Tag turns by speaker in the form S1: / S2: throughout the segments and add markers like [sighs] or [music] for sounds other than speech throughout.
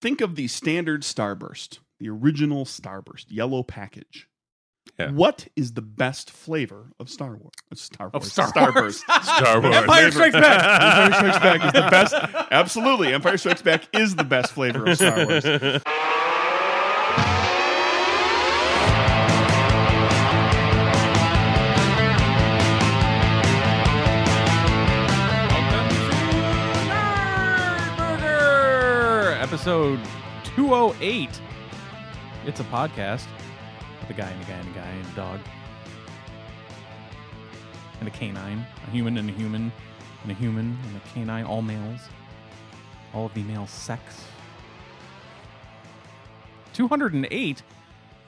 S1: think of the standard Starburst, the original Starburst, yellow package.
S2: Yeah.
S1: What is the best flavor of Star Wars? Of Star Wars.
S3: Star
S1: Starburst.
S2: Star Wars.
S3: Empire Strikes Back.
S1: [laughs] Empire Strikes Back is the best. Absolutely. Empire Strikes Back is the best flavor of Star
S3: [laughs]
S1: Wars.
S3: Burger, episode 208. It's a podcast. The guy and the guy and the guy and a dog. And a canine. A human and a human and a human and a canine. All males. All of the male sex. 208?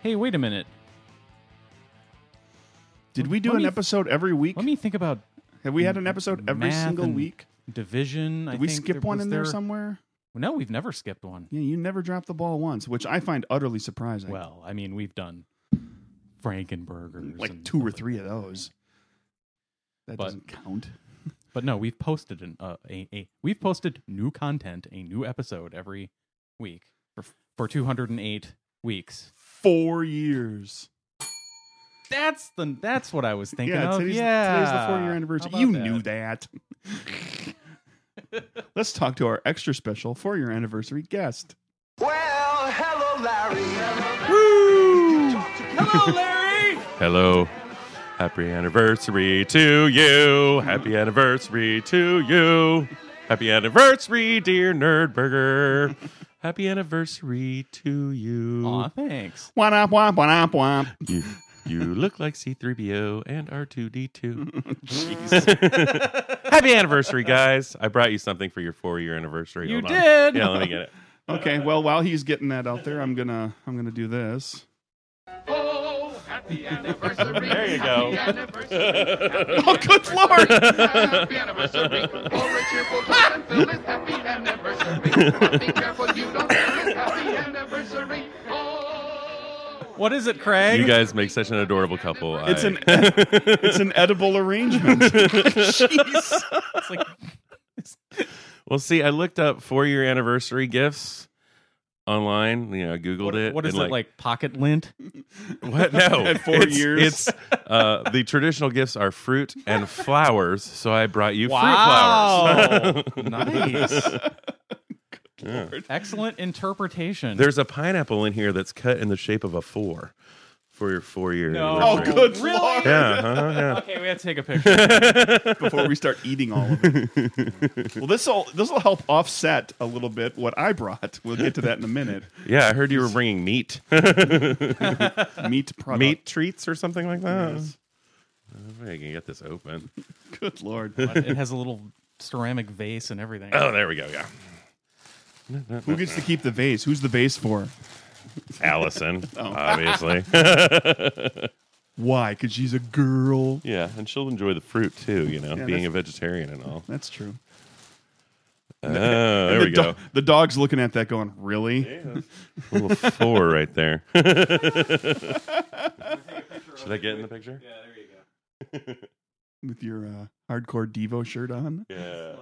S3: Hey, wait a minute.
S1: Did we do
S3: Let
S1: an
S3: me-
S1: episode every week?
S3: Let me think about
S1: Have we had an episode every
S3: Math
S1: single
S3: and-
S1: week?
S3: division. I
S1: Did we
S3: think
S1: skip one
S3: was
S1: in there somewhere?
S3: No, we've never skipped one.
S1: Yeah, you never dropped the ball once, which I find utterly surprising.
S3: Well, I mean, we've done Frankenburgers,
S1: like
S3: and
S1: two or
S3: stuff
S1: three of those. That
S3: But-
S1: doesn't count.
S3: like- But no, we've posted an, uh, a, a we've posted new content, a new episode every week for for 208 weeks.
S1: Four years.
S3: That's the that's what I was thinking
S1: [laughs] yeah,
S3: of.
S1: today's,
S3: yeah,
S1: today's the four-year
S3: How
S1: anniversary.
S3: about
S1: You knew that. Let's talk to our extra special four-year anniversary guest.
S4: Well, hello, Larry.
S3: Oh,
S2: [laughs] Hello. Happy anniversary to you. Happy anniversary to you. Happy anniversary, dear Nerdburger. Happy anniversary to you.
S3: Aw, thanks.
S1: Womp womp womp womp.
S2: You you look like C3PO and R2D2.
S1: Jeez.
S2: Happy anniversary, guys. I brought you something for your 4-year anniversary.
S3: You
S2: Hold on.
S3: did?
S2: Yeah, let me
S3: [laughs]
S2: get it.
S1: Okay, well, while he's getting that out there, I'm gonna I'm gonna do this.
S5: Oh, happy anniversary.
S2: There you go.
S5: Happy anniversary.
S1: Oh, good lord!
S5: happy anniversary. For a cheerful time and fill it. Happy anniversary. But be careful you don't feel it. Happy anniversary. Oh.
S3: What is it, Craig?
S2: You guys make such an adorable couple.
S1: It's
S2: I-
S1: an it's an edible arrangement. Jeez.
S3: It's like-
S2: Well, see, I looked up four year anniversary gifts online. You know, I googled
S3: what,
S2: it.
S3: what is
S2: and,
S3: it like, pocket lint?
S2: What? [laughs] No,
S1: At four
S2: It's-
S1: years.
S2: It's uh, the traditional gifts are fruit [laughs] and flowers. So I brought you fruit flowers. [laughs]
S3: Wow, [laughs] nice, excellent interpretation.
S2: There's a pineapple in here that's cut in the shape of a four for your four year.
S3: No.
S1: Oh,
S3: Right.
S1: good
S3: Really?
S1: lord!
S2: Yeah, uh-huh, yeah.
S3: okay, we have to take a picture.
S1: Before we start eating all of it. Well, this will this will help offset a little bit what I brought. We'll get to that in a minute.
S2: yeah. I heard you were bringing meat, [laughs]
S1: Meat product.
S2: meat treats or something like that.
S1: Yes.
S2: I can get this open.
S1: Good lord!
S3: it has a little ceramic vase and everything.
S2: Oh, there we go. Yeah,
S1: Who gets to keep the vase? Who's the vase for?
S2: [laughs] Allison, obviously.
S1: Why? Because she's a girl.
S2: Yeah, and she'll enjoy the fruit too, you know,
S1: Yeah,
S2: being
S1: that's-
S2: a vegetarian and all.
S1: That's true.
S2: Oh, [laughs] there [laughs]
S1: the
S2: we go.
S1: do- the dog's looking at that, going, "Really?
S2: [laughs] Little four right there. [laughs] Should I get in the picture?
S1: With your uh, hardcore Devo shirt on?
S2: Yeah.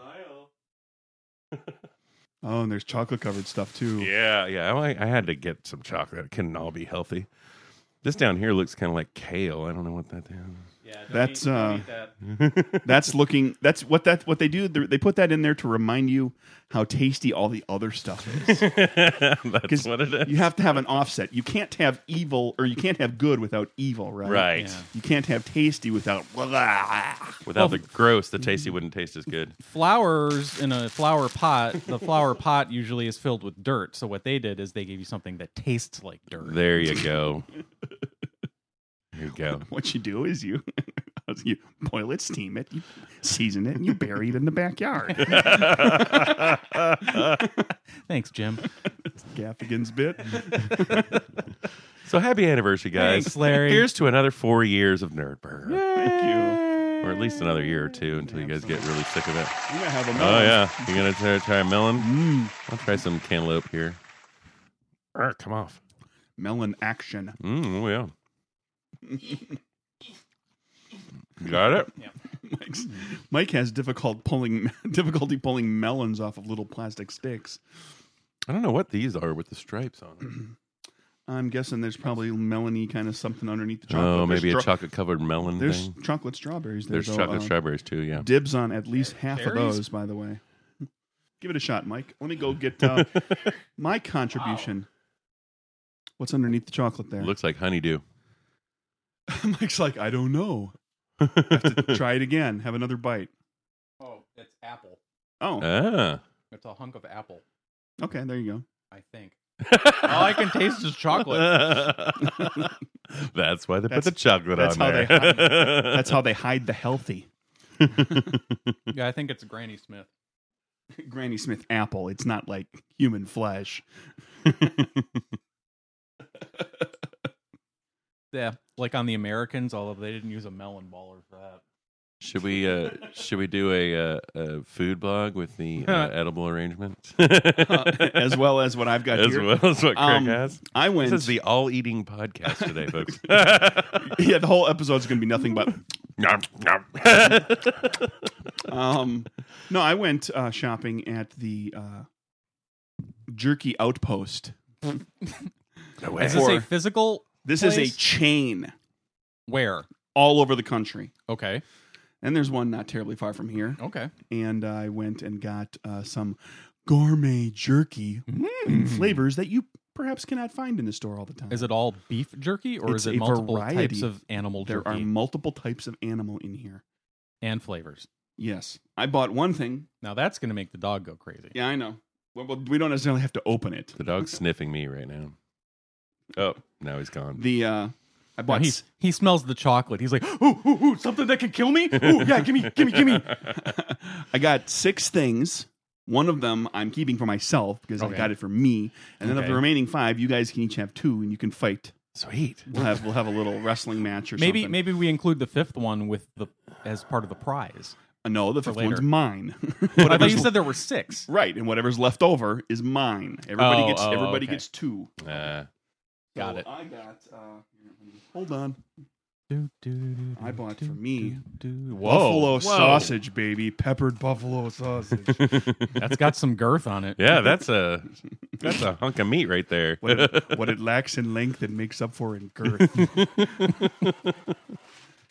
S1: Oh, and there's chocolate covered stuff too.
S2: Yeah, yeah. I, I had to get some chocolate. It can all be healthy. This down here looks kind of like kale. I don't know what that is.
S3: Yeah, don't
S1: That's,
S3: eat- don't
S1: uh,
S3: eat that.
S2: [laughs]
S1: That's looking. That's what that what they do. They're- They put that in there to remind you how tasty all the other stuff
S2: [laughs]
S1: is.
S2: That's what it is.
S1: You have to have an offset. You can't have evil or you can't have good without evil, right?
S2: Right.
S3: Yeah.
S1: You can't have tasty without. [laughs]
S2: Without the gross, the tasty wouldn't taste as good.
S3: flowers in a flower pot. The flower pot usually is filled with dirt. So what they did is they gave you something that tastes like dirt.
S2: There you go. There you go.
S1: [laughs] What you do is you you boil it, steam it, you season it, and you bury it in the backyard.
S3: Thanks,
S2: [laughs]
S3: Jim.
S1: Gaffigan's bit.
S2: So happy anniversary, guys.
S3: Thanks, Larry.
S2: Here's to another four years of Nerdburger.
S1: Thank you.
S2: Or at least another year or two until you guys get really sick of it.
S1: You might have a
S2: Oh, yeah. You're going to try, try a melon? I'll try some cantaloupe here. Arr, come off.
S1: melon action.
S2: Mm, oh, yeah. [laughs] You Got it?
S1: Mike's, [laughs] Mike has difficult pulling difficulty pulling melons off of little plastic sticks.
S2: I don't know what these are with the stripes on. them.
S1: I'm guessing there's probably melony kind of something underneath the chocolate.
S2: [clears throat] Oh,
S1: There's
S2: maybe a
S1: stra-
S2: chocolate covered melon
S1: There's
S2: thing.
S1: chocolate strawberries. There,
S2: There's
S1: though.
S2: chocolate
S1: Uh,
S2: strawberries too.
S1: [laughs]
S2: Yeah.
S1: Dibs on at least half of
S3: Berries?
S1: those, by the way. [laughs] Give it a shot, Mike. Let me go get
S2: [laughs]
S1: uh, my contribution. What's underneath the chocolate there?
S2: Looks like [laughs] honeydew.
S1: [laughs] Mike's like, I don't know.
S2: [laughs]
S1: Try it again. Have another bite.
S3: Oh, it's apple.
S1: Oh,
S2: ah.
S3: It's a hunk of apple,
S1: okay. There you go.
S3: I think. All I can taste is chocolate.
S2: [laughs] that's why they put
S1: That's-
S2: the chocolate
S1: that's
S2: on
S1: how
S2: there.
S1: they hide- That's
S2: [laughs]
S1: how [laughs] they hide the healthy.
S3: yeah, I think it's Granny Smith.
S1: Granny Smith apple. It's not like human flesh.
S3: Yeah, like on the Americans, although they didn't use a melon baller for that.
S2: should we uh, should we do a, uh, a food blog with the uh, edible arrangement
S1: As well as what I've got
S2: Uh, As
S1: here.
S2: well as what Craig
S1: Um,
S2: has?
S1: I went.
S2: This is the all eating podcast today, folks.
S1: [laughs] yeah, the whole episode's going to be nothing but.
S2: Nom, nom.
S1: Um, no, I went uh, shopping at the uh, Jerky Outpost.
S2: No
S3: Is
S2: way.
S3: this
S1: Or-
S3: a physical?
S1: This is
S3: Place?
S1: a chain
S3: Where?
S1: all over the country.
S3: Okay.
S1: And there's one not terribly far from here.
S3: Okay.
S1: And I went and got uh, some gourmet jerky
S3: Mm.
S1: in flavors that you perhaps cannot find in the store all the time.
S3: Mm-hmm. Is it all beef jerky or
S1: It's
S3: is
S1: a
S3: it multiple
S1: variety.
S3: types of animal
S1: there
S3: jerky
S1: are multiple types of animal in here.
S3: and flavors?
S1: Yes. I bought one thing.
S3: Now that's going to make the dog go crazy.
S1: Yeah, I know. Well, well, we don't necessarily have to open it.
S2: The dog's sniffing me right now. Oh, now he's gone.
S1: The uh, I
S3: Now
S1: bought
S3: he,
S1: s-
S3: he smells the chocolate. He's like, ooh, ooh, ooh, something that can kill me?
S1: [laughs]
S3: Ooh, yeah, give me, give me, give me.
S1: I got six things. One of them I'm keeping for myself because I
S3: Okay.
S1: got it for me. And then of
S3: Okay.
S1: the remaining five, you guys can each have two, and you can fight.
S2: Sweet.
S1: We'll have we'll have a little wrestling match or
S3: Maybe
S1: something.
S3: maybe we include the fifth one with the as part of the prize.
S1: Uh, no, the fifth
S3: later.
S1: one's mine.
S3: I thought
S1: Whatever's-
S3: you said there were six.
S1: right, and whatever's left over is mine. Everybody
S3: Oh,
S1: gets
S3: oh,
S1: everybody
S3: okay.
S1: gets two.
S2: Uh,
S3: Got
S1: So
S3: it.
S1: I got. Uh, here, let me- hold on.
S3: Do, do, do, do,
S1: I bought
S3: do,
S1: for me
S3: do, do.
S1: buffalo
S2: Whoa.
S1: sausage, baby, peppered buffalo
S3: [laughs]
S1: sausage.
S3: That's got some girth on it.
S2: yeah, that's a that's a hunk of meat right there.
S1: what, it, what it lacks in length, it makes up for in
S3: [laughs]
S1: girth. [laughs] and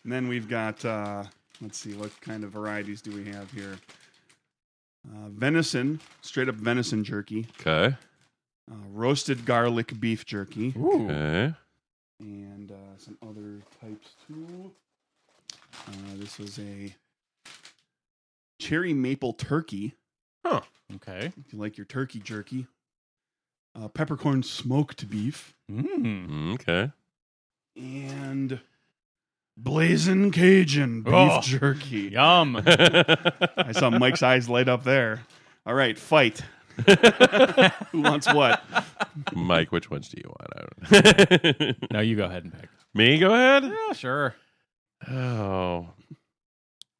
S1: then we've got, uh, let's see, what kind of varieties do we have here? Uh, venison, straight up venison jerky,
S2: [laughs] Okay.
S1: uh, roasted garlic beef jerky,
S3: Ooh.
S2: Okay.
S1: and uh, some other types too. Uh, this was a cherry maple turkey,
S3: Okay.
S1: if you like your turkey jerky. Uh, peppercorn smoked beef.
S3: Mm.
S2: Okay.
S1: and blazing Cajun beef
S3: Oh.
S2: [laughs]
S1: jerky.
S3: Yum.
S1: I saw Mike's eyes light up there. All right, fight.
S2: [laughs]
S1: Who wants what?
S2: Mike, which ones do you want? I don't
S3: now you go ahead and pick.
S2: [laughs] Me? Go ahead.
S3: Yeah, sure.
S2: Oh,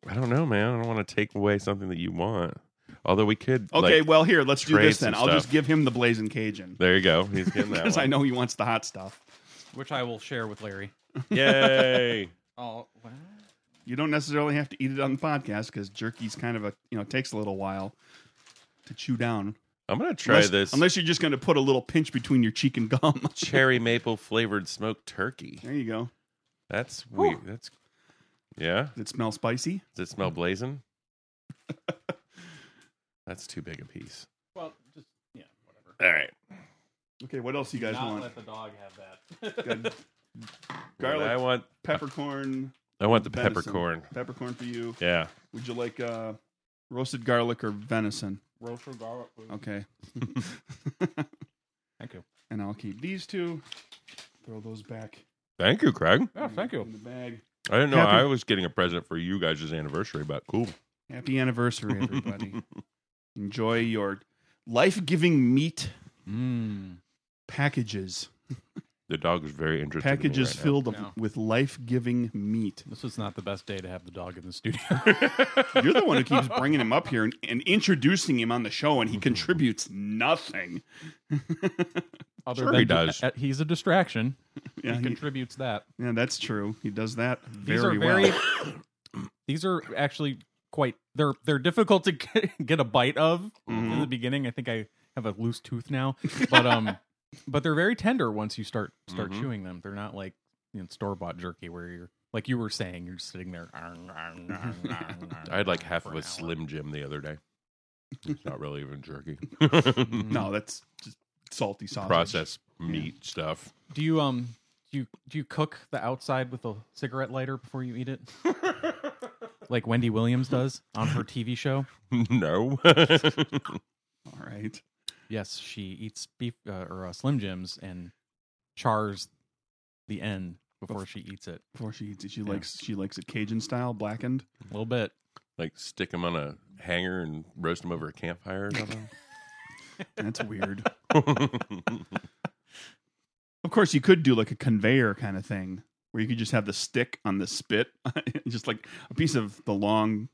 S2: I don't know, man. I don't want to take away something that you want. Although we could.
S1: Okay,
S2: like-
S1: well here, let's do
S2: trade
S1: this then.
S2: some
S1: I'll just
S2: stuff.
S1: give him the blazing Cajun
S2: there you go. He's
S1: [laughs]
S2: getting that.
S1: because I
S2: one.
S1: know he wants the hot stuff.
S3: Which I will share with Larry.
S1: [laughs]
S2: Yay!
S3: Oh, well.
S1: You don't necessarily have to eat it on the podcast because jerky's kind of a you know takes a little while to chew down.
S2: I'm gonna try
S1: unless,
S2: this
S1: unless you're just going to put a little pinch between your cheek and gum. [laughs]
S2: cherry maple flavored smoked turkey.
S1: there you go.
S2: That's weird. That's yeah.
S1: Does it smell spicy?
S2: Does it smell blazing?
S1: [laughs]
S2: That's too big a piece.
S3: Well, just yeah, whatever.
S2: All right.
S1: Okay, what else you guys
S3: Not
S1: want?
S3: let the dog have
S1: [laughs]
S3: that.
S1: Got [laughs] Garlic.
S2: I want
S1: peppercorn.
S2: I want the
S1: venison.
S2: peppercorn.
S1: Peppercorn for you.
S2: Yeah.
S1: Would you like uh, roasted garlic or venison?
S3: Roasted garlic. please.
S1: Okay. [laughs]
S3: Thank you.
S1: and I'll keep these two. Throw those back
S2: Thank you, Craig.
S3: Yeah, thank
S1: in the bag.
S2: I didn't know
S1: Happy-
S2: I was getting a present for you guys' anniversary, but cool.
S1: Happy anniversary, everybody.
S3: [laughs]
S1: Enjoy your life giving meat
S3: Mm.
S1: packages.
S2: The dog is very interested. in me
S1: Packages
S2: right now.
S1: filled of,
S3: No.
S1: with life giving
S3: [laughs]
S1: meat.
S3: This was not the best day to have the dog in the studio.
S1: You're the one who keeps bringing him up here and, and introducing him on the show, and he
S3: Mm-hmm.
S1: contributes nothing.
S3: [laughs] Other
S2: Sure he does.
S3: uh, he's a distraction.
S1: Yeah,
S3: he
S1: he-
S3: contributes that.
S1: yeah, that's true. He does that very
S3: These are
S1: well.
S3: very.
S2: [coughs]
S3: these are [laughs]
S2: Mm-hmm.
S3: actually quite. They're they're difficult to get, get a bite of in the beginning. I think I have a loose tooth now, but um, [laughs] but they're very tender once you start start
S2: Mhm.
S3: chewing them. They're not like you know, store bought jerky where you're like you were saying you're just sitting
S2: [laughs]
S3: there. [laughs] "Arng, arng, arng, arng, arng,"
S2: I had like half
S3: for
S2: of
S3: an
S2: a
S3: hour.
S2: Slim [laughs] Jim the other day. It's not really even jerky.
S3: Mm-hmm.
S1: No, that's just salty sausage.
S2: Processed meat stuff. [laughs]
S3: Do you um do you do you cook the outside with a cigarette lighter before you eat
S2: [laughs]
S3: it? like Wendy Williams does on her TV show.
S2: no.
S1: All right.
S3: Yes, she eats beef uh, or uh, Slim Jims and chars the end before she eats it.
S1: Before she eats it, she likes she likes it Cajun style,
S3: [laughs]
S1: blackened.
S3: A little bit.
S2: like stick them on a hanger and roast them over a campfire or something.
S1: That's weird. Of course, you could do like a conveyor kind of thing where you could just have the stick on the spit, [laughs] just like a piece of the long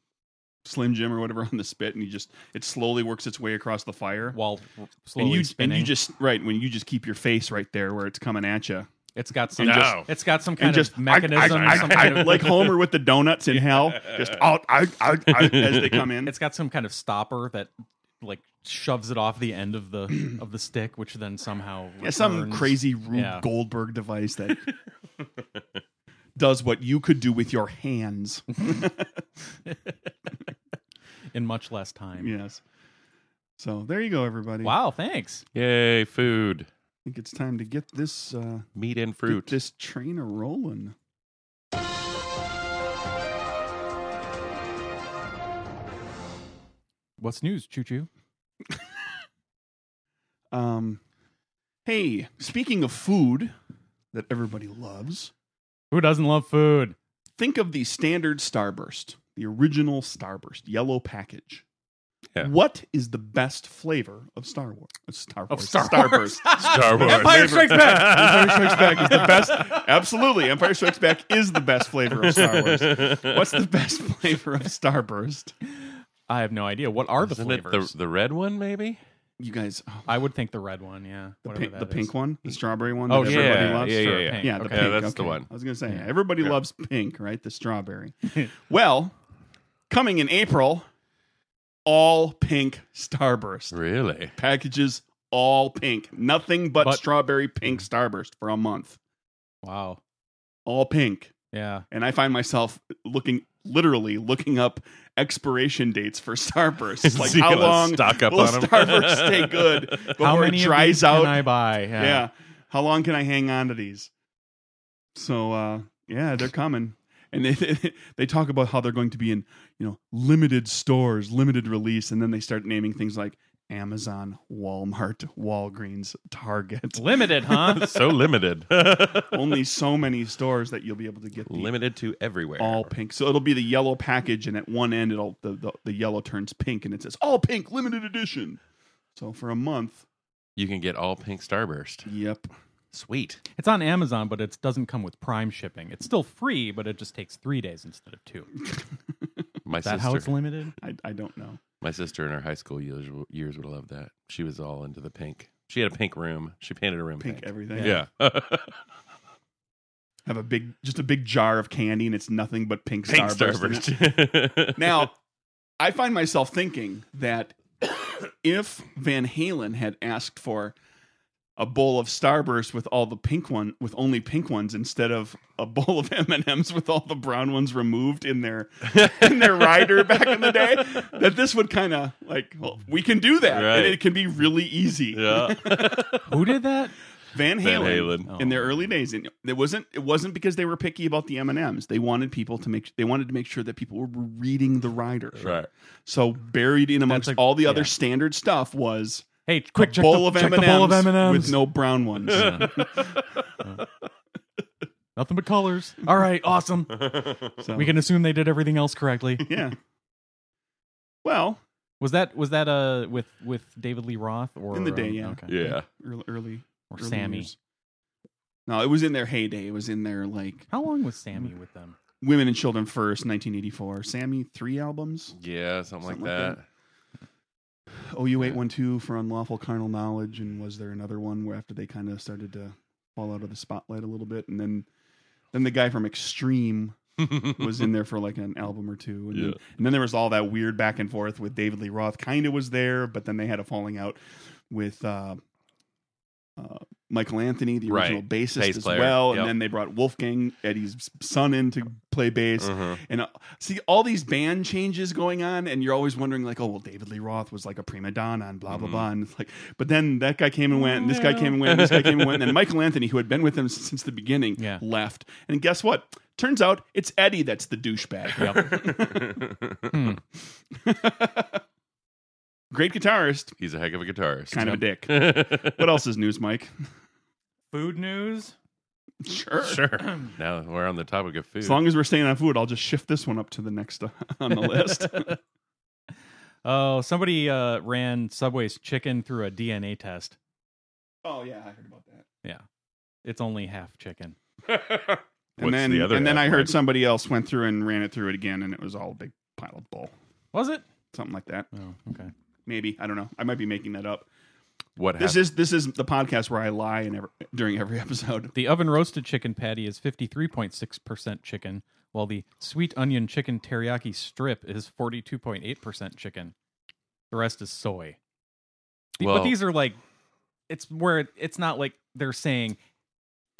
S1: Slim Jim or whatever [laughs] on the spit, and you just it slowly works its way across the fire.
S3: While r- slowly
S1: and you
S3: spinning,
S1: and you just right when you just keep your face right there where it's coming at you,
S3: it's got some.
S2: and just-
S3: it's got some kind
S1: and
S3: of
S1: just I-
S3: mechanism.
S1: I, I,
S3: some
S1: I-
S3: kind of, [laughs]
S1: like Homer with the donuts in hell, just out, out, out, out as they come in.
S3: [laughs] it's got some kind of stopper that like shoves it off the end
S1: [clears throat]
S3: of the of the stick, which then somehow
S1: Yeah, some
S3: returns.
S1: crazy Rube
S3: Yeah.
S1: Goldberg device
S3: [laughs]
S1: that does what you could do with your hands.
S3: in much less time.
S1: yes. So there you go, everybody.
S3: Wow, thanks.
S2: [laughs] Yay, food,
S1: I think it's time to get this uh,
S2: meat and
S1: get
S2: fruit.
S1: this train a rolling.
S3: What's news, Choo Choo?
S1: Um, hey, speaking of food that everybody loves,
S3: Who doesn't love food?
S1: think of the standard Starburst, the original Starburst, yellow package.
S2: Yeah.
S1: What is the best flavor of Star Wars? Star Wars.
S3: Star
S1: Starburst.
S2: Star Wars.
S1: Empire Strikes Back. [laughs] Empire Strikes Back is the best. [laughs] Absolutely, Empire Strikes Back is the best flavor of Star
S2: [laughs]
S1: Wars. What's the best flavor of Starburst?
S3: I have no idea. What are the
S2: Isn't it
S3: flavors?
S2: the, the red one, maybe?
S1: You guys, oh,
S3: I would think the red one, yeah.
S1: the,
S3: whatever
S1: pink,
S3: that
S1: the
S3: is.
S1: pink one, the strawberry one.
S3: Oh,
S1: that
S3: yeah,
S1: everybody loves?
S2: yeah,
S3: Sure,
S2: yeah,
S3: pink.
S1: Yeah, the
S3: Okay.
S1: pink.
S2: that's the
S1: okay.
S2: one.
S1: I was gonna say everybody
S2: Yeah.
S1: loves pink, right? The strawberry. well, coming in April, all pink Starburst
S2: Really?
S1: packages, all pink, nothing but,
S3: But-
S1: strawberry pink Starburst for a month,
S3: Wow.
S1: all pink.
S3: Yeah.
S1: And I find myself looking, literally looking up expiration dates for Starburst. It's like
S2: See
S1: how
S2: if I'll
S1: long
S2: stock up
S1: will
S2: on 'em.
S1: Starburst stay good before
S3: How many
S1: it
S3: of
S1: dries
S3: these
S1: out?
S3: can I buy?
S1: yeah. How long can I hang on to these? So uh, yeah, they're coming, and they [laughs] they talk about how they're going to be in you know limited stores, limited release, and then they start naming things like Amazon, Walmart, Walgreens,
S2: [laughs]
S1: Target. [laughs]
S3: Limited, huh? [laughs]
S2: So limited.
S1: Only so many stores that you'll be able to get the
S2: limited to everywhere.
S1: all pink. So it'll be the yellow package, and at one end, it'll the, the, the yellow turns pink, and it says all pink limited edition. So for a month,
S2: You can get all pink Starburst.
S1: yep, [laughs]
S2: Sweet.
S3: it's on Amazon, but it doesn't come with Prime shipping. It's still free, but it just takes three days instead of two. Is
S2: My
S3: that how it's
S2: sister,
S3: limited?
S1: I, I don't know.
S2: my sister in her high school years, years would love that. She was all into the pink. She had a pink room. She painted her room
S1: Pink
S2: pink.
S1: everything.
S2: Yeah. [laughs]
S1: have a big, just a big jar of candy, and it's nothing but pink,
S2: pink
S1: Starburst. in it.
S2: Starburst. [laughs]
S1: Now, I find myself thinking that if Van Halen had asked for a bowl of Starburst with all the pink one, with only pink ones, instead of a bowl of [laughs] M and M's with all the brown ones removed in their in their rider back in the day, that this would kind of like well, we can do that, and
S2: Right.
S1: it can be really easy.
S2: yeah.
S3: Who
S1: [laughs]
S3: did that?
S1: Van Halen,
S2: Van Halen.
S1: in their early days, and it wasn't it wasn't because they were picky about the M and M's. They wanted people to make they wanted to make sure that people were reading the rider.
S2: Right.
S1: So buried in amongst
S3: That's a-
S1: all the other
S3: yeah.
S1: standard stuff was
S3: Hey, quick check
S1: bowl,
S3: the,
S1: of
S3: check the bowl of M&Ms
S1: with no brown
S2: [laughs]
S1: ones.
S3: Nothing but colors. All right,
S1: [laughs]
S3: awesome.
S1: So,
S3: We can assume they did everything else correctly.
S1: yeah. Well,
S3: Was that was that uh with with David Lee Roth or
S1: In the day,
S3: um,
S1: yeah.
S3: okay.
S2: Yeah.
S1: early, early
S3: or
S1: early
S3: Sammy?
S1: years. No, it was in their heyday. It was in their like
S3: How long was Sammy with them?
S1: Women and Children First, 1984. Sammy three albums.
S2: Yeah, something,
S1: Something
S2: like
S1: like
S2: that.
S1: OU812 for Unlawful Carnal Knowledge, and was there another one where after they kind of started to fall out of the spotlight a little bit, and then then the guy from Extreme
S2: [laughs]
S1: was in there for like an album or two, and, then,
S2: Yeah.
S1: and then there was all that weird back and forth with David Lee Roth. Kind of was there, but then they had a falling out. with uh, uh, Michael Anthony, the original
S2: Right.
S1: bassist
S2: Bass
S1: as
S2: player,
S1: well,
S2: yep.
S1: and then they brought Wolfgang Eddie's son in to play bass.
S2: Mhm.
S1: And uh, see all these band changes going on, and you're always wondering, like, oh well, David Lee Roth was like a prima donna and blah blah
S2: Mm-hmm.
S1: blah, and it's like, but then that guy came and went, and this guy came and went, and this guy came and went,
S2: [laughs]
S1: and then Michael Anthony, who had been with them since the beginning,
S3: Yeah.
S1: left, and guess what? Turns out it's Eddie that's the douchebag. Great guitarist,
S2: [laughs] He's a heck of a guitarist.
S1: kind of a dick.
S2: dick.
S1: What else is news, Mike?
S3: Food news.
S1: Sure. [clears throat]
S2: [laughs] sure. Now we're on the topic of food.
S1: As long as we're staying on food, I'll just shift this one up to the next uh, [laughs] on the list.
S2: [laughs]
S3: Oh, somebody uh, ran Subway's chicken through a DNA test.
S1: oh yeah, I heard about that.
S3: It's only half chicken.
S1: And
S2: What's
S1: then
S2: the other
S1: and then
S2: half
S1: I heard
S2: like?
S1: somebody else went through and ran it through it again, and it was all a big pile of bull,
S3: Was it?
S1: something like that.
S3: Oh, okay.
S1: Maybe I don't know. I might be making that up.
S2: [laughs] what happened?
S1: This is this is the podcast where I lie in every, during every [laughs] episode.
S3: The oven roasted chicken patty is 53.6% chicken, while the sweet onion chicken teriyaki strip is 42.8% chicken. The rest is soy. The-
S2: Well-
S3: but these are like, it's where it- it's not like they're saying,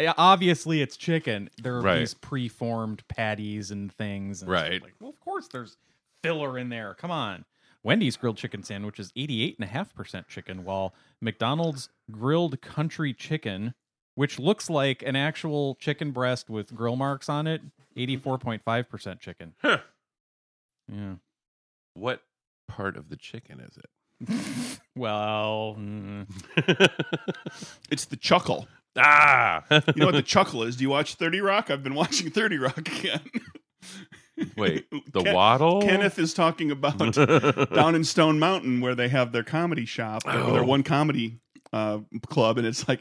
S3: "Yeah, obviously it's chicken. There are
S2: Right.
S3: these preformed patties and things. And it's
S2: Right.
S3: Like, well, of course there's filler in there. Come on. Wendy's grilled chicken sandwich is 88.5% chicken, while McDonald's grilled country chicken, which looks like an actual chicken breast with grill marks on it, 84.5% chicken.
S2: Huh.
S3: Yeah.
S2: what part of the chicken is
S3: Well, mm,
S2: it?
S1: [laughs] It's the chuckle.
S2: ah. [laughs]
S1: You know what the chuckle is? Do you watch Thirty Rock? I've been watching Thirty Rock again. [laughs]
S2: Wait, the
S1: Ken-
S2: waddle.
S1: Kenneth is talking about down in Stone Mountain where they have their comedy shop, their-
S2: Oh.
S1: their one comedy uh, club, and it's like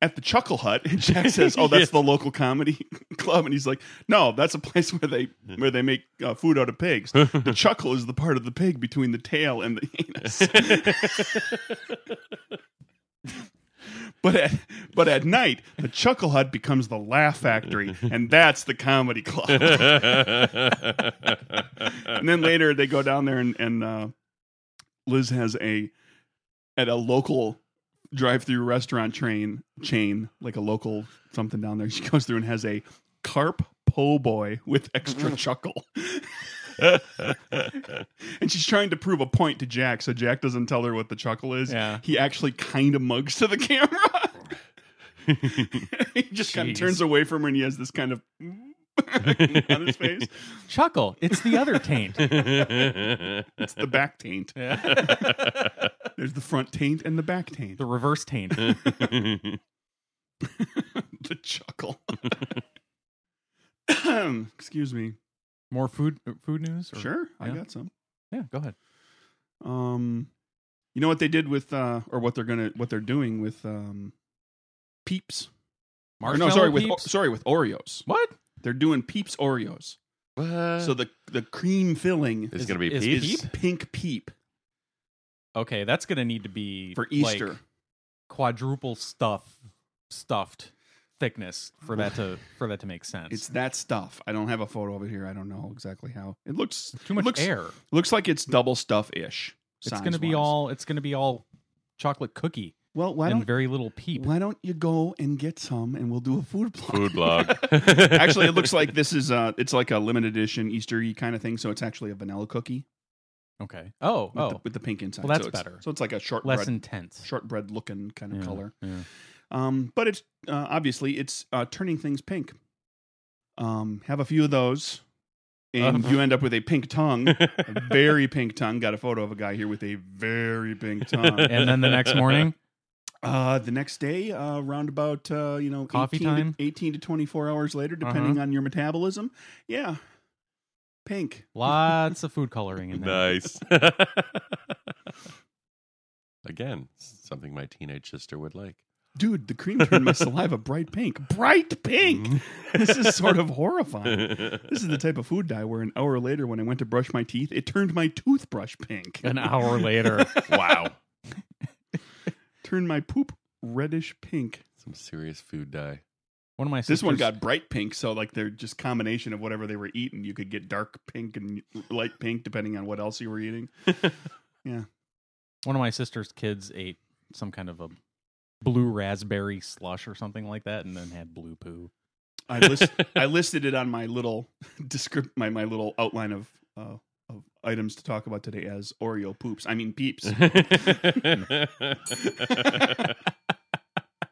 S1: at the Chuckle Hut. [laughs] And Jack says, "Oh, that's the local comedy [laughs] club," and he's like, "No, that's a place where they where they make uh, food out of pigs. The chuckle is the part of the pig between the tail and the anus." [laughs] But at, but at night, the Chuckle Hut becomes the Laugh Factory, and that's the comedy [laughs]
S2: [laughs]
S1: club. and then later they go down there and, and uh, Liz has a at a local drive-through restaurant train chain, like a local something down there. She goes through and has a carp po' boy with
S3: [laughs]
S1: extra chuckle, [laughs] and she's trying to prove a point to Jack, so Jack doesn't tell her what the chuckle is. [laughs]
S3: Yeah.
S1: he actually kind of mugs to the camera. [laughs] he just kind of
S3: Jeez.
S1: turns away from her, and he has this kind of on his
S3: [laughs]
S1: face.
S3: chuckle. It's the
S1: [laughs]
S3: other taint.
S1: It's the back taint. There's the front taint and the back taint.
S3: The reverse taint. [laughs]
S1: the chuckle. [laughs] Excuse me.
S3: More food food news? or-
S1: Sure, I
S3: Yeah.
S1: got some.
S3: Yeah, go ahead.
S1: Um, you know what they did with, uh, or what they're gonna, what they're doing with, um, Peeps. Or Oh, no, sorry, with
S3: peeps?
S1: sorry with Oreos.
S3: What?
S1: They're doing Peeps Oreos.
S2: [laughs]
S3: Uh,
S2: What?
S1: so the the cream filling
S2: it's
S1: is,
S2: gonna be
S3: is
S2: peeps.
S3: peep?
S1: pink peep
S3: Okay, that's gonna need to be
S1: for
S3: like,
S1: Easter.
S3: quadruple stuff stuffed thickness for
S1: [laughs]
S3: that to for that to make sense.
S1: it's that stuff. I don't have a photo of it here. I don't know exactly how it looks.
S3: too much
S1: looks,
S3: air.
S1: Looks like it's double stuff ish.
S3: It's gonna be all it's gonna be all chocolate cookie
S1: Well, why
S3: and
S1: don't
S3: very little peep.
S1: why don't you go and get some and we'll do a food blog.
S2: Food blog.
S1: [laughs] actually, it
S3: [laughs]
S1: looks like this is uh it's like a limited edition Easter kind of thing. So it's actually a vanilla cookie
S3: Okay. Oh,
S1: with, the,
S3: oh,
S1: with the pink inside.
S3: Well, that's
S1: so it's-
S3: better.
S1: So it's like a shortbread,
S3: less intense.
S1: shortbread looking kind of
S3: Yeah,
S1: color.
S3: yeah.
S1: Um, but it's uh, obviously it's uh, turning things pink. Um, have a few of those, and
S3: Uh-huh.
S2: Uh.
S1: you end up with a pink tongue, a
S2: [laughs]
S3: [laughs]
S1: very pink tongue. Got a photo of a guy here with a very
S3: [laughs]
S1: pink tongue.
S3: And then the next
S1: [laughs]
S3: morning,
S1: Uh, the next day, uh, around about uh, you know,
S3: Coffee
S1: 18 to-
S3: time? Uh-huh.
S1: eighteen to twenty four hours later, depending on your metabolism. Yeah, pink.
S3: lots of food coloring in there.
S2: nice. [laughs] Again, something my teenage sister would like.
S1: Dude, the cream turned my saliva bright pink. Bright pink.
S3: [laughs]
S2: [laughs]
S1: This is sort of horrifying. This is the type of food dye where an hour later, when I went to brush my teeth, it turned my toothbrush pink.
S3: An hour later.
S1: [laughs]
S2: wow.
S1: Turned my poop reddish pink.
S2: Some serious food dye.
S3: One of my sisters,
S1: This one got bright pink, so like they're just combination of whatever they were eating. You could get dark pink and light pink depending on what else you were eating.
S3: one of my sister's kids ate some kind of a blue raspberry slush or something like that, and then had blue poo.
S1: I list I listed it on my little [laughs] descript my my little outline of uh, of items to talk about today as Oreo poops. I mean
S2: [laughs]
S1: peeps.
S2: [laughs]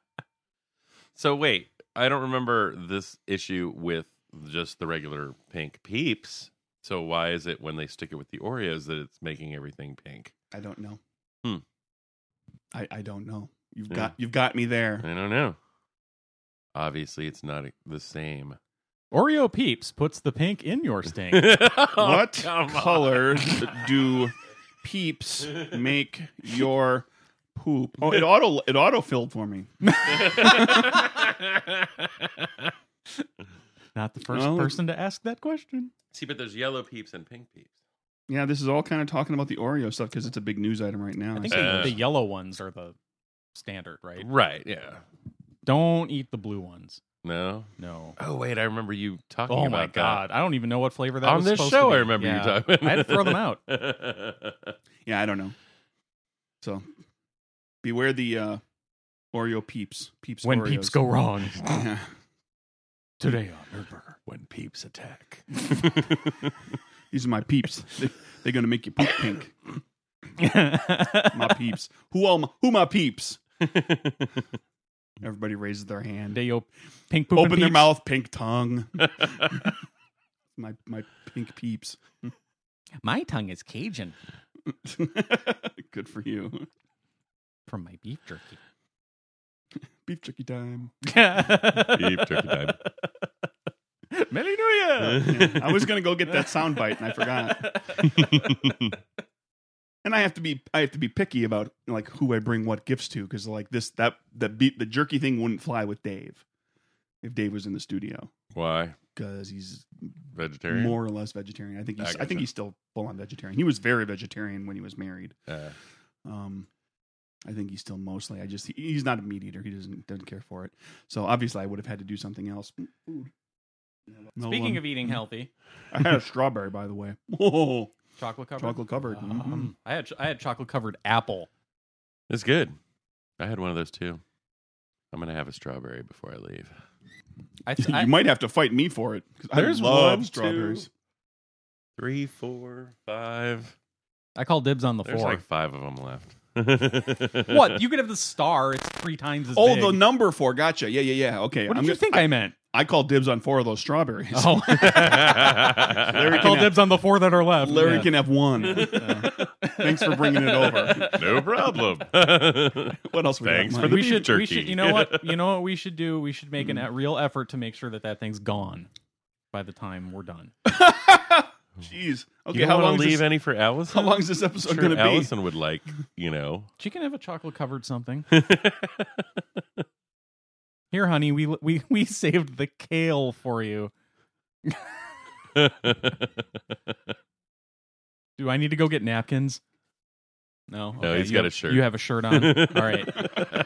S2: so wait, I don't remember this issue with just the regular pink peeps. So why is it when they stick it with the Oreos that it's making everything pink?
S1: I don't know.
S2: Hmm.
S1: I I don't know. You've
S2: Yeah.
S1: got you've got me there.
S2: I don't know. Obviously, it's not e, the same.
S3: Oreo Peeps puts the pink in your stink.
S2: [laughs] what
S3: Oh,
S1: what color
S2: [laughs]
S3: [laughs]
S1: do peeps make your poop? Oh,
S3: [laughs]
S1: it auto it auto filled for me.
S3: Not the first
S1: No.
S3: person to ask that question.
S2: See, but there's yellow peeps and pink peeps.
S1: Yeah, this is all kind of talking about the Oreo stuff because it's a big news item right now.
S3: I think
S1: see.
S3: the,
S2: Uh.
S3: the yellow ones are the standard, right?
S2: Right? Yeah.
S3: Don't eat the blue ones.
S2: No.
S3: No.
S2: Oh wait, I remember you talking
S3: Oh
S2: about
S3: my
S2: that.
S3: god! I don't even know what flavor that
S2: On
S3: was
S2: this
S3: supposed
S2: show,
S3: to be.
S2: I remember you
S3: Yeah.
S2: talking about
S3: I had to throw them
S2: [laughs]
S3: out.
S1: yeah, I don't know. So beware the uh, Oreo peeps. Peeps
S3: When
S1: Oreos.
S3: peeps go [laughs] wrong
S1: Yeah.
S2: [laughs]
S3: today on Nerdburger.
S2: when peeps attack.
S1: [laughs] These are my peeps. they, they're gonna make you poop pink. My peeps. Who all? My, who my peeps? Everybody raises their hand.
S3: Day yo, pink poop.
S1: Open their mouth. Pink
S2: [laughs]
S1: tongue. my my pink
S2: [laughs]
S1: peeps.
S3: My tongue is Cajun
S1: Good for you.
S3: from my beef jerky.
S1: Beef jerky
S2: [laughs]
S1: time.
S2: Beep turkey time.
S3: [laughs] Merry New
S1: I was gonna go get that sound bite and I forgot. and I have to be I have to be picky about like who I bring what gifts to because like this that the beef the jerky thing wouldn't fly with Dave if Dave was in the studio
S2: [laughs] Why
S1: because he's
S2: vegetarian?
S1: more or less vegetarian. I think
S2: I
S1: he's I,
S2: gotcha.
S1: think he's still full on vegetarian. He was very vegetarian when he was married.
S2: Uh,
S1: Um, I think he's still mostly. I just he- he's not a meat eater. He doesn't doesn't care for it. So obviously, I would have had to do something else. Food. No
S3: Speaking
S1: one-
S3: of eating healthy,
S1: I had a strawberry by the way. [laughs] Whoa,
S3: chocolate covered.
S1: chocolate covered. Mhm.
S3: Um, I had I had chocolate covered apple.
S2: it's good. I had one of those too. I'm gonna have a strawberry before I leave.
S1: [laughs]
S3: I,
S1: [laughs] you
S3: I,
S1: might have to fight me for it. 'cause I
S2: There's
S1: love
S2: one, two.
S1: strawberries.
S2: Three, four, five.
S3: I call dibs on the
S2: There's
S3: four.
S2: like five of them left. [laughs]
S3: what you could have the star. It's three times as
S1: Oh,
S3: big.
S1: the number four. Gotcha. Yeah, yeah, yeah. Okay.
S3: What did
S1: I'm
S3: you
S1: gonna-
S3: think I, [laughs] meant?
S1: I, I called dibs on four of those strawberries.
S3: Oh, I
S2: Larry
S3: call
S1: can have-
S3: dibs on the four that are
S1: [laughs]
S3: left.
S1: Larry
S3: Yeah.
S1: can have
S3: [laughs]
S1: one. Uh, thanks for bringing it over.
S2: no
S3: [laughs]
S2: problem.
S1: What else? We got,
S2: Thanks for
S1: Mike?
S2: the
S3: we
S2: beef
S3: should, we
S2: jerky.
S3: should. You know what? [laughs] You know what we should do? We should make an a real effort to make sure that that thing's gone by the time we're done.
S1: Jeez.
S2: you
S1: Okay.
S2: don't
S1: how
S2: want
S1: long
S2: to
S1: is
S2: leave
S1: this,
S2: any for Allison?
S1: How long is this episode
S2: I'm sure
S1: going to be?
S2: Allison would like,
S3: [laughs]
S2: you know.
S3: She can have a chocolate covered something. Here, honey, we we we [laughs] saved the kale for you. Um, Do I need to go get napkins? No.
S2: No, he's
S3: you
S2: got
S3: have-
S2: a shirt.
S3: You have a shirt [laughs] on. All right.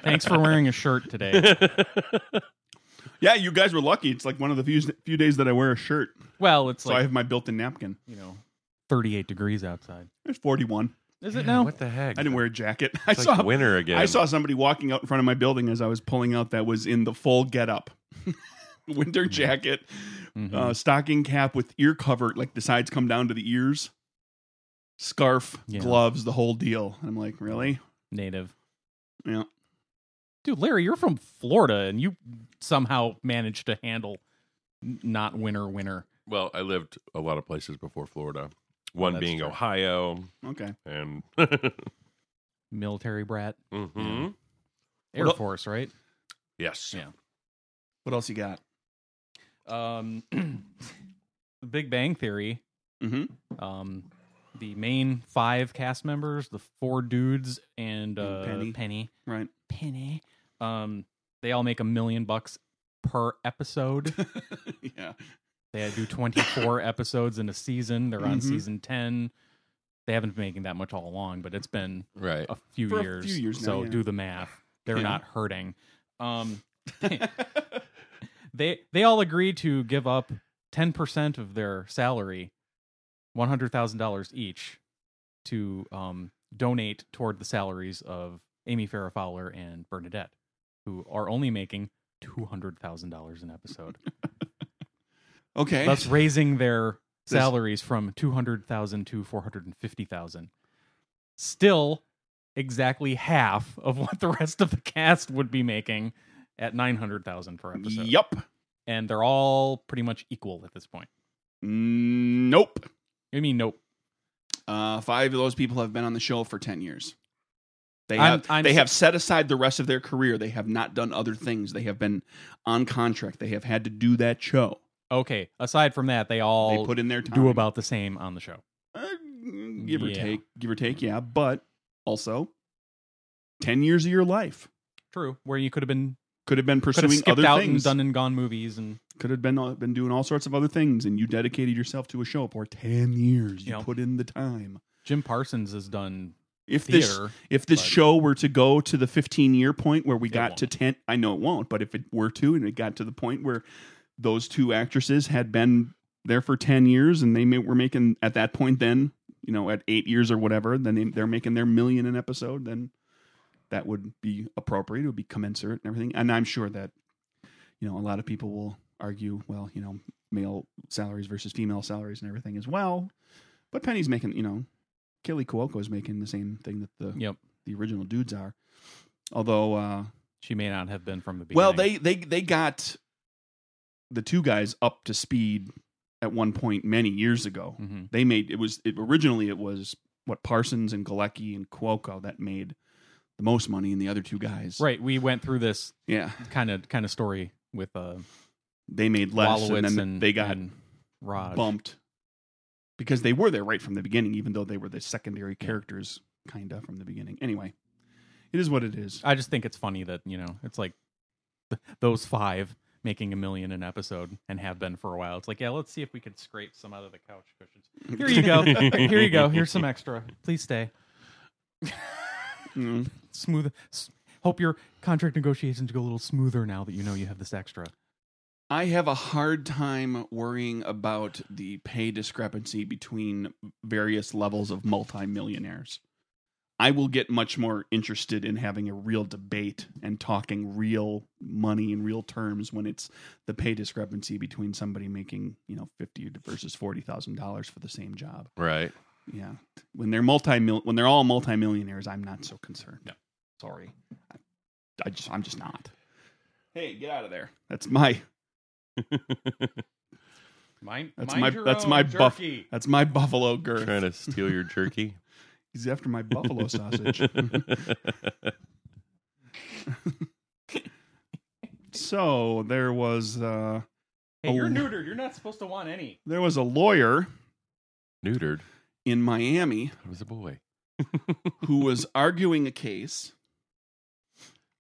S3: Thanks for wearing a shirt [laughs]
S2: [laughs]
S3: today.
S1: Yeah, you guys were lucky. It's like one of the few few days that I wear a shirt,
S3: Well, it's
S1: so I
S3: like
S1: have my built-in napkin.
S3: you know, thirty-eight degrees outside.
S1: It's 41.
S3: Is it now?
S2: What the heck?
S1: I didn't wear a jacket. I
S2: It's
S1: saw
S2: like winter again.
S1: I saw somebody walking out in front of my building as I was pulling out that was in the full getup. [laughs] Winter jacket,
S3: Mhm.
S1: uh, stocking cap with ear cover, like the sides come down to the ears, scarf,
S3: Yeah.
S1: gloves, the whole deal. And I'm like, really?
S3: Native.
S1: Yeah.
S3: Dude, Larry, you're from Florida, and you somehow managed to handle n- not winter, winter.
S2: Well, I lived a lot of places before Florida. One
S3: that's
S2: being
S3: true.
S2: Ohio,
S1: Okay.
S2: and [laughs]
S3: military brat,
S2: Mhm.
S3: Air
S1: Well-
S3: Force, right?
S2: yes,
S3: Yeah.
S1: What else you got?
S3: Um, [clears throat] the Big Bang Theory.
S1: Mm-hmm.
S3: Um, the main five cast members, the four dudes, and uh,
S1: Penny.
S3: Penny,
S1: Right. [laughs]
S3: Penny. Um, they all make a million bucks per episode.
S1: yeah.
S3: They
S1: [laughs]
S3: do 24 episodes in a season. They're on
S1: Mhm.
S3: season 10. They haven't been making that much all along, but it's been
S2: right.
S3: a few
S1: For a
S3: years.
S1: few years now,
S3: so
S1: yeah.
S3: do the math. They're
S1: Yeah.
S3: not hurting. Um, they they all agreed to give up 10% of their salary, $100,000 each, to um, donate toward the salaries of Amy Farrah Fowler and Bernadette, who are only making two hundred thousand dollars an episode.
S1: [laughs] Okay.
S3: Thus raising their
S1: [laughs] This-
S3: salaries from two hundred thousand to four hundred and fifty thousand. Still exactly half of what the rest of the cast would be making at nine hundred thousand per episode.
S1: Yup.
S3: And they're all pretty much equal at this point.
S1: Nope.
S3: I mean, nope.
S1: Uh, five of those people have been on the show for ten years. They
S3: I'm-
S1: have
S3: I'm
S1: they
S3: s-
S1: have set aside the rest of their career. They have not done other things. They have been on contract. They have had to do that show.
S3: Okay. Aside from that, they all
S1: they put in their time.
S3: do about the same on the show.
S1: Uh, give or
S3: Yeah.
S1: take, give or take, yeah. But also, ten years of your life
S3: True. Where you could have been
S1: could have been
S3: could have
S1: pursuing
S3: skipped
S1: other
S3: out and
S1: things.
S3: done and gone movies and
S1: could have been uh, been doing all sorts of other things, and you dedicated yourself to a show for ten years. You
S3: Yep.
S1: put in the time.
S3: Jim Parsons has done
S1: If this
S3: theater.
S1: if this
S3: but-
S1: show were to go to the 15 year point where we
S3: It
S1: got to 10 i know it won't but if it were to and it got to the point where those two actresses had been there for 10 years and they ma- were making at that point then you know at eight years or whatever then they, they're making their million an episode then that would be appropriate it would be commensurate and everything and i'm sure that you know a lot of people will argue well you know male salaries versus female salaries and everything as well but penny's making you know kelly Cuoco is making the same thing that the
S3: Yep.
S1: the original dudes are. Although, uh,
S3: She may not have been from the beginning.
S1: well, they they they got the two guys up to speed at one point many years ago.
S3: hmm
S1: They made it was it, originally it was what Parsons and Galecki and Cuoco that made the most money, and the other two guys,
S3: Right. We went through this
S1: Yeah,
S3: kind of kind of story with uh
S1: they made less,
S3: Wolowitz
S1: and then they got
S3: and Raj.
S1: bumped because they were there right from the beginning, even though they were the secondary characters, kind of from the beginning. Anyway, it is what it is.
S3: I just think it's funny that, you know, it's like [laughs] th- those five making a million an episode and have been for a while. It's like, yeah, let's see if we could scrape some out of the couch cushions. Here you go. Here you go. Here's some extra. Please stay.
S1: Mm.
S3: Smooth. s- Hope your contract negotiations go a little smoother now that you know you have this extra.
S1: I have a hard time worrying about the pay discrepancy between various levels of multimillionaires. I will get much more interested in having a real debate and talking real money in real terms when it's the pay discrepancy between somebody making, you know, 50 versus $40,000 for the same job.
S2: Right.
S1: Yeah. When they're multi when they're all multimillionaires, I'm not so concerned.
S2: No.
S1: Sorry. I, I just I'm just not. Hey, get out of there. That's my
S3: Mine,
S1: That's mind my- your that's own my buff- That's my buffalo girth.
S2: Trying to steal your [laughs] jerky.
S1: He's after my
S2: [laughs]
S1: buffalo sausage. so there was uh,
S3: Hey, you're
S1: Oh.
S3: neutered. You're not supposed to want any.
S1: there was a lawyer
S2: Neutered.
S1: in Miami
S2: I was a boy.
S1: who was arguing a case.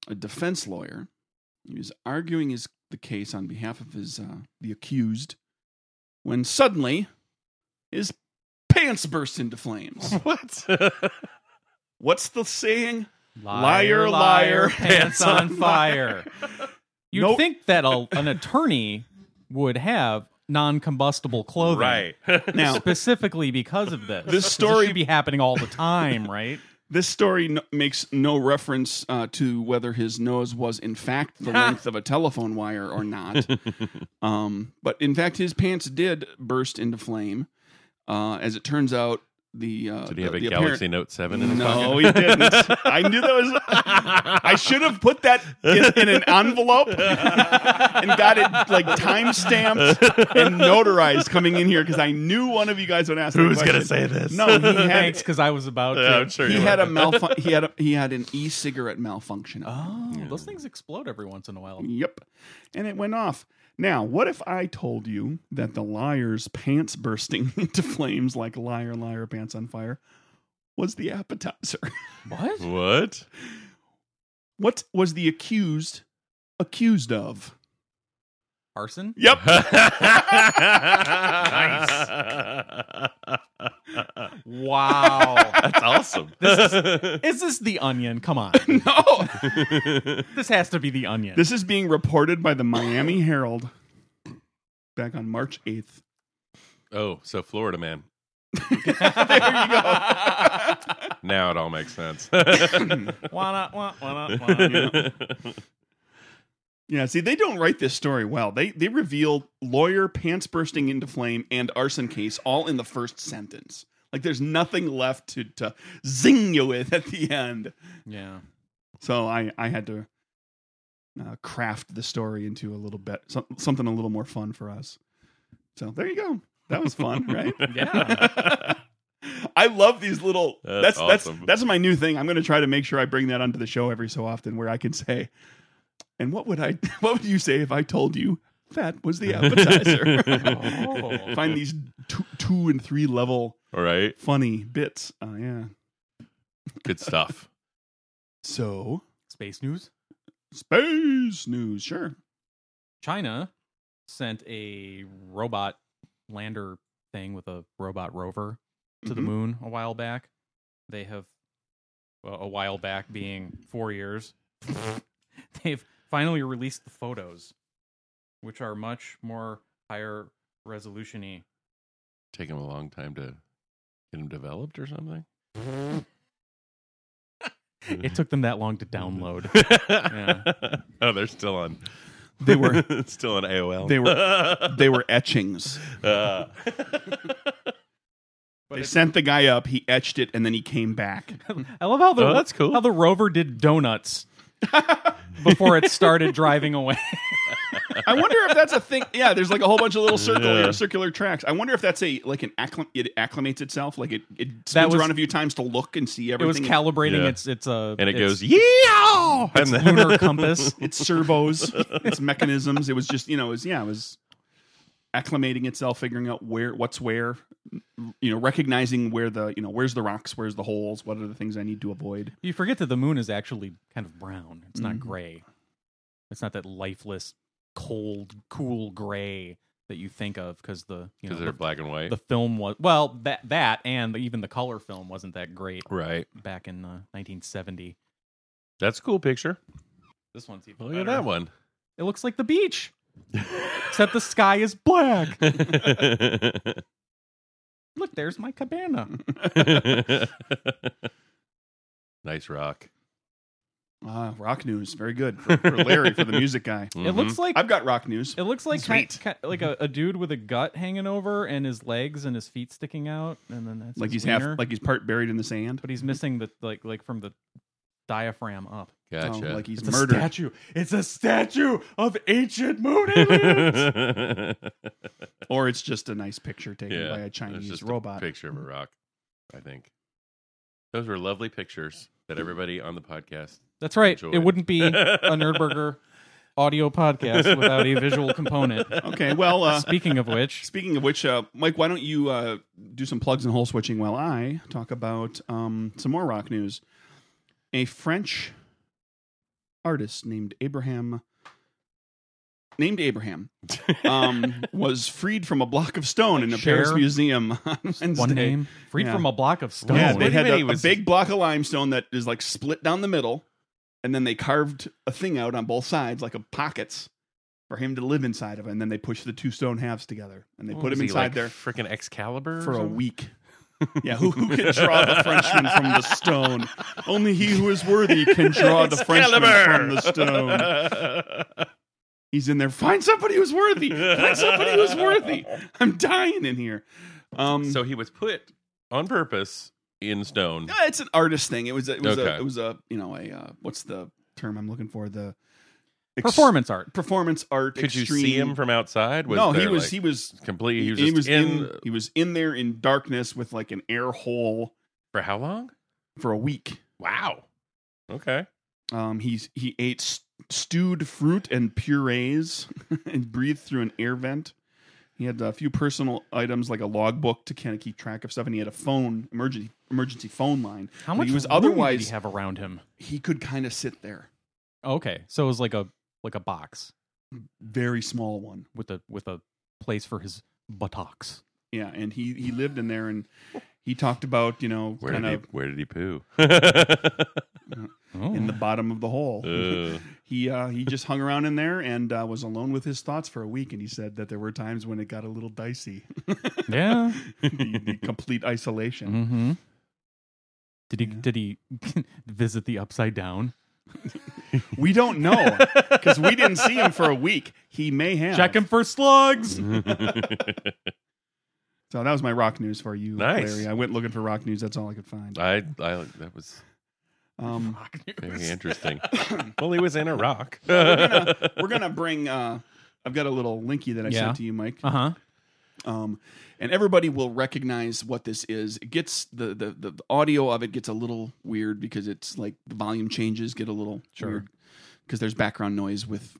S1: A defense lawyer. He was arguing his the case on behalf of his uh, the accused when suddenly his pants burst into flames.
S2: What?
S1: What's the saying? Liar,
S3: Liar, liar,
S1: liar,
S3: pants on fire. You'd
S1: Nope.
S3: think that a, an attorney would have non-combustible clothing,
S2: [laughs] [laughs] right.
S1: Now
S3: Specifically because of this. 'Cause
S1: story-
S3: should be happening all the time, right?
S1: This story n- makes no reference uh, to whether his nose was, in fact, the length of a telephone wire or not. um, but in fact, his pants did burst into flame. Uh, as it turns out, the uh,
S2: Did he have
S1: the,
S2: a
S1: the
S2: Galaxy
S1: apparent-
S2: Note 7 in his
S1: no, he didn't. I knew that was.
S2: [laughs]
S1: I should have put that in, in an envelope and got it like time stamped and notarized coming in here because I knew one of you guys would ask. that
S2: Who's gonna
S1: question.
S2: say this?
S1: No, he had
S3: Thanks, because I was about to.
S2: Yeah, I'm sure
S1: he
S2: you
S1: had
S2: [laughs] were.
S1: a malfun- he had a, he had an e-cigarette malfunction.
S3: Oh, those things explode every once in a while.
S1: Yep. And it went off. Now, what if I told you that the liar's pants bursting [laughs] into flames like liar liar pants on fire was the appetizer? [laughs]
S3: What?
S2: What?
S1: What was the accused accused of?
S3: Arson?
S1: Yep.
S2: [laughs]
S1: [laughs]
S2: nice.
S3: Wow.
S2: That's awesome.
S3: This [laughs]
S2: [laughs]
S3: is this the onion? Come on.
S1: no.
S3: This has to be the onion.
S1: This [laughs] is being reported by the Miami Herald back on March 8th.
S2: oh, so Florida man. Now it all
S1: [laughs]
S2: makes sense.
S3: [laughs] Wanna, wanna, wanna, wanna.
S1: Yeah, see, they don't write this story well. They they reveal lawyer pants bursting into flame and arson case all in the first sentence. Like there's nothing left to to zing you with at the end.
S3: Yeah.
S1: So I I had to uh, craft the story into a little bit some, something a little more fun for us. So there you go. That was fun,
S2: [laughs]
S1: right?
S3: Yeah.
S1: [laughs] I love these little. That's
S2: That's
S1: that's
S2: awesome.
S1: that's, my new thing. I'm going to try to make sure I bring that onto the show every so often, where I can say, "And what would I? [laughs] What would you say if I told you that was the
S2: [laughs]
S1: appetizer?" [laughs]
S3: Oh.
S1: Find these two, two and three level
S2: all right.
S1: funny bits. Uh, yeah.
S2: Good stuff.
S1: So
S3: Space news.
S1: space news, sure.
S3: China sent a robot lander thing with a robot rover to
S2: Mm-hmm.
S3: the
S1: Mhm.
S3: moon a while back. They have well, a while back being four years. [laughs] They've finally released the photos, which are much more higher resolution-y.
S2: Taking a long time to get them developed or something.
S3: It took them that long to
S2: [laughs]
S3: download.
S2: Oh, they're still on.
S1: They were
S2: [laughs] still on AOL.
S1: They they were etchings.
S2: Uh,
S1: They sent the guy up. He etched it, and then he came
S3: [laughs]
S1: back.
S3: [laughs] I love how the
S2: Oh, that's cool.
S3: how the rover did
S2: [laughs]
S3: donuts before it started driving away.
S1: I wonder if that's a thing. Yeah, there's like a whole bunch of little circular
S2: Yeah.
S1: circular tracks. I wonder if that's a like an acclim- it acclimates itself. Like it it
S3: That
S1: spins
S3: was-
S1: around a few times to look and see
S3: It
S1: everything.
S3: was calibrating
S2: Yeah.
S3: its its uh
S2: and
S3: its
S2: it goes,
S1: [laughs]
S2: yeah. And then
S3: lunar
S2: [laughs]
S3: compass.
S1: its
S3: [laughs]
S1: servos, its mechanisms. It was just you know it was yeah it was acclimating itself, figuring out where what's where, you know, recognizing where the you know where's the rocks, where's the holes, what are the things I need to avoid.
S3: You forget that the moon is actually kind of brown. It's not gray. It's not that lifeless, cold, cool gray that you think of because the you know
S2: because they're
S3: the,
S2: black and white.
S3: the film was well that that and even the color film wasn't that great
S2: right.
S3: back in uh, 1970.
S2: That's a cool picture.
S3: This one's even
S2: Look at
S3: better.
S2: that
S1: [laughs]
S2: one. [laughs]
S3: It looks like the beach, except the sky is black. Look, there's my cabana.
S2: nice rock.
S1: Ah, rock news, very good for, for Larry
S3: [laughs]
S1: for the music guy.
S2: Mhm.
S3: It looks like
S1: I've got rock news.
S3: It looks like ki-
S1: Sweet.
S3: ki- like a, a dude with a gut hanging over and his legs and his feet sticking out, and then that's
S1: Like
S3: his
S1: he's half
S3: wiener.
S1: like he's part buried in the sand.
S3: but he's missing the like like from the diaphragm up.
S1: Oh,
S2: Mm-hmm. gotcha. [laughs]
S1: like [laughs] he's
S3: It's
S1: murdered.
S3: a statue. It's a statue of ancient moon aliens.
S1: or it's just a nice picture taken
S2: Yeah,
S1: by a
S2: it's
S1: Chinese
S2: just a
S1: robot. Mm.
S2: picture of a rock, I think. Those were lovely pictures that everybody on the podcast.
S3: that's right. It
S2: Enjoy.
S3: wouldn't be a
S1: [laughs]
S3: Nerdburger audio podcast without a visual component.
S1: Okay,
S2: [laughs]
S1: well, uh,
S3: Speaking of which,
S1: speaking of which, uh, Mike, why don't you uh, do some plugs and hole switching while I talk about um, some more rock news? A French artist named Abraham, named
S2: [laughs]
S1: Abraham, um, was freed from a block of stone in a
S3: Cher?
S1: Paris museum [laughs] on Wednesday.
S3: one name freed
S1: Yeah.
S3: from a block of stone.
S1: Yeah,
S2: Oh,
S1: they
S2: wait a
S1: had
S2: minute,
S1: a,
S2: he was-
S1: a big block of limestone that is like split down the middle, and then they carved a thing out on both sides, like a pockets, for him to live inside of. And then they pushed the two stone halves together, and they
S2: Oh,
S1: put him inside there
S2: Freaking Excalibur or
S1: for a
S2: something?
S1: week. yeah, who, who can draw the Frenchman from the stone? Only he who is worthy can
S2: [laughs]
S1: draw the Frenchman from the stone. He's in there. Find somebody who's worthy. Find somebody who's worthy. I'm dying in here. Um,
S2: so he was put on purpose in stone.
S1: No, it's an artist thing. It was a, it was a,
S2: Okay.
S1: it was a you know a uh, what's the term I'm looking for the ex-
S3: Performance art.
S1: performance art.
S2: Could you
S1: extreme-
S2: see him from outside? Was
S1: no, he
S2: there,
S1: was
S2: like,
S1: he was
S2: completely. He was,
S1: he
S2: just
S1: was
S2: in,
S1: in he was in there in darkness with like an air hole
S2: for how long?
S1: for a week.
S2: Wow. Okay.
S1: Um, he's he ate s- stewed fruit and purees [laughs] and breathed through an air vent. He had a few personal items like a logbook to kind of keep track of stuff, and he had a phone emergency emergency phone line.
S3: How
S1: But
S3: much
S1: he was
S3: room did
S1: otherwise
S3: he have around him?
S1: he could kind of sit there,
S3: Okay, so it was like a like a box.
S1: very small one.
S3: with a with a place for his buttocks.
S1: Yeah, and he he lived in there, and He talked about you know
S2: Where
S1: kind
S2: did, he,
S1: of
S2: where did
S1: [laughs]
S2: he poo? [laughs]
S3: Oh.
S1: in [laughs] the bottom of the hole.
S2: Ugh.
S1: he uh, he just hung around in there and uh, was alone with his thoughts for a week. And he said that there were times when it got a little dicey, [laughs]
S3: yeah.
S1: the,
S2: [laughs]
S1: the complete isolation.
S3: Mm-hmm. Did he did he [laughs] visit the upside down? Mm-hmm.
S1: We don't know because we didn't see him for a week. He may have.
S3: Check him for slugs.
S1: So that was my rock news for you,
S2: Nice.
S1: Larry. I went looking for rock news. That's all I could find.
S2: I, I that was
S1: Um,
S2: very
S1: [coughs]
S2: interesting. well, he was in Iraq. [laughs]
S1: we're gonna bring. Uh, I've got a little linky that I
S3: Yeah.
S1: sent to you, Mike.
S3: Uh huh.
S1: um, and everybody will recognize what this is. It gets the, the the the audio of it gets a little weird because it's like the volume changes get a little
S3: Sure.
S1: because there's background noise with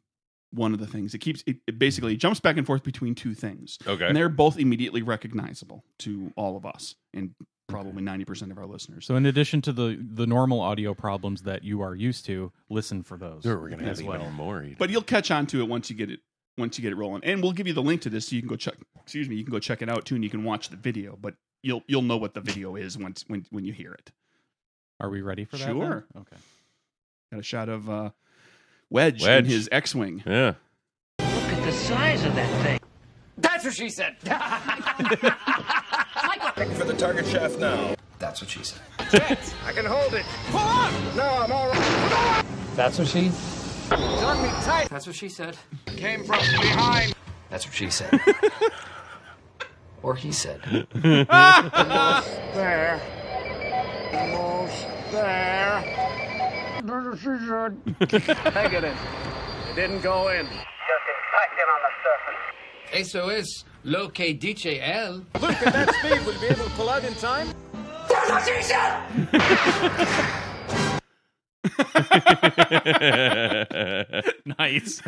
S1: one of the things. It keeps it, it basically jumps back and forth between two things,
S2: okay.
S1: and they're both immediately recognizable to all of us and probably ninety percent of our listeners.
S3: So in addition to the the normal audio problems that you are used to, listen for those.
S2: Dude, we're gonna have
S3: as
S2: even
S3: well.
S2: more. eat.
S1: but you'll catch on to it once you get it once you get it rolling and we'll give you the link to this so you can go check excuse me you can go check it out too and you can watch the video but you'll you'll know what the video is once when when you hear it
S3: Are we ready for that?
S1: Sure. [laughs]
S3: then? Okay.
S1: got a shot of uh wedge,
S2: Wedge.
S1: in his x-wing [laughs]
S2: yeah.
S6: Look at the size of that thing.
S7: That's what she said. [laughs]
S8: for the target shaft now.
S9: That's what she said.
S7: I can hold it. Pull up. No, I'm all right.
S9: That's what she.
S7: Tug me tight.
S6: That's what she said.
S7: Came from behind.
S9: That's what she
S7: [laughs]
S9: said. or he said.
S7: There. Almost there. That's what she said. Take it in. It didn't go in.
S9: SOS, loque dice L.
S8: Look, at that speed, will you be able to pull out in
S3: [laughs]
S8: time?
S3: Nice.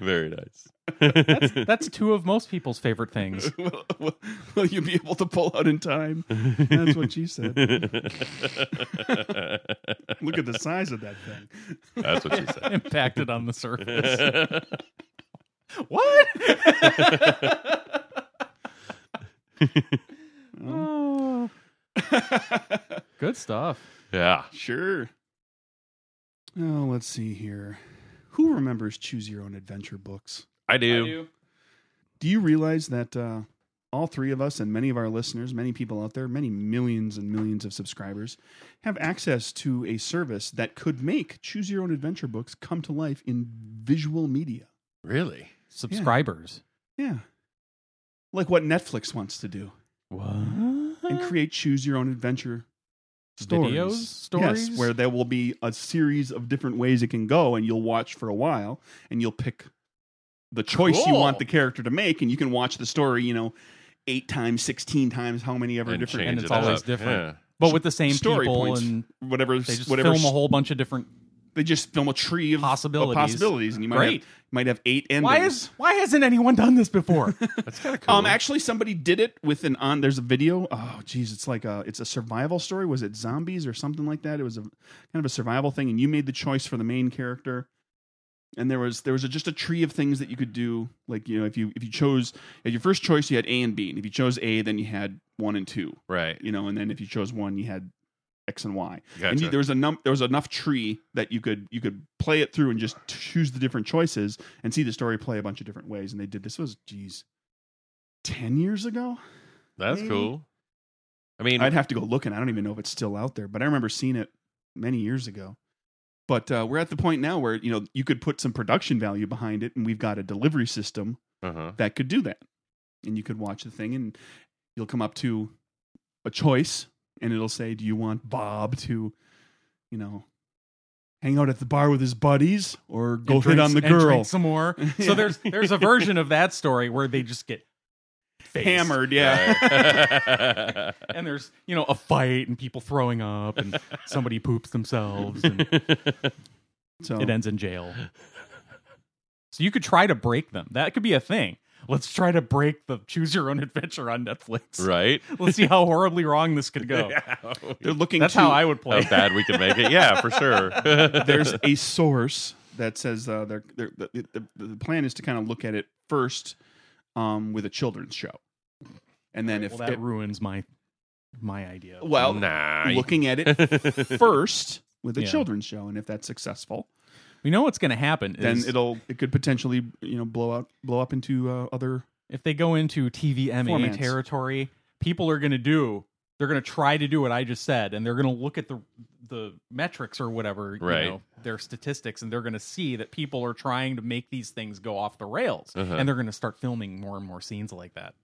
S2: Very nice.
S3: [laughs] That's two of most people's favorite
S1: [laughs]
S3: things.
S1: will, will, will you be able to pull out in time that's what she said look at the size of that thing
S2: That's what
S1: [laughs]
S2: she said. [laughs]
S3: Impacted on the surface. what? Oh. Good stuff.
S2: Yeah.
S1: sure oh let's see here who remembers choose your own adventure books
S2: I do.
S1: Do you realize that uh, all three of us and many of our listeners, many people out there, many millions and millions of subscribers, have access to a service that could make Choose Your Own Adventure books come to life in visual media?
S2: Really?
S3: Subscribers.
S1: Yeah. Like what Netflix wants to do
S3: What?
S1: and create Choose Your Own Adventure stories.
S3: Videos? Stories?
S1: Yes, where there will be a series of different ways it can go, and you'll watch for a while, and you'll pick the choice you
S2: Cool.
S1: want the character to make, and you can watch the story, you know, eight times, sixteen times, how many ever
S2: And
S1: different,
S2: change
S3: and it's
S2: it
S3: always
S2: up.
S3: different. but with the same
S1: story
S3: people
S1: points,
S3: and
S1: whatever,
S3: they just
S1: whatever.
S3: film a whole bunch of different
S1: they just film a tree of of
S3: Possibilities.
S1: possibilities, and you might
S3: Great.
S1: have you might have eight endings.
S3: why is why hasn't anyone done
S1: [laughs]
S3: this before
S2: That's kind of cool.
S1: Um, actually, somebody did it with an on. There's a video. Oh, geez, it's like a it's a survival story. Was it zombies or something like that? It was a kind of a survival thing, and you made the choice for the main character. And there was there was a, just a tree of things that you could do. Like you know, if you if you chose at your first choice, you had A and B, and if you chose A, then you had one and two,
S2: right.
S1: you know, and then if you chose one, you had X and Y. And
S2: Gotcha.
S1: you, there was a num- there was enough tree that you could you could play it through and just choose the different choices and see the story play a bunch of different ways. And they did this was geez, ten years ago.
S2: That's
S1: maybe-
S2: cool. I mean,
S1: I'd have to go looking. I don't even know if it's still out there, but I remember seeing it many years ago. But uh, we're at the point now where you know you could put some production value behind it, and we've got a delivery system
S2: uh-huh.
S1: that could do that. And you could watch the thing and you'll come up to a choice and it'll say, Do you want Bob to, you know, hang out at the bar with his buddies or go
S3: And
S1: hit
S3: drinks-
S1: on the
S3: and drink
S1: girl? [laughs]
S3: some more so there's there's a version of that story where they just get faced.
S1: Hammered, yeah.
S3: and there's you know a fight and people throwing up and somebody poops themselves and
S1: So
S3: it ends in jail so you could try to break them that could be a thing let's try to break the choose your own adventure on netflix
S2: [laughs] right.
S3: [laughs] let's see how horribly wrong this could go
S1: [laughs] they're looking
S3: that's
S1: to,
S3: how i would play
S2: How bad we can make it. Yeah, for sure.
S1: there's a source that says uh, they're, they're, the, the, the plan is to kind of look at it first um, with a children's show. And then if
S3: Well, that
S1: it-
S3: ruins my my idea.
S1: [laughs] well
S2: nah.
S1: looking at
S3: [laughs]
S1: it first with a
S3: Yeah.
S1: children's show, and if that's successful,
S3: We know what's going to happen.
S1: then
S3: is
S1: it'll it could potentially you know blow out blow up into uh, other
S3: if they go into TVMA
S1: Formats.
S3: territory, people are going to do. They're going to try to do what I just said, and they're going to look at the the metrics or whatever, you
S2: Right.
S3: know, their statistics, and they're going to see that people are trying to make these things go off the rails,
S2: Uh-huh.
S3: and they're going to start filming more and more scenes like that,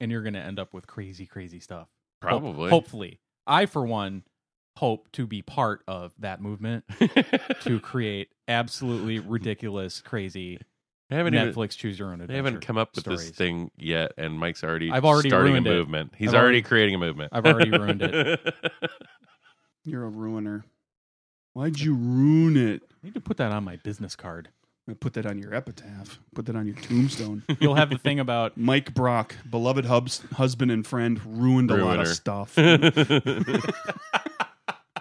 S3: and you're going to end up with crazy, crazy stuff. Ho-
S2: Probably.
S3: hopefully, I for one hope to be part of that
S2: [laughs]
S3: movement to create absolutely ridiculous, crazy
S2: I haven't even-
S3: Netflix choose your own adventure.
S2: They haven't come up with this
S3: stories.
S2: thing yet, and Mike's already.
S3: I've already
S2: starting
S3: ruined
S2: a
S3: it.
S2: movement. He's
S3: I've
S2: already,
S3: already-
S2: creating a movement.
S3: I've already ruined it.
S1: You're a ruiner. Why'd you ruin it?
S3: I need to put that on my business card.
S1: Now Put that on your epitaph. Put that on your tombstone.
S3: You'll have the thing
S1: [laughs]
S3: about
S1: Mike Brock, beloved hubs, husband and friend, ruined a lot of
S2: Ruiner.
S1: stuff.
S2: [laughs]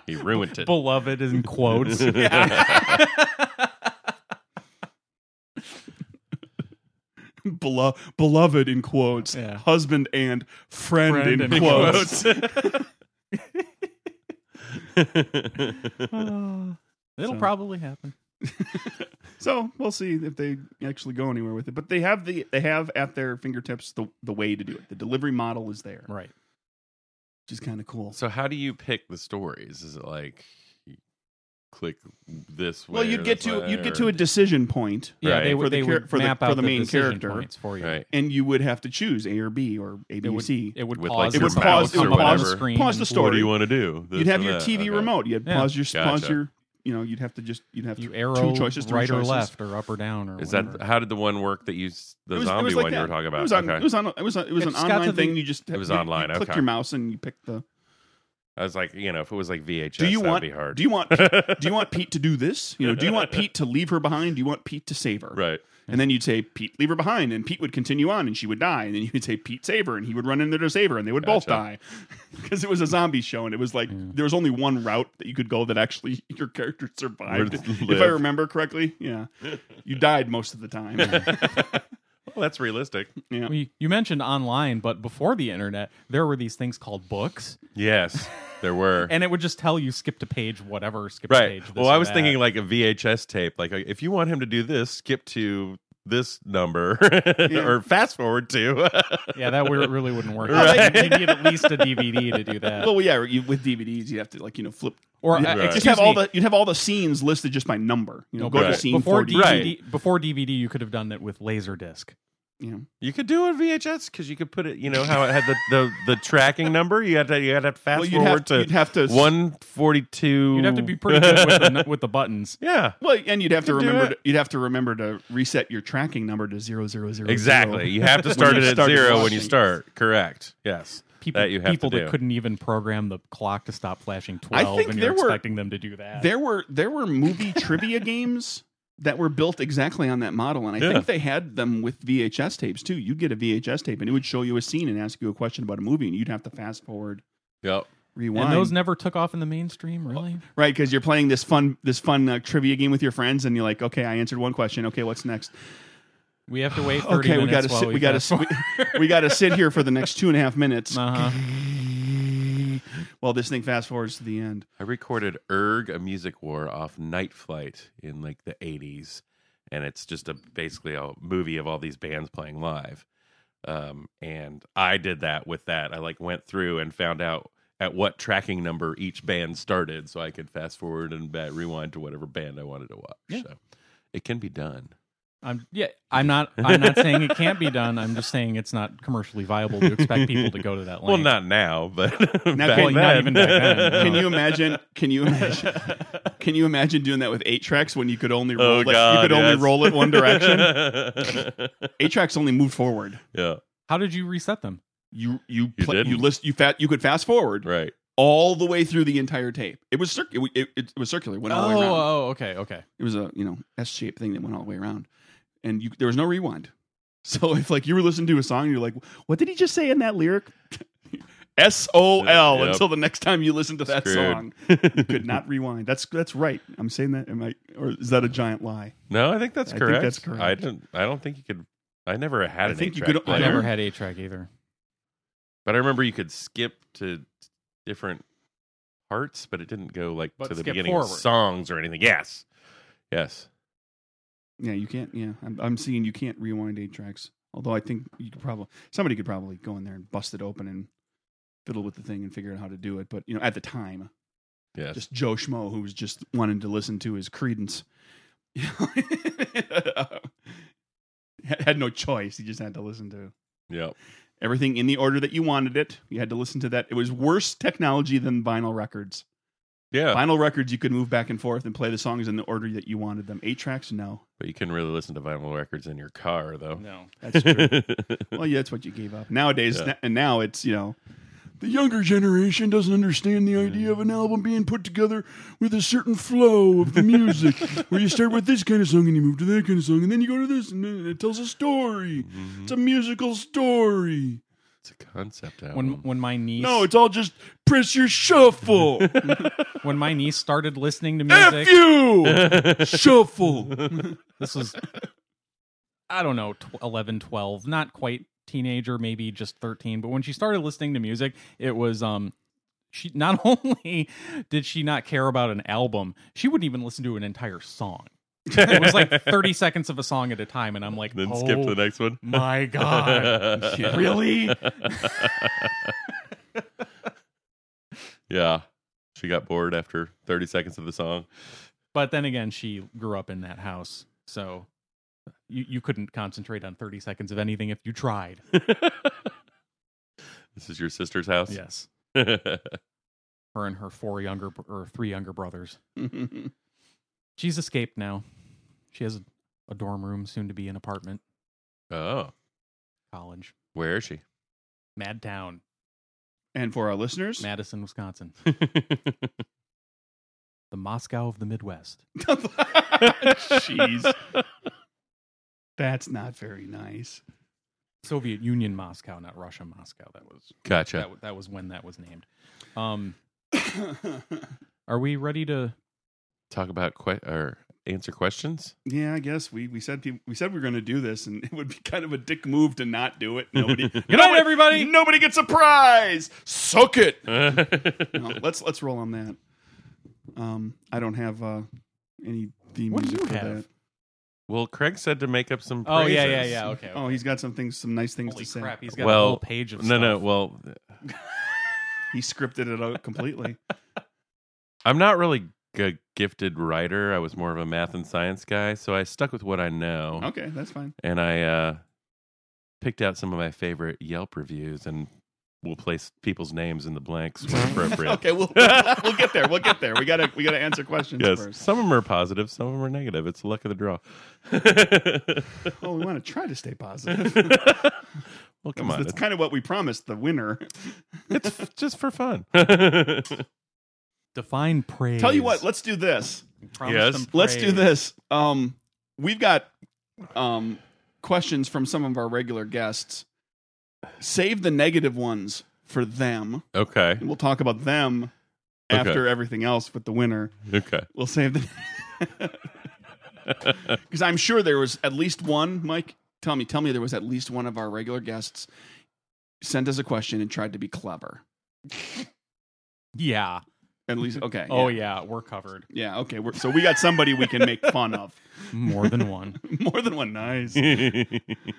S2: he ruined it.
S3: beloved in quotes.
S1: Belo- beloved in quotes,
S3: Yeah.
S1: husband and friend,
S3: Friend
S1: in,
S3: in
S1: quotes. [laughs]
S3: Uh, [laughs] it'll
S1: So.
S3: probably happen.
S1: So we'll see if they actually go anywhere with it. But they have the they have at their fingertips the the way to do it. The delivery model is there,
S3: Right.
S1: which is kind of cool.
S2: so how do you pick the stories? Is it like you click this way?
S1: well, you'd
S2: or
S1: get
S2: this
S1: to
S2: way,
S1: you'd get
S2: or-
S1: to a decision point,
S3: Yeah,
S2: Right.
S3: they would
S1: For the
S3: they
S1: char-
S3: would
S1: for the-
S3: map
S1: for
S3: out
S1: the main
S3: decision
S1: character.
S3: points for you.
S2: right.
S1: and you would have to choose A or B or A B
S3: It
S1: or
S3: would,
S1: C.
S3: it would
S2: With,
S3: pause.
S2: like,
S1: your
S3: and come
S1: mouse
S3: up
S1: or
S3: on the
S1: whatever.
S3: screen
S1: Pause
S3: and-
S1: the story.
S2: What do you want to do? This
S1: you'd have
S2: or
S1: your
S2: that?
S1: TV
S2: Okay.
S1: remote. You'd
S3: Yeah.
S1: pause your pause
S2: Gotcha.
S1: your you know you'd have to just you'd have to
S3: You arrow
S1: two choices, three
S3: right
S1: choices.
S3: or left or up or down or
S2: Is
S3: whatever.
S2: that how did the one work that you s- the
S1: It was- it
S2: zombie
S1: was like
S2: one you
S1: that.
S2: were talking about?
S1: It was on,
S2: okay.
S1: it was on, it was, on, it was
S3: It
S1: an
S3: just got to
S1: online
S3: the-
S1: thing. You just
S2: It was
S1: you- you
S2: online,
S1: click
S2: okay.
S1: your mouse and you pick the.
S2: I was like, you know, if it was like VHS,
S1: do you
S2: that'd
S1: want?
S2: be hard.
S1: Do you
S2: [laughs]
S1: want? do you want Pete to do this? You know, do you want Pete to leave her behind? Do you want Pete to save her?
S2: right?
S1: And then you'd say, Pete, leave her behind, and Pete would continue on, and she would die. And then you'd say, Pete, save her, and he would run in there to save her, and they would both die [laughs]
S2: Gotcha.
S1: because it was a zombie show, and it was like there was only one route that you could go that actually [laughs] your character survived. If
S2: Would live.
S1: I remember correctly, yeah, you died most of the time.
S2: Well, that's realistic.
S1: yeah.
S3: Well, you- you mentioned online, but before the internet, there were these things called books,
S2: [laughs] Yes,
S1: [laughs]
S2: there were.
S3: and it would just tell you skip to page whatever, skip to
S2: Right.
S3: page. this
S2: Well, I
S3: or
S2: was
S3: that.
S2: thinking like a VHS tape. Like if you want him to do this, skip to this number [laughs] or fast forward to. [laughs]
S3: yeah, that would- really wouldn't
S1: [laughs]
S3: work.
S2: Right.
S3: You need at least a DVD to do
S1: [laughs]
S3: that.
S1: Well, yeah, you, with DVDs, you have to like you know flip.
S3: Or
S1: you
S3: uh, excuse
S1: just have all
S3: me.
S1: the you'd have all the scenes listed just by number. You know,
S3: No,
S1: go to
S2: before-
S1: scene
S3: before
S1: 40.
S3: DVD,
S2: Right.
S3: before DVD, you could have done it with Laserdisc.
S1: Yeah.
S2: you could do it VHS because you could put it. You know how it had the the, the tracking number. You had to you had to fast
S1: Well, you'd
S2: forward
S1: have,
S2: to,
S1: you'd have to
S2: one forty two.
S3: You'd have to be pretty good with the, nu- with the buttons.
S2: [laughs] yeah.
S1: Well, and you'd have to
S2: Could do
S1: remember
S2: it.
S1: to, you'd have to remember to reset your tracking number to zero zero zero.
S2: Exactly. You
S3: [laughs]
S2: have to
S1: When
S2: start
S1: you
S2: it at
S1: started
S2: zero when
S1: watching.
S2: you start. Correct. Yes.
S3: People,
S2: that you have
S3: people
S2: to do.
S3: that couldn't even program the clock to stop flashing twelve,
S1: think
S3: and you're
S1: there were-
S3: expecting them to do that.
S1: There were there were movie [laughs] trivia games that were built exactly on that model, and I
S2: Yeah.
S1: think they had them with VHS tapes too. You'd get a VHS tape, and it would show you a scene and ask you a question about a movie, and you'd have to fast forward,
S2: Yep.
S1: rewind.
S3: and those never took off in the mainstream, really.
S1: Right, because you're playing this fun this fun uh, trivia game with your friends, and you're like, okay, I answered one question. Okay, what's next?
S3: We have to wait. 30
S1: Okay, we
S3: minutes
S1: gotta
S3: while
S1: sit, we gotta
S3: fast
S1: sit- we, [laughs] we gotta sit here for the next two and a half minutes
S3: [laughs] Uh-huh.
S1: while this thing fast forwards to the end.
S2: I recorded Erg, a music war off Night Flight in like the 80s. And it's just a basically a movie of all these bands playing live. Um, and I did that with that. I like went through and found out at what tracking number each band started so I could fast forward and ba- rewind to whatever band I wanted to watch. So it can be done.
S3: I'm yeah. I'm not. I'm not saying it can't be done. I'm just saying it's not commercially viable to expect people to go to that length.
S2: [laughs] Well, not now, but [laughs] back
S1: can-
S3: not
S2: then.
S3: even back
S2: [laughs]
S3: then. no.
S1: Can you imagine? Can you imagine? Can you imagine doing that with eight tracks when you could only roll
S2: Oh,
S1: it,
S2: God,
S1: you could
S2: yes.
S1: only roll it one direction? eight tracks only move forward.
S2: [laughs] yeah,
S3: How did you reset them?
S1: You you
S2: You
S1: pla- you
S2: didn't.
S1: list you fat you could fast forward [laughs]
S2: right.
S1: all the way through the entire tape. It was cir- it, w- it, it was circular. It went all the way around.
S3: oh, okay, okay.
S1: it was a you know S shaped thing that went all the way around, and you, there was no rewind. [laughs] So if like you were listening to a song, and you're like, what did he just say in that lyric? [laughs] S O L
S2: Yep.
S1: until the next time you listen to that
S2: Screwed.
S1: song, you could not rewind. That's that's right. I'm saying that. Am I or is that a giant lie?
S2: No, I think that's
S1: I think
S2: correct.
S1: that's correct.
S2: I don't. I don't think you could. I never
S1: I
S2: had. an
S1: think you
S2: eight-track
S1: could- I
S3: I
S2: player.
S1: never
S3: never had a track either.
S2: But I remember you could skip to different parts, but it didn't go like
S3: But
S2: to the
S3: skip
S2: beginning of
S3: forward.
S2: songs or anything. Yes. Yes.
S1: Yeah, you can't. Yeah, I'm, I'm seeing you can't rewind eight tracks. Although I think you could probably somebody could probably go in there and bust it open and fiddle with the thing and figure out how to do it. But you know, at the time,
S2: Yes.
S1: just Joe Schmo who was just wanting to listen to his Credence, [laughs] had no choice. He just had to listen to
S2: yep.
S1: everything in the order that you wanted it. You had to listen to that. It was worse technology than vinyl records.
S2: [laughs] Yeah.
S1: Vinyl records, you could move back and forth and play the songs in the order that you wanted them. Eight tracks, no,
S2: But you couldn't really listen to vinyl records in your car though. [laughs]
S3: No.
S1: that's true. well, yeah, that's what you gave up. Nowadays,
S2: Yeah.
S1: and now it's, you know, the younger generation doesn't understand the idea of an album being put together with a certain flow of the music, where you start with this kind of song and you move to that kind of song, and then you go to this, and then it tells a story. It's a musical story.
S2: it's a concept album.
S3: When when my niece
S1: No, it's all just press your shuffle.
S3: when my niece started listening
S2: [laughs]
S3: to
S1: F
S3: music,
S1: you! shuffle.
S3: this was I don't know, tw- 11, 12, not quite teenager, maybe just 13, but when she started listening to music, it was um she not [laughs] only did she not care about an album, she wouldn't even listen to an entire song. It was like
S2: [laughs]
S3: 30 seconds of a song at a time and I'm like,
S2: then
S3: oh,
S2: skip to the next one.
S3: My god.
S2: [laughs]
S3: really?
S2: Yeah. She got bored after 30 seconds of the song.
S3: But then again, she grew up in that house, so you you couldn't concentrate on 30 seconds of anything if you tried.
S2: This is your sister's house.
S3: yes.
S2: Yeah.
S3: Her and her four younger br- or three younger brothers. She's escaped now. She has a dorm room, soon to be an apartment, [laughs]
S2: oh.
S3: college, [laughs]
S2: Where is she?
S3: Mad Town,
S1: and for our listeners,
S3: Madison, Wisconsin, the Moscow of the Midwest.
S1: jeez, that's not very nice. [laughs]
S3: Soviet Union Moscow, not Russia Moscow. That was
S2: Gotcha.
S3: that, wa- that was when that was named. Um, are we ready to?
S2: Talk about que- or
S3: [laughs]
S2: answer questions. [laughs]
S1: yeah, I guess we we said peop- we said we were going to do this, and it would be kind of a dick move to not do it.
S3: [laughs]
S1: Nobody, good night, everybody. Nobody gets a prize. Suck [laughs] it. No, let's let's roll on that. Um, I don't have uh any theme
S3: What do
S1: music
S3: you
S1: for
S3: have?
S1: that.
S2: well, Craig said to make up some.
S3: Oh yeah, yeah,
S2: praises.
S3: yeah. Okay.
S1: Oh, he's got some things, some nice things
S3: Holy
S1: to say.
S3: crap! He's got
S2: Well,
S3: a whole page of
S2: No, no.
S3: stuff.
S2: Well,
S1: He scripted it out
S3: [laughs]
S1: completely.
S2: I'm not really a gifted writer. I was more of a math and science guy, so I stuck with what I know,
S1: okay, that's fine.
S2: and I uh, picked out some of my favorite Yelp reviews, and we'll place people's names in the
S3: [laughs]
S2: blanks where appropriate.
S1: Okay, we'll, we'll we'll get there. We'll get there. We gotta we gotta answer questions
S2: Yes,
S1: first.
S2: some of them are positive, some of them are negative. It's the luck of the draw.
S3: [laughs]
S1: Well, Oh, we want to try to stay positive.
S2: well, come on,
S1: That's
S2: it's,
S1: kind of what we promised the winner.
S2: it's just for fun.
S3: Define praise.
S1: Tell you what, let's do this.
S3: Promise
S2: Yes.
S3: them
S1: Let's do
S3: praise.
S1: this. Um, we've got um, questions from some of our regular guests. Save the negative ones for them,
S2: [laughs] okay,
S1: and we'll talk about them
S2: Okay.
S1: after everything else with the winner.
S2: okay.
S1: We'll save the [laughs] because I'm sure there was at least one. Mike, tell me, tell me there was at least one of our regular guests sent us a question and tried to be clever.
S3: Yeah.
S1: At least, okay.
S3: Oh yeah, we're covered.
S1: Yeah, okay. We're, so we got somebody we can make fun of. [laughs]
S3: More than one.
S1: More than one nice.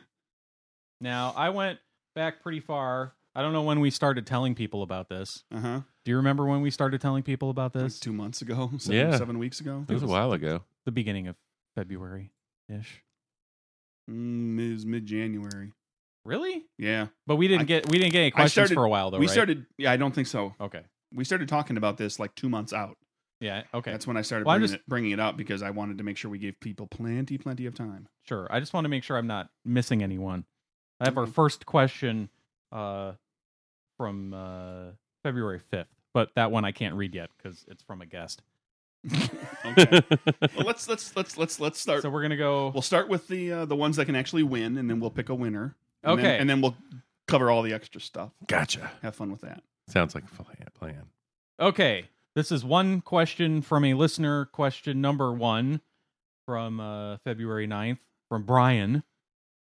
S3: [laughs] Now, I went back pretty far. I don't know when we started telling people about this.
S1: Uh-huh.
S3: Do you remember when we started telling people about this?
S1: Like two months ago, [laughs] seven,
S2: Yeah.
S1: seven weeks ago.
S2: It was a while ago.
S3: The beginning of February ish.
S1: Mm, it was mid-January.
S3: Really?
S1: Yeah.
S3: But we didn't
S1: I-
S3: get we didn't get any
S1: I
S3: questions
S1: started-
S3: for a while though.
S1: we
S3: right?
S1: started, yeah, I don't think so.
S3: Okay.
S1: We started talking about this like two months out.
S3: Yeah. Okay.
S1: That's when I started
S3: Well, I'm
S1: bringing,
S3: just-
S1: it, bringing it up because I wanted to make sure we gave people plenty, plenty of
S3: [laughs]
S1: time.
S3: sure. I just want to make sure I'm not missing anyone. I
S1: Mm-hmm.
S3: have our first question uh, from uh, February 5th, but that one I can't read yet because it's from a guest.
S1: Okay. well, let's let's let's let's let's start.
S3: So we're gonna go.
S1: we'll start with the uh, the ones that can actually win, and then we'll pick a winner. And then-
S3: Okay.
S1: and then we'll cover all the extra stuff.
S2: Gotcha.
S1: Have fun with that.
S2: Sounds like a plan- plan.
S3: Okay. This is one question from a listener, question number one from uh, February 9th from Brian.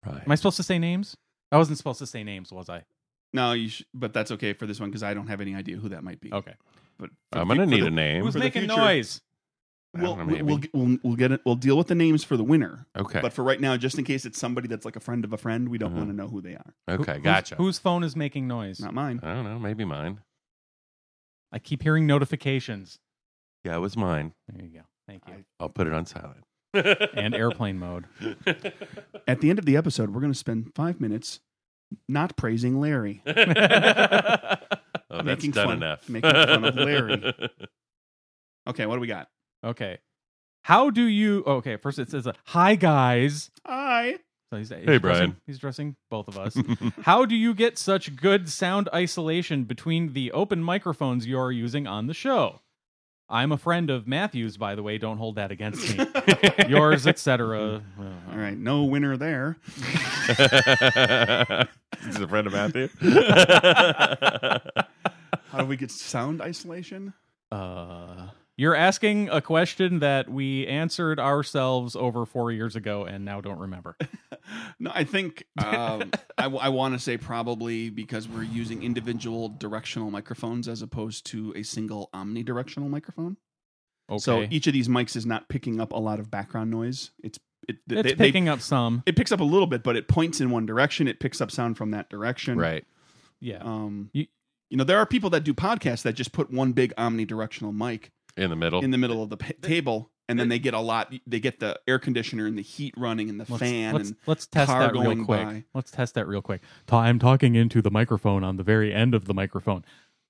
S2: Right.
S3: Am I supposed to say names? I wasn't supposed to say names, was I?
S1: No, you. Sh- but that's okay for this one because I don't have any idea who that might be.
S3: Okay.
S1: But for
S2: I'm
S1: the-
S2: gonna
S1: for
S2: need
S1: the-
S2: a name.
S3: Who's
S1: the
S3: making
S1: future-
S3: noise?
S2: I
S1: We'll,
S2: don't know,
S1: we'll,
S2: maybe.
S1: we'll, we'll get it. We'll deal with the names for the winner.
S2: Okay.
S1: But for right now, just in case it's somebody that's like a friend of a friend, we don't
S2: Uh-huh.
S1: want to know who they are.
S2: okay.
S3: Whose-
S2: gotcha.
S3: Whose phone is making noise?
S1: Not mine.
S2: I don't know. Maybe mine.
S3: I keep hearing notifications.
S2: Yeah, it was mine.
S3: There you go. Thank you.
S2: I'll put it on [laughs] silent.
S3: and airplane mode.
S1: At the end of the episode, we're going to spend five minutes not praising Larry.
S2: Oh, that's
S1: Making
S2: done
S1: fun-
S2: enough.
S1: making fun of
S2: [laughs]
S1: Larry. Okay, what do we got?
S3: Okay. How do you? Okay, first it says, uh, "Hi guys."
S1: I.
S3: So he's, he's
S2: Hey,
S3: dressing-
S2: Brian.
S3: He's dressing both of
S2: [laughs]
S3: us. How do you get such good sound isolation between the open microphones you are using on the show? I'm a friend of Matthews, by the way. Don't hold that against
S2: [laughs]
S3: me. Yours, etc.
S2: Uh-huh.
S1: All right, no winner there.
S2: He's a friend of [laughs] Matthew.
S1: How do we get sound isolation?
S3: Uh, you're asking a question that we answered ourselves over four years ago and now don't remember.
S1: No, I
S3: [laughs]
S1: think um, I, w- I want to say probably because we're using individual directional microphones as opposed to a single omnidirectional microphone.
S3: Okay.
S1: [laughs] So e- each of these mics is not picking up a lot of background noise. It's it th-
S3: it's
S1: they- they-
S3: picking up some.
S1: it picks up a little bit, but it points in one direction. It picks up sound from that direction.
S2: right.
S3: Yeah.
S1: Um, you,
S3: You-
S1: know, there are people that do podcasts that just put one big omnidirectional mic
S2: In the middle.
S1: in the middle of the p- table, and then they get a lot. They get the air conditioner and the heat running and the
S3: Let's,
S1: fan.
S3: let's,
S1: and
S3: let's test
S1: car
S3: that real
S1: going
S3: quick.
S1: by.
S3: Let's test that real quick. Ta- I'm talking into the microphone on the very end of the microphone.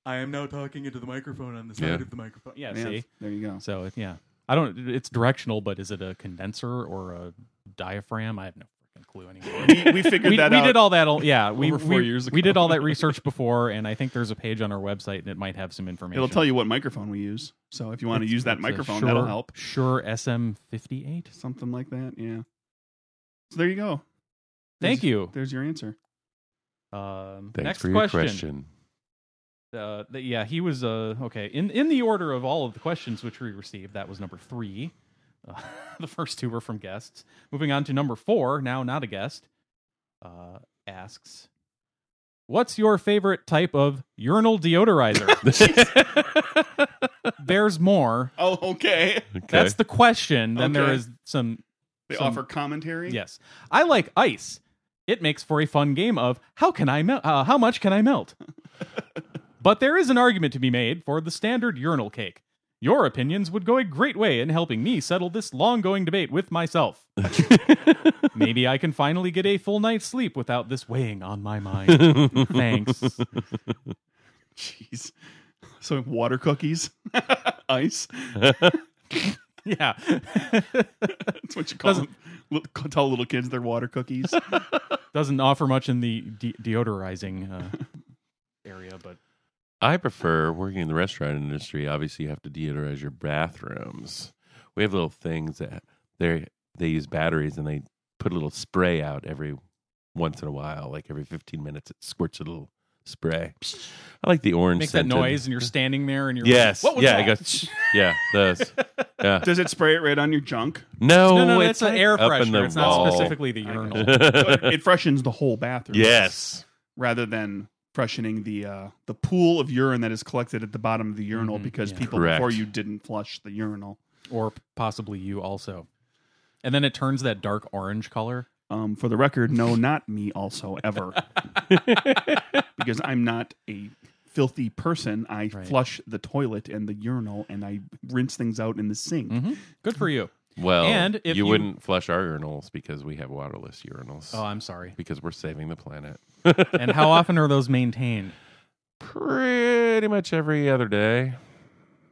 S3: I am now talking into the microphone on the side
S2: Yeah.
S3: of the microphone. Yeah,
S1: Yeah,
S3: see?
S1: there you go.
S3: So, yeah. I don't, it's directional, but is it a condenser or a diaphragm? I have no freaking
S1: [laughs]
S3: clue anymore.
S1: [laughs] we, we figured
S3: we,
S1: that
S3: we
S1: out.
S3: did all that. All,
S1: [laughs]
S3: yeah, we
S1: over four
S3: we-
S1: years
S3: we
S1: ago.
S3: did
S1: [laughs]
S3: all that research before, and I think there's a page on our website, and it might have some information.
S1: It'll tell you what microphone we use. So if you want to use that
S3: It's a
S1: microphone,
S3: Shure-
S1: that'll help.
S3: Sure, SM58.
S1: Something like that. Yeah. So there you go.
S3: Thank
S1: There's-
S3: you.
S1: There's your answer.
S3: Um,
S2: Thanks
S3: next
S2: for your
S3: question.
S2: question.
S3: Uh, th- yeah, he was uh, okay. In in the order of all of the questions which we received, that was number three. Uh, [laughs] the first two were from guests. Moving on to number four, now not a guest, uh, asks, "What's your favorite type of urinal deodorizer?" [laughs] There's more.
S1: Oh, okay.
S2: Okay.
S3: That's the question. Then there
S1: Okay.
S3: is some.
S1: [laughs] They
S3: Some-
S1: offer commentary.
S3: Yes, I like ice. It makes for a fun game of how can I melt? Uh, how much can I melt? but there is an argument to be made for the standard urinal cake. Your opinions would go a great way in helping me settle this long-going debate with myself. Maybe I can finally get a full night's sleep without this weighing on my
S2: [laughs]
S3: mind. Thanks.
S1: Jeez. So water cookies, [laughs] ice.
S3: Yeah. [laughs]
S1: That's what you call
S3: Doesn't-
S1: them. Li- Tell little kids they're water cookies.
S3: Doesn't offer much in the de- deodorizing uh, area, but
S2: I prefer working in the restaurant industry. Obviously, you have to deodorize your bathrooms. We have little things that they they use batteries and they put a little spray out every once in a while, like every 15 minutes, it squirts a little spray. I like the orange.
S3: makes that
S2: scented-
S3: noise, and you're standing there, and you're
S2: Yes.
S3: What was
S2: yeah.
S3: that?
S2: I go. "Shh."
S3: [laughs]
S2: Yeah. Those. Yeah.
S1: Does it spray it right on your
S3: [laughs]
S1: junk?
S2: No.
S3: No, no,
S2: it's
S3: it's an
S2: like
S3: air
S2: Oh, up in
S3: freshener.
S2: the
S3: It's
S2: wall.
S3: not specifically the urinal.
S1: But it [laughs] freshens the whole bathroom.
S2: yes.
S1: Rather than freshening the uh, the pool of urine that is collected at the bottom of the urinal
S3: Mhm,
S1: because
S3: yeah.
S1: people
S2: Correct.
S1: before you didn't flush the urinal.
S3: or p- possibly you also. And then it turns that dark orange color.
S1: Um, for the record, no, not me also
S2: [laughs]
S1: ever. because I'm not a filthy person. I
S3: Right.
S1: flush the toilet and the urinal and I rinse things out in the sink.
S3: Good for you.
S2: Well,
S3: And if
S2: you,
S3: you-
S2: wouldn't flush our urinals because we have waterless urinals.
S3: Oh, I'm sorry.
S2: because we're saving
S3: [laughs]
S2: the planet.
S3: And how often are those maintained?
S2: Pretty much every other day.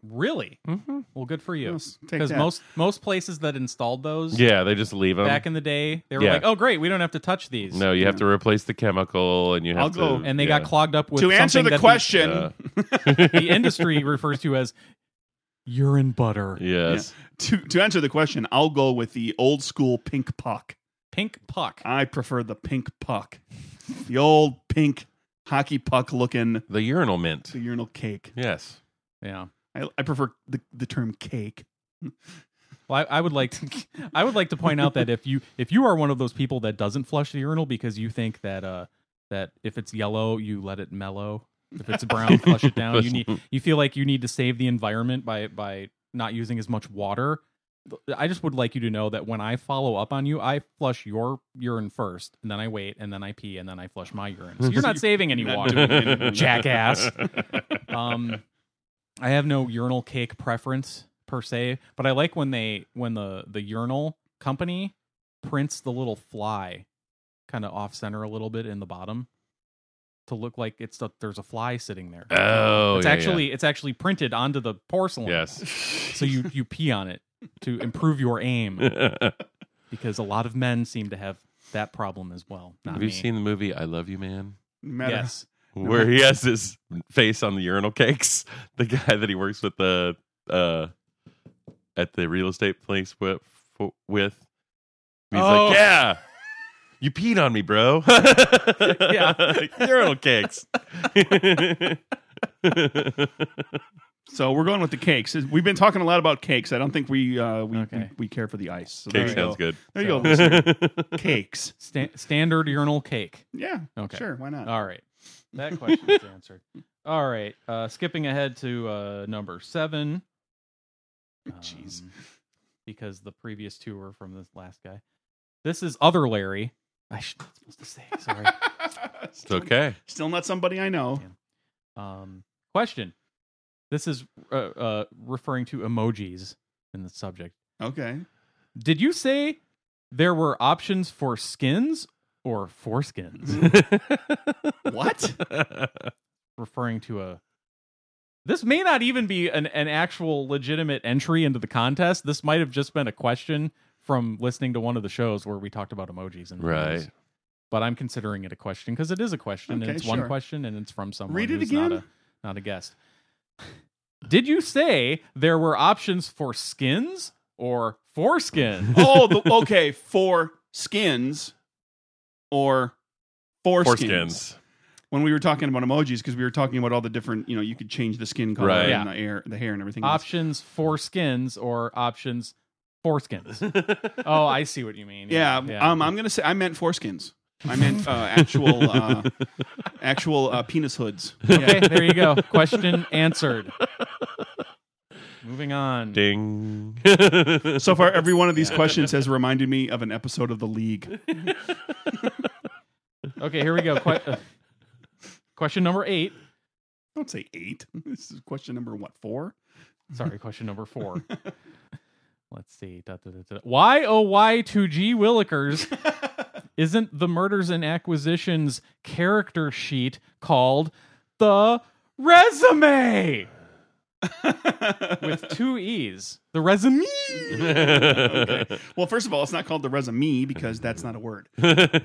S3: Really? Mm-hmm. Well, good for you.
S1: Yes, take
S3: Because
S1: that.
S3: most most places that installed those
S2: Yeah, they just leave them.
S3: back in the day, they were
S2: Yeah.
S3: like, "Oh, great, we don't have to touch these."
S2: no, you have to replace the chemical, and you have
S1: I'll
S2: to.
S1: go-
S3: And they
S2: yeah.
S3: got clogged up with
S1: To answer
S3: something
S1: the
S3: that
S1: question,
S2: Yeah.
S3: [laughs] The, the industry refers to as urine butter,
S2: yes.
S1: to, to answer the question, I'll go with the old school pink puck.
S3: pink puck.
S1: I prefer the pink puck, the old pink hockey puck looking
S2: The urinal mint.
S1: the urinal cake.
S2: Yes.
S3: Yeah.
S1: I, I prefer the, the term cake.
S3: Well, I, I would like to, I would like to point out that if you if you are one of those people that doesn't flush the urinal because you think that uh, that if it's yellow, you let it mellow. If it's [laughs] brown, flush it down. You need you feel like you need to save the environment by by not using as much water. I just would like you to know that when I follow up on you, I flush your urine first, and then I wait, and then I pee, and then I flush my urine. So you're [laughs] not saving any
S2: [laughs]
S3: water, jackass. Um, I have no urinal cake preference per se, but I like when they when the the urinal company prints the little fly kind of off center a little bit in the bottom to look like it's a, there's a fly sitting there.
S2: Oh,
S3: it's
S2: yeah,
S3: actually it's actually printed onto the porcelain. [laughs]
S2: yes.
S3: So you you pee on it to improve your
S2: [laughs]
S3: aim
S2: have
S3: because a lot of men seem to have that problem as well. Not
S2: you
S3: me.
S2: seen the movie I Love You Man?
S1: Meta.
S3: Yes.
S2: Where he has his face on the urinal cakes. [laughs] The guy that he works with the uh at the real estate place with. with. He's
S3: Oh.
S2: like, yeah. You peed on me, bro. [laughs]
S3: Yeah.
S2: urinal cakes.
S3: [laughs]
S2: [laughs]
S1: So we're going with the cakes. We've been talking a lot about cakes. I don't think we uh, we,
S3: Okay.
S1: we we care for the ice. So there
S2: Cake
S1: you
S2: sounds
S1: go.
S2: good.
S1: There
S2: [laughs]
S1: you go. listener. cakes.
S3: Sta- standard urinal cake.
S1: Yeah.
S3: Okay.
S1: Sure. Why [laughs] not?
S3: All right. That question is answered. All right. Uh, skipping ahead to uh, number seven.
S1: Jeez.
S3: Um, because the previous two were from this last guy. This is Other Larry. I should not supposed to say. Sorry.
S1: [laughs]
S2: It's okay.
S1: Still not somebody I know.
S3: um, question. This is uh, uh, referring to emojis in the subject.
S1: Okay.
S3: Did you say there were options for skins or foreskins?
S1: What?
S3: referring to a this may not even be an, an actual legitimate entry into the contest this might have just been a question from listening to one of the shows where we talked about emojis and things.
S2: Right.
S3: but i'm considering it a question because it is a question
S1: Okay,
S3: and it's
S1: sure.
S3: one question and it's from someone
S1: Read it
S3: who's
S1: again.
S3: not a, not a guest did you say there were options for skins or foreskin
S1: [laughs] oh, the, okay. Four skins or four,
S2: Four
S1: skins.
S2: skins.
S1: When we were talking about emojis, because we were talking about all the different, you know, you could change the skin color
S2: Right.
S1: and
S3: Yeah.
S1: the hair, the hair and everything. else.
S3: options for skins or options for skins oh i see what you mean
S1: Yeah, Um, I'm gonna say I meant foreskins. I [laughs] meant uh, actual uh, actual uh, penis hoods.
S3: Okay, there you go. Question answered. Moving on.
S2: Ding.
S1: So far, every one of these questions has reminded me of an episode of The League.
S3: Okay, here we go. Que- uh, question number eight.
S1: Don't say eight. [laughs] This is question number what four?
S3: Sorry, question number four. Let's see. Da, da, da, da. Why oh why two G Willikers isn't the murders and acquisitions character sheet called the resume with two E's? The resume.
S1: Okay. Well, first of all, it's not called the resume because that's not a [laughs] word.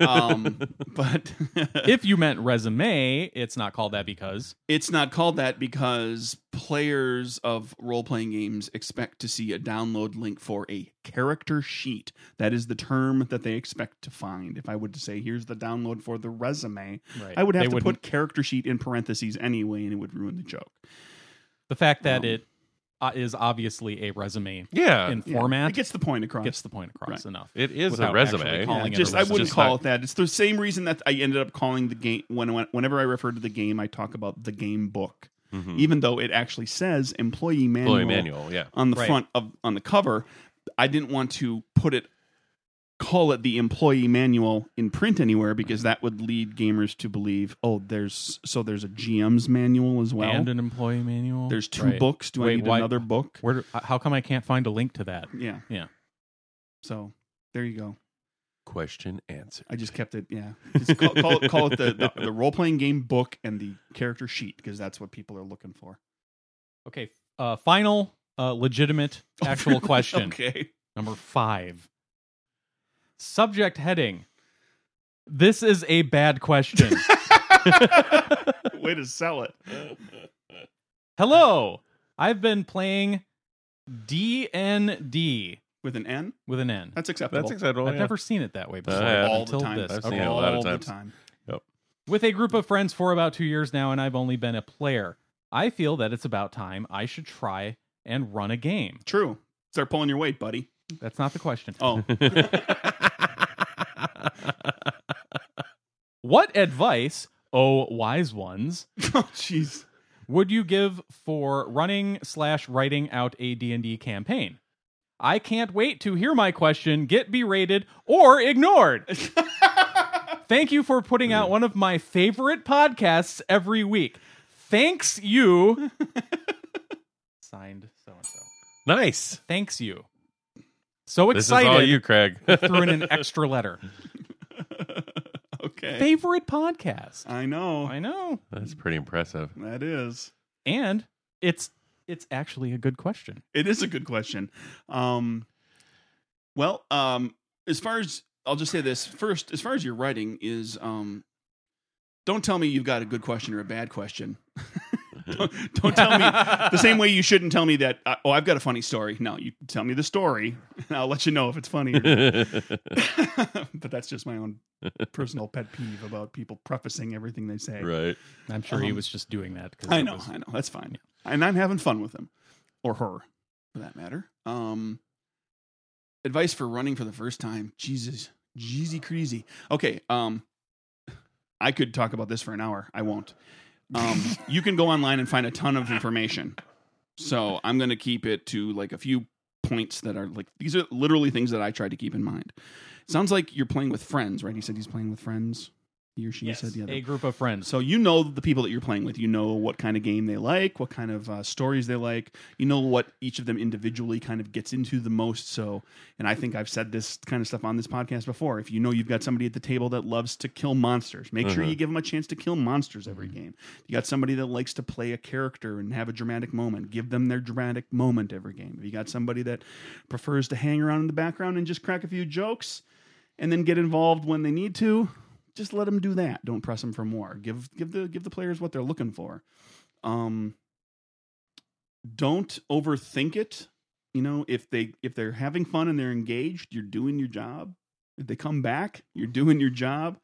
S1: Um, but [laughs]
S3: If you meant resume, it's not called that because
S1: it's not called that because players of role playing games expect to see a download link for a character sheet. That is the term that they expect to find. If I would to say, here's the download for the resume,
S3: right.
S1: I would have
S3: they
S1: to put
S3: wouldn't-
S1: character sheet in parentheses anyway, and it would ruin the joke.
S3: The fact that
S1: Um,
S3: it uh, is obviously a resume
S2: yeah.
S3: in
S1: Yeah,
S3: format
S1: it gets the point across.
S3: gets the point across
S1: Right.
S3: enough.
S2: It is a
S3: Without actually
S2: resume.
S3: calling it a
S1: just I
S3: resume.
S1: wouldn't
S2: Just
S1: call
S2: not-
S1: it that. It's the same reason that I ended up calling the game when, when whenever I refer to the game, I talk about the game book,
S3: Mm-hmm.
S2: Mhm.
S1: even though it actually says employee manual,
S2: Employee manual. Yeah.
S1: on the
S3: Right.
S1: front of on the cover. I didn't want to put it call it the employee manual in print anywhere because that would lead gamers to believe, oh, there's so there's a GM's manual as well.
S3: and an employee manual.
S1: there's two
S3: Right.
S1: books. Do I
S3: Wait,
S1: need
S3: why-
S1: another book?
S3: Where? Do, how come I can't find a link to that?
S1: Yeah.
S3: Yeah.
S1: So there you go.
S2: Question answered.
S1: I just kept it. Yeah, just call, call it, call it the, the, the role playing game book and the character sheet because that's what people are looking for.
S3: Okay. Uh, final
S1: [laughs]
S3: uh, legitimate actual question.
S1: Okay. [laughs]
S3: Number five. Subject heading. This is a
S1: [laughs]
S3: bad question.
S1: Way to sell it.
S3: Hello. I've been playing DND
S1: With an N,
S3: with an N.
S1: that's acceptable.
S2: That's acceptable.
S3: I've
S2: Oh, yeah. Oh,
S3: never seen it that way before.
S2: yeah.
S1: all
S3: until
S1: the time.
S3: This.
S2: I've seen
S3: Okay.
S2: it a
S1: all
S2: lot of
S1: the
S2: times.
S1: time.
S3: With a group of friends for about two years now, and I've only been a player. I feel that it's about time I should try and run a game.
S1: True. Start pulling your weight, buddy. [laughs]
S3: That's
S2: Oh. [laughs]
S3: not the question.
S1: Oh,
S3: [laughs] What advice, oh wise ones,
S1: Oh, jeez.
S3: would you give for running slash writing out a D&D campaign? I can't wait to hear my question get berated or
S1: [laughs]
S3: ignored. Thank you for putting out one of my favorite podcasts every week. Thanks
S1: [laughs]
S3: you. Signed so and so.
S2: Nice.
S3: Thanks you. So
S2: This is all
S3: excited [laughs]
S2: you, Craig.
S3: threw in an extra
S1: [laughs]
S3: letter.
S1: Okay.
S3: Favorite podcast.
S1: I know.
S3: I know.
S2: [laughs] That's
S3: [laughs]
S2: pretty impressive.
S1: That is.
S3: And it's it's actually a good question.
S1: It is a good question. Um, well, um, as far as I'll just say this first, as far as your writing is, um, don't tell me you've got a good question or a bad question. [laughs] don't, don't tell me the same way you shouldn't tell me that. Uh, oh, I've got a funny story. No, you tell me the story, and I'll let you know if it's funny. Or
S3: [laughs]
S1: not. [laughs] but that's just my own personal pet peeve about people prefacing everything they say.
S2: right.
S3: I'm sure he
S1: Um,
S3: was just doing that because
S1: I know, I know. That's fine. And I'm having fun with him or her for that matter. Um, advice for running for the first time. Jesus, Jeezy crazy. Okay. Um, I could talk about this for an hour. I won't. [laughs] Um, you can go online and find a ton of information. So I'm going to keep it to like a few points that are like, these are literally things that I try to keep in mind. Sounds like you're playing with friends, right? He said he's playing with friends. He or she said the other.
S3: a group of friends.
S1: So you know the people that you're playing with. You know what kind of game they like, what kind of uh, stories they like. You know what each of them individually kind of gets into the most. So, and I think I've said this kind of stuff on this podcast before. If you know you've got somebody at the table that loves to kill monsters, make sure you give them a chance to kill monsters every game. If you got somebody that likes to play a character and have a dramatic moment, give them their dramatic moment every game. If you got somebody that prefers to hang around in the background and just crack a few jokes, and then get involved when they need to. Just let them do that. Don't press them for more. Give give the give the players what they're looking for. Um, don't overthink it. You know, if they if they're having fun and they're engaged, you're doing your job. If they come back, you're doing your job.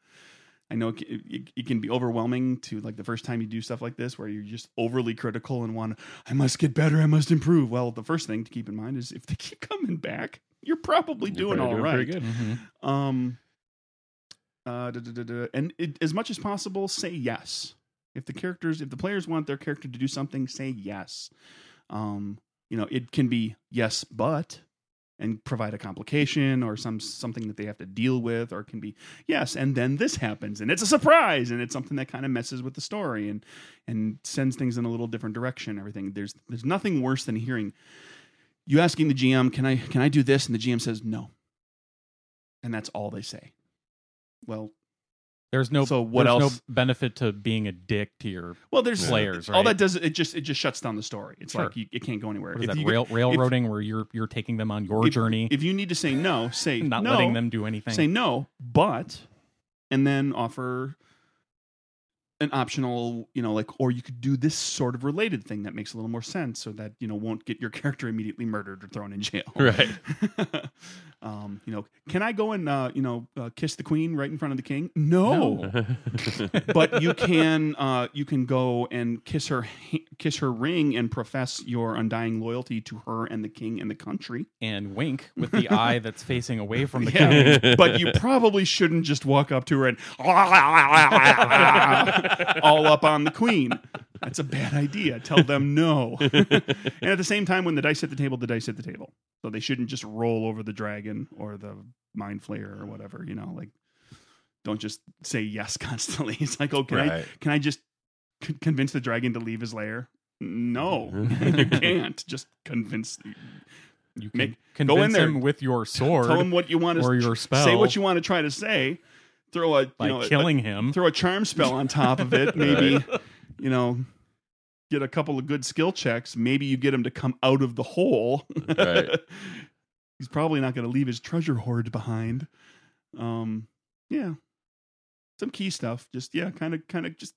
S1: I know it, c- it, it can be overwhelming to like the first time you do stuff like this, where you're just overly critical and want, I must get better, I must improve. Well, the first thing to keep in mind is if they keep coming back, you're probably
S2: You're
S1: doing
S2: probably
S1: all right.
S2: pretty good.
S1: Um, uh, duh, duh, duh, duh. and it, as much as possible, say yes. If the characters, if the players want their character to do something, say yes. Um, you know, it can be yes, but, and provide a complication or some something that they have to deal with, or it can be yes, and then this happens, and it's a surprise, and it's something that kind of messes with the story and and sends things in a little different direction. and Everything there's there's nothing worse than hearing you asking the GM, can I can I do this, and the GM says no and that's all they say. Well,
S3: There's no
S1: So what
S3: there's
S1: else-
S3: no benefit to being a dick to your
S1: well, there's
S3: Players,
S1: All
S3: right?
S1: that does it just it just shuts down the story. It's
S3: Sure.
S1: like you, it can't go anywhere.
S3: what is
S1: If
S3: that
S1: you-
S3: rail, railroading where you're you're taking them on your
S1: if-
S3: journey,
S1: If, you need to say no, say
S3: [laughs] not
S1: no,
S3: letting them do anything.
S1: Say no, but, and then offer an optional, you know, like, or you could do this sort of related thing that makes a little more sense, so that you know won't get your [laughs] character immediately murdered or thrown in jail.
S2: Right.
S1: [laughs] um, you know, can I go and uh, you know uh, kiss the queen right in front of the king? No. [laughs] but you can uh, you can go and kiss her ha- kiss her ring and profess your undying loyalty to her and the king and the country. [laughs]
S3: and wink with the eye that's facing away from the [laughs]
S1: Yeah.
S3: camera.
S1: but you probably shouldn't just walk up to her and [laughs] all up on the queen. That's a bad idea. Tell them no. [laughs] and at the same time, when the dice hit the table, the dice hit the table. So they shouldn't just roll over the dragon or the mind flayer or whatever. You know, like don't just say yes [laughs] constantly. It's like, okay,
S2: Right.
S1: can I just c- convince the dragon to leave his lair? No, [laughs] you can't. Just convince.
S3: You can
S1: Make-
S3: convince
S1: go in there.
S3: him with your
S1: [laughs]
S3: sword
S1: Tell him what you want to
S3: or your spell
S1: Say what you want to try to say. Throw a you
S3: by
S1: know a-
S3: killing him.
S1: throw a charm spell on top of it. Maybe you know get a couple of good skill checks. Maybe you get him to come out of the hole.
S2: Right.
S1: [laughs] He's probably not going to leave his treasure hoard behind. Um, yeah, some key stuff. Just yeah, kind of, kind of, just.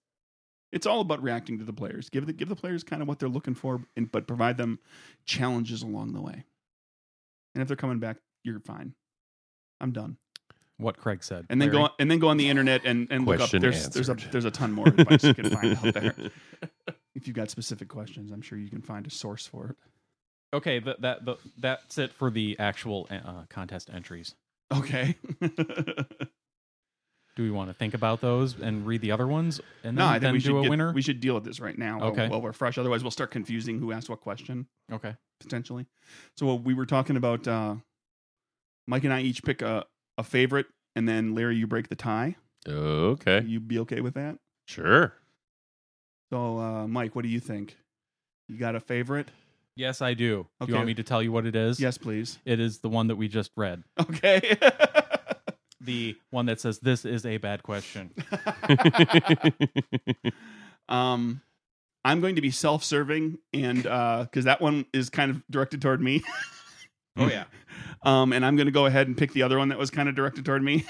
S1: It's all about reacting to the players. Give the give the players kind of what they're looking for, and but provide them challenges along the way. And if they're coming back, you're fine. I'm done
S3: what Craig said,
S1: and then
S3: Larry.
S1: go on, and then go on the internet and, and look up.
S2: Question
S1: There's there's a
S2: answered.
S1: there's a ton more advice you can find out
S2: [laughs]
S1: there. If you've got specific questions, I'm sure you can find a source for it.
S3: Okay, that that the, that's it uh, for the actual uh, contest entries.
S1: Okay.
S3: Do we want to think about those and read the other ones [laughs] and
S1: No,
S3: then,
S1: I think
S3: then
S1: we
S3: do
S1: should
S3: a
S1: get-
S3: winner?
S1: We should deal with this right now while-
S3: Okay.
S1: while, we're fresh. Otherwise, we'll start confusing who asked what question
S3: okay.
S1: potentially. So what we were talking about uh, Mike and I each pick a, a favorite, and then Larry, you break the tie.
S2: Okay.
S1: You be okay with that?
S3: [laughs]
S2: Sure.
S1: So uh, Mike, what do you think? You got a favorite?
S3: Yes, I do. Do
S1: Okay.
S3: you want me to tell you what it is?
S1: Yes, please.
S3: It is the one that we just read.
S1: Okay. [laughs]
S3: The one that says, This is a
S1: [laughs]
S3: bad question.
S1: um, I'm going to be self-serving, and because that one is kind of directed toward me.
S3: Oh, yeah.
S1: [laughs] Um, and I'm going to go ahead and pick the other one that was kind of directed toward me,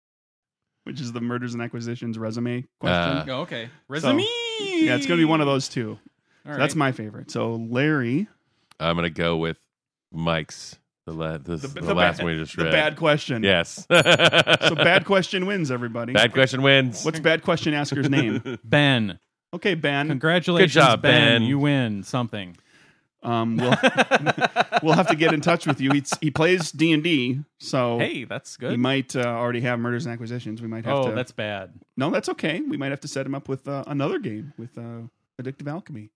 S1: [laughs] which is the murders and acquisitions resume question.
S2: Uh,
S3: oh, okay.
S1: Resume!
S3: Resume.
S1: yeah, it's going to be one of those two. So That's my favorite. So Larry,
S2: I'm gonna go with Mike's the la- this, the,
S1: the
S2: last
S1: bad-
S2: one you just
S1: the
S2: read.
S1: bad question.
S2: [laughs] Yes.
S1: So bad question wins, everybody.
S2: Bad question wins.
S3: [laughs]
S2: [laughs]
S1: What's bad question asker's name?
S3: Ben.
S1: Okay, Ben.
S3: Congratulations,
S2: Good job, Ben.
S3: You win something.
S1: Um, we'll, [laughs] we'll have to get in touch with you. He, he plays D and D, so
S3: Hey, that's
S1: Oh, he
S3: good.
S1: might uh, already have murders and acquisitions. We might have
S3: Oh,
S1: to.
S3: that's bad.
S1: [laughs] no, that's okay. We might have to set him up with uh, another game with uh, addictive alchemy.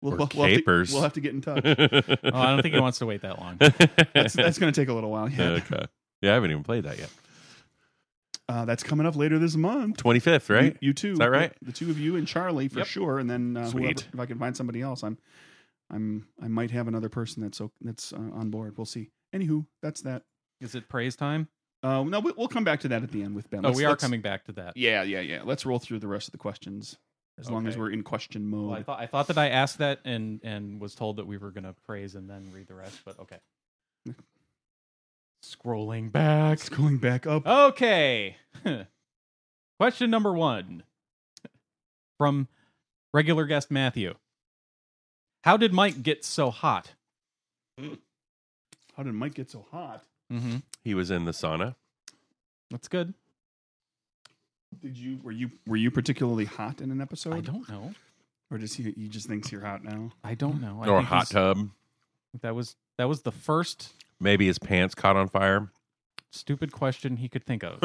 S1: We'll,
S2: Or
S1: have to-
S2: capers.
S1: we'll have to get in
S2: [laughs]
S1: touch.
S3: Oh, I don't think he wants to wait
S1: [laughs]
S3: that long.
S1: That's, that's going to take a little while. Yeah,
S2: okay. Yeah, I haven't even played that yet.
S1: uh, that's coming up later this month.
S2: 25th, right?
S1: You, you two.
S2: Is that right?
S1: The two of you and Charlie for
S3: Yep.
S1: sure. And then uh, whoever,
S2: Sweet.
S1: if I can find somebody else, I'm, I'm, I might have another person that's o- that's uh, on board. We'll see. Anywho, that's that.
S3: Is it praise time?
S1: Uh, no, we- we'll come back to that at the end with Ben.
S3: Oh,
S1: Let's-
S3: we are
S1: let's-
S3: coming back to that.
S1: Yeah, yeah, yeah. Let's roll through the rest of the questions as long as
S3: Okay.
S1: we're in question mode.
S3: Well, I thought I thought that I asked that and and was told that we were gonna praise and then read the rest, but okay.
S1: [laughs]
S3: Scrolling back.
S1: It's going back up.
S3: Oh. Okay. [laughs] Question number one [laughs] from regular guest Matthew. How did Mike get so hot?
S1: How did Mike get so hot?
S3: Mm-hmm.
S2: He was in the sauna.
S3: That's good.
S1: Did you were you were you particularly hot in an episode?
S3: I don't know.
S1: Or does he he just thinks you're hot now?
S3: I don't know. I
S2: or a
S3: think
S2: hot
S3: he's-
S2: tub.
S3: That was that was the first
S2: Maybe his pants caught on fire. [laughs]
S3: stupid question he could think of.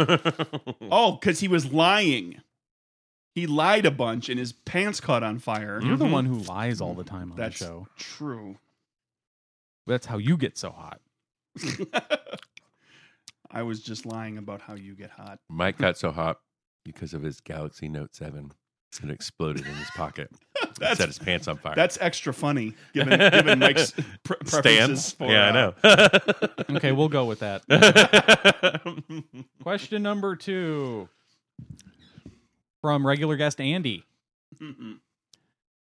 S1: Oh, because he was lying. He lied a bunch, and his pants caught on fire. Mm-hmm.
S3: You're the one who lies all the time on
S1: That's
S3: the show.
S1: true.
S3: That's how you get so [laughs] hot.
S1: I was just lying about how you get hot.
S2: Mike got so hot because of his Galaxy Note 7. It exploded in his pocket. It
S1: [laughs] That's-
S2: set his pants on fire.
S1: That's extra funny, given
S3: [laughs]
S1: given Mike's
S2: [laughs]
S1: pre- preferences
S2: Stance.
S1: for
S2: yeah, I
S1: uh,
S2: know.
S1: [laughs]
S3: Okay, we'll go with that. Question number two from regular guest Andy.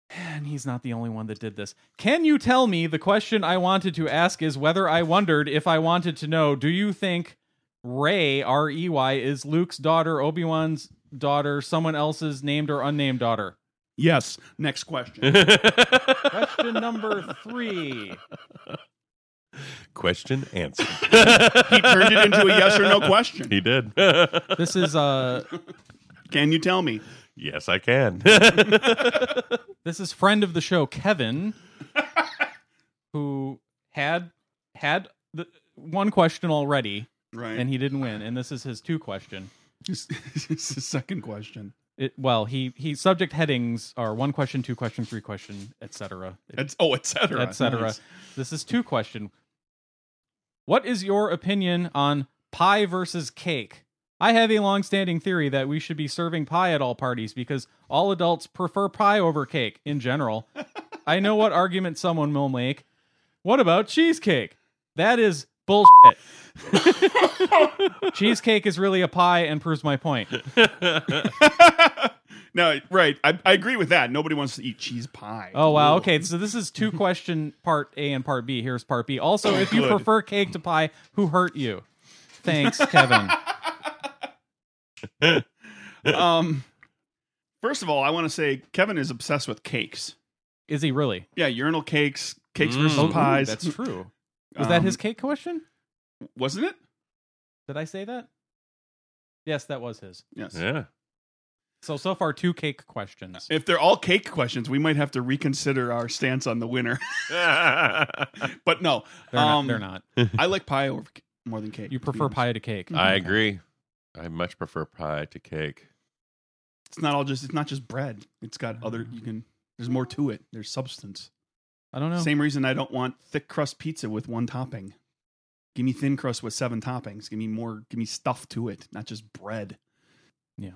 S3: And he's not the only one that did this. Can you tell me the question I wanted to ask is whether I wondered if I wanted to know do you think Ray, R E Y, is Luke's daughter, Obi Wan's daughter, someone else's named or unnamed daughter?
S1: Yes. Next question.
S3: Question number three.
S2: Question
S1: [laughs]
S2: answered.
S1: he turned it into a yes or no
S3: [laughs]
S1: question.
S2: He did.
S3: This is uh
S1: Can you tell me?
S2: yes, I can.
S3: This is friend of the show Kevin, who had had the, one question already,
S1: Right.
S3: and he didn't win. And this is his two question.
S1: [laughs] this is the second question.
S3: It, well, he he subject headings are one question, two question, three question, etc.
S1: It's, oh, etc.
S3: etc. This is two question. What is your opinion on pie versus cake? I have a long-standing theory that we should be serving pie at all parties because all adults prefer pie over cake in general. I know what argument someone will make. What about cheesecake? That is bullshit. [laughs] cheesecake is really a pie and proves my point.
S1: no, right. I, I agree with that. Nobody wants to eat cheese pie.
S3: Oh wow. Okay, so this is two question part A and part B. Here's part B. Also, if you
S1: Good.
S3: prefer cake to pie, who hurt you?
S1: [laughs]
S3: Thanks, Kevin.
S1: [laughs] Um, first of all, I want to say Kevin is obsessed with cakes.
S3: Is he really?
S1: Yeah, urinal cakes, cakes
S2: Mm.
S1: versus
S2: Oh, ooh,
S1: pies.
S3: that's true. Was that
S1: Um,
S3: his cake question?
S1: Wasn't it?
S3: Did I say that? Yes, that was his.
S1: Yes.
S2: yeah.
S3: So so far two cake questions.
S1: If they're all cake questions, we might have to reconsider our stance on the winner. [laughs]
S2: I
S1: but no,
S3: They're
S1: um,
S3: not they're not.
S1: I like pie over c- more than cake.
S3: You
S1: to be
S3: prefer
S1: honest.
S3: pie to cake.
S2: agree. I much prefer pie to cake.
S1: It's not all just. It's not just bread. It's got other. You can. There's more to it. There's substance.
S3: I don't know.
S1: Same reason I don't want thick crust pizza with one topping. Give me thin crust with seven toppings. Give me more. Give me stuff to it, not just bread.
S3: Yeah.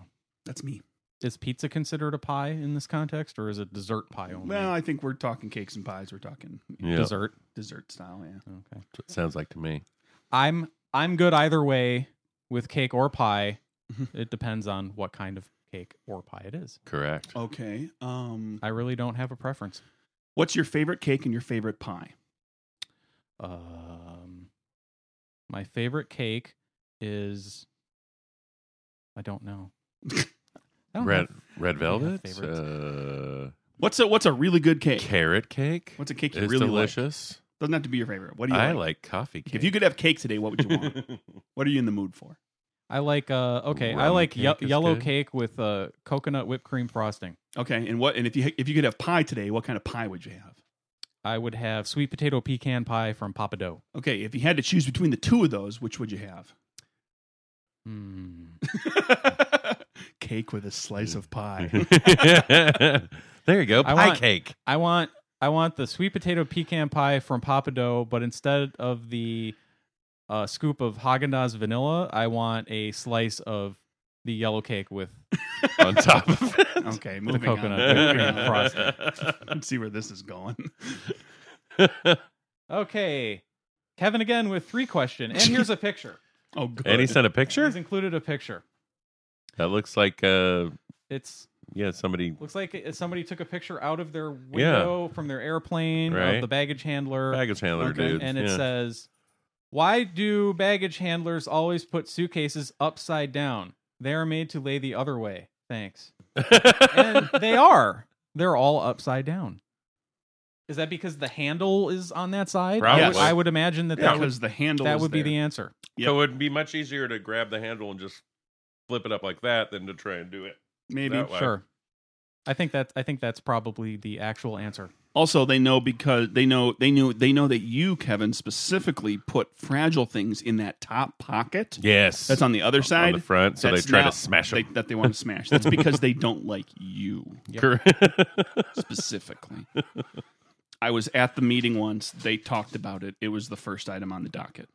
S1: That's me.
S3: Is pizza considered a pie in this context, or is it dessert pie only?
S1: Well, I think we're talking cakes and pies. We're talking
S2: Yeah, that's
S3: dessert.
S1: dessert style. Yeah.
S3: Okay.
S2: what it sounds like to me.
S3: I'm I'm good either way with cake or pie.
S2: Mm-hmm.
S1: Mhm.
S3: it depends on what kind of cake or pie it is.
S2: Correct.
S1: Okay. Um.
S3: I really don't have a preference.
S1: What's your favorite cake and your favorite pie?
S3: Um, my favorite cake is I don't know. I don't
S2: Red
S3: have-
S2: red velvet.
S3: favorites.
S2: Uh,
S1: What's a What's a really good cake?
S2: carrot cake.
S1: What's a cake you
S2: It's
S1: really like?
S2: delicious.
S1: Doesn't have to be your favorite. What do you
S2: I
S1: like?
S2: like coffee cake.
S1: If you could have cake today, what would you want? [laughs] what are you in the mood for?
S3: I like uh okay, I
S2: Rum
S3: like ye-
S2: cake is
S3: yellow
S2: good.
S3: cake with uh coconut whipped cream frosting.
S1: Okay, and what? And if you if you could have pie today, what kind of pie would you have?
S3: I would have sweet potato pecan pie from Papa Dough.
S1: Okay, if you had to choose between the two of those, which would you have?
S3: Hmm.
S1: cake with a slice of pie. [laughs]
S2: [laughs] there you go.
S3: I
S2: Pie
S3: want-
S2: cake.
S3: I want I want the sweet potato pecan pie from Papa Dough, but instead of the uh, scoop of Haagen Dazs vanilla, I want a slice of the yellow cake with.
S2: on top of it.
S1: [laughs]
S2: [laughs]
S1: Okay, moving
S3: coconut
S1: on.
S3: whipped
S1: Moving
S3: cream
S1: on.
S3: frosting.
S1: Let's see where this is going. [laughs]
S3: Okay, Kevin again with three question, and here's a picture.
S1: Oh, good.
S2: And he sent a picture.
S3: He's included a picture.
S2: That looks like uh
S3: It's
S2: yeah somebody
S3: looks like it- somebody took a picture out of their window from their airplane of
S2: Right.
S3: the baggage handler,
S2: baggage handler
S1: Okay.
S2: dude.
S3: and it
S2: yeah.
S3: says, "Why do baggage handlers always put suitcases upside down? They are made to lay the other way." Thanks.
S1: uh,
S2: [laughs]
S1: [laughs]
S3: and they are. They're all upside down. Is that because the handle is on that side?
S2: Probably.
S3: I would, I would imagine that that would,
S1: because the handle
S3: that
S1: is
S3: would be the
S1: there.
S3: answer.
S1: Yep.
S2: So it would be much easier to grab the handle and just flip it up like that than to try and do it.
S1: maybe.
S2: that way. Wow.
S3: Sure. I think that I think that's probably the actual answer.
S1: Also, they know because they know they knew they know that you, Kevin, specifically put fragile things in that top pocket
S2: Yes,
S1: that's on the other side,
S2: the front, so
S1: That's
S2: they try
S1: now-
S2: to smash
S1: they,
S2: it.
S1: that they
S2: [laughs]
S1: want to smash. That's because they don't like you.
S2: [laughs]
S1: specifically. I was at the meeting once. They talked about it. It was the first item on the docket.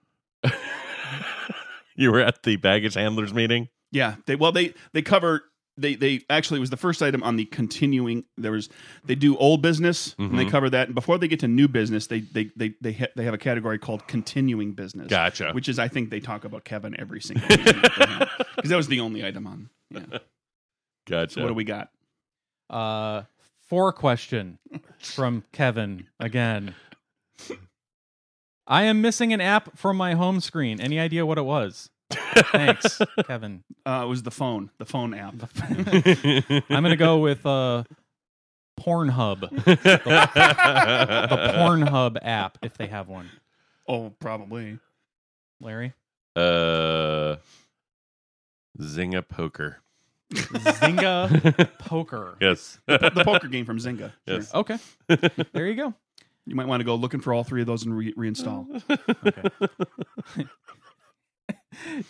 S2: you were at the baggage handlers meeting.
S1: Yeah. They well they they cover they they actually it was the first item on the continuing there was they do old business and they
S2: Mhm.
S1: cover that and before they get to new business they they they they, ha- they have a category called continuing business.
S2: Gotcha.
S1: Which is I think they talk about Kevin every single because that was the only item on. Yeah.
S2: Gotcha.
S1: So what do we got?
S3: Uh four question from Kevin again. I am missing an app from my home screen. Any idea what it was? Thanks, Kevin.
S1: Uh, it was the phone, the phone app. [laughs]
S2: [laughs]
S3: I'm gonna go with uh Pornhub. the Pornhub app if they have one.
S1: Oh, probably.
S3: Larry,
S2: Uh, Zynga poker.
S3: Zynga Poker.
S2: Yes.
S1: The poker game from Zynga. Sure.
S2: Yes.
S3: Okay, there you go.
S1: You might want to go looking for all three of those and re- reinstall.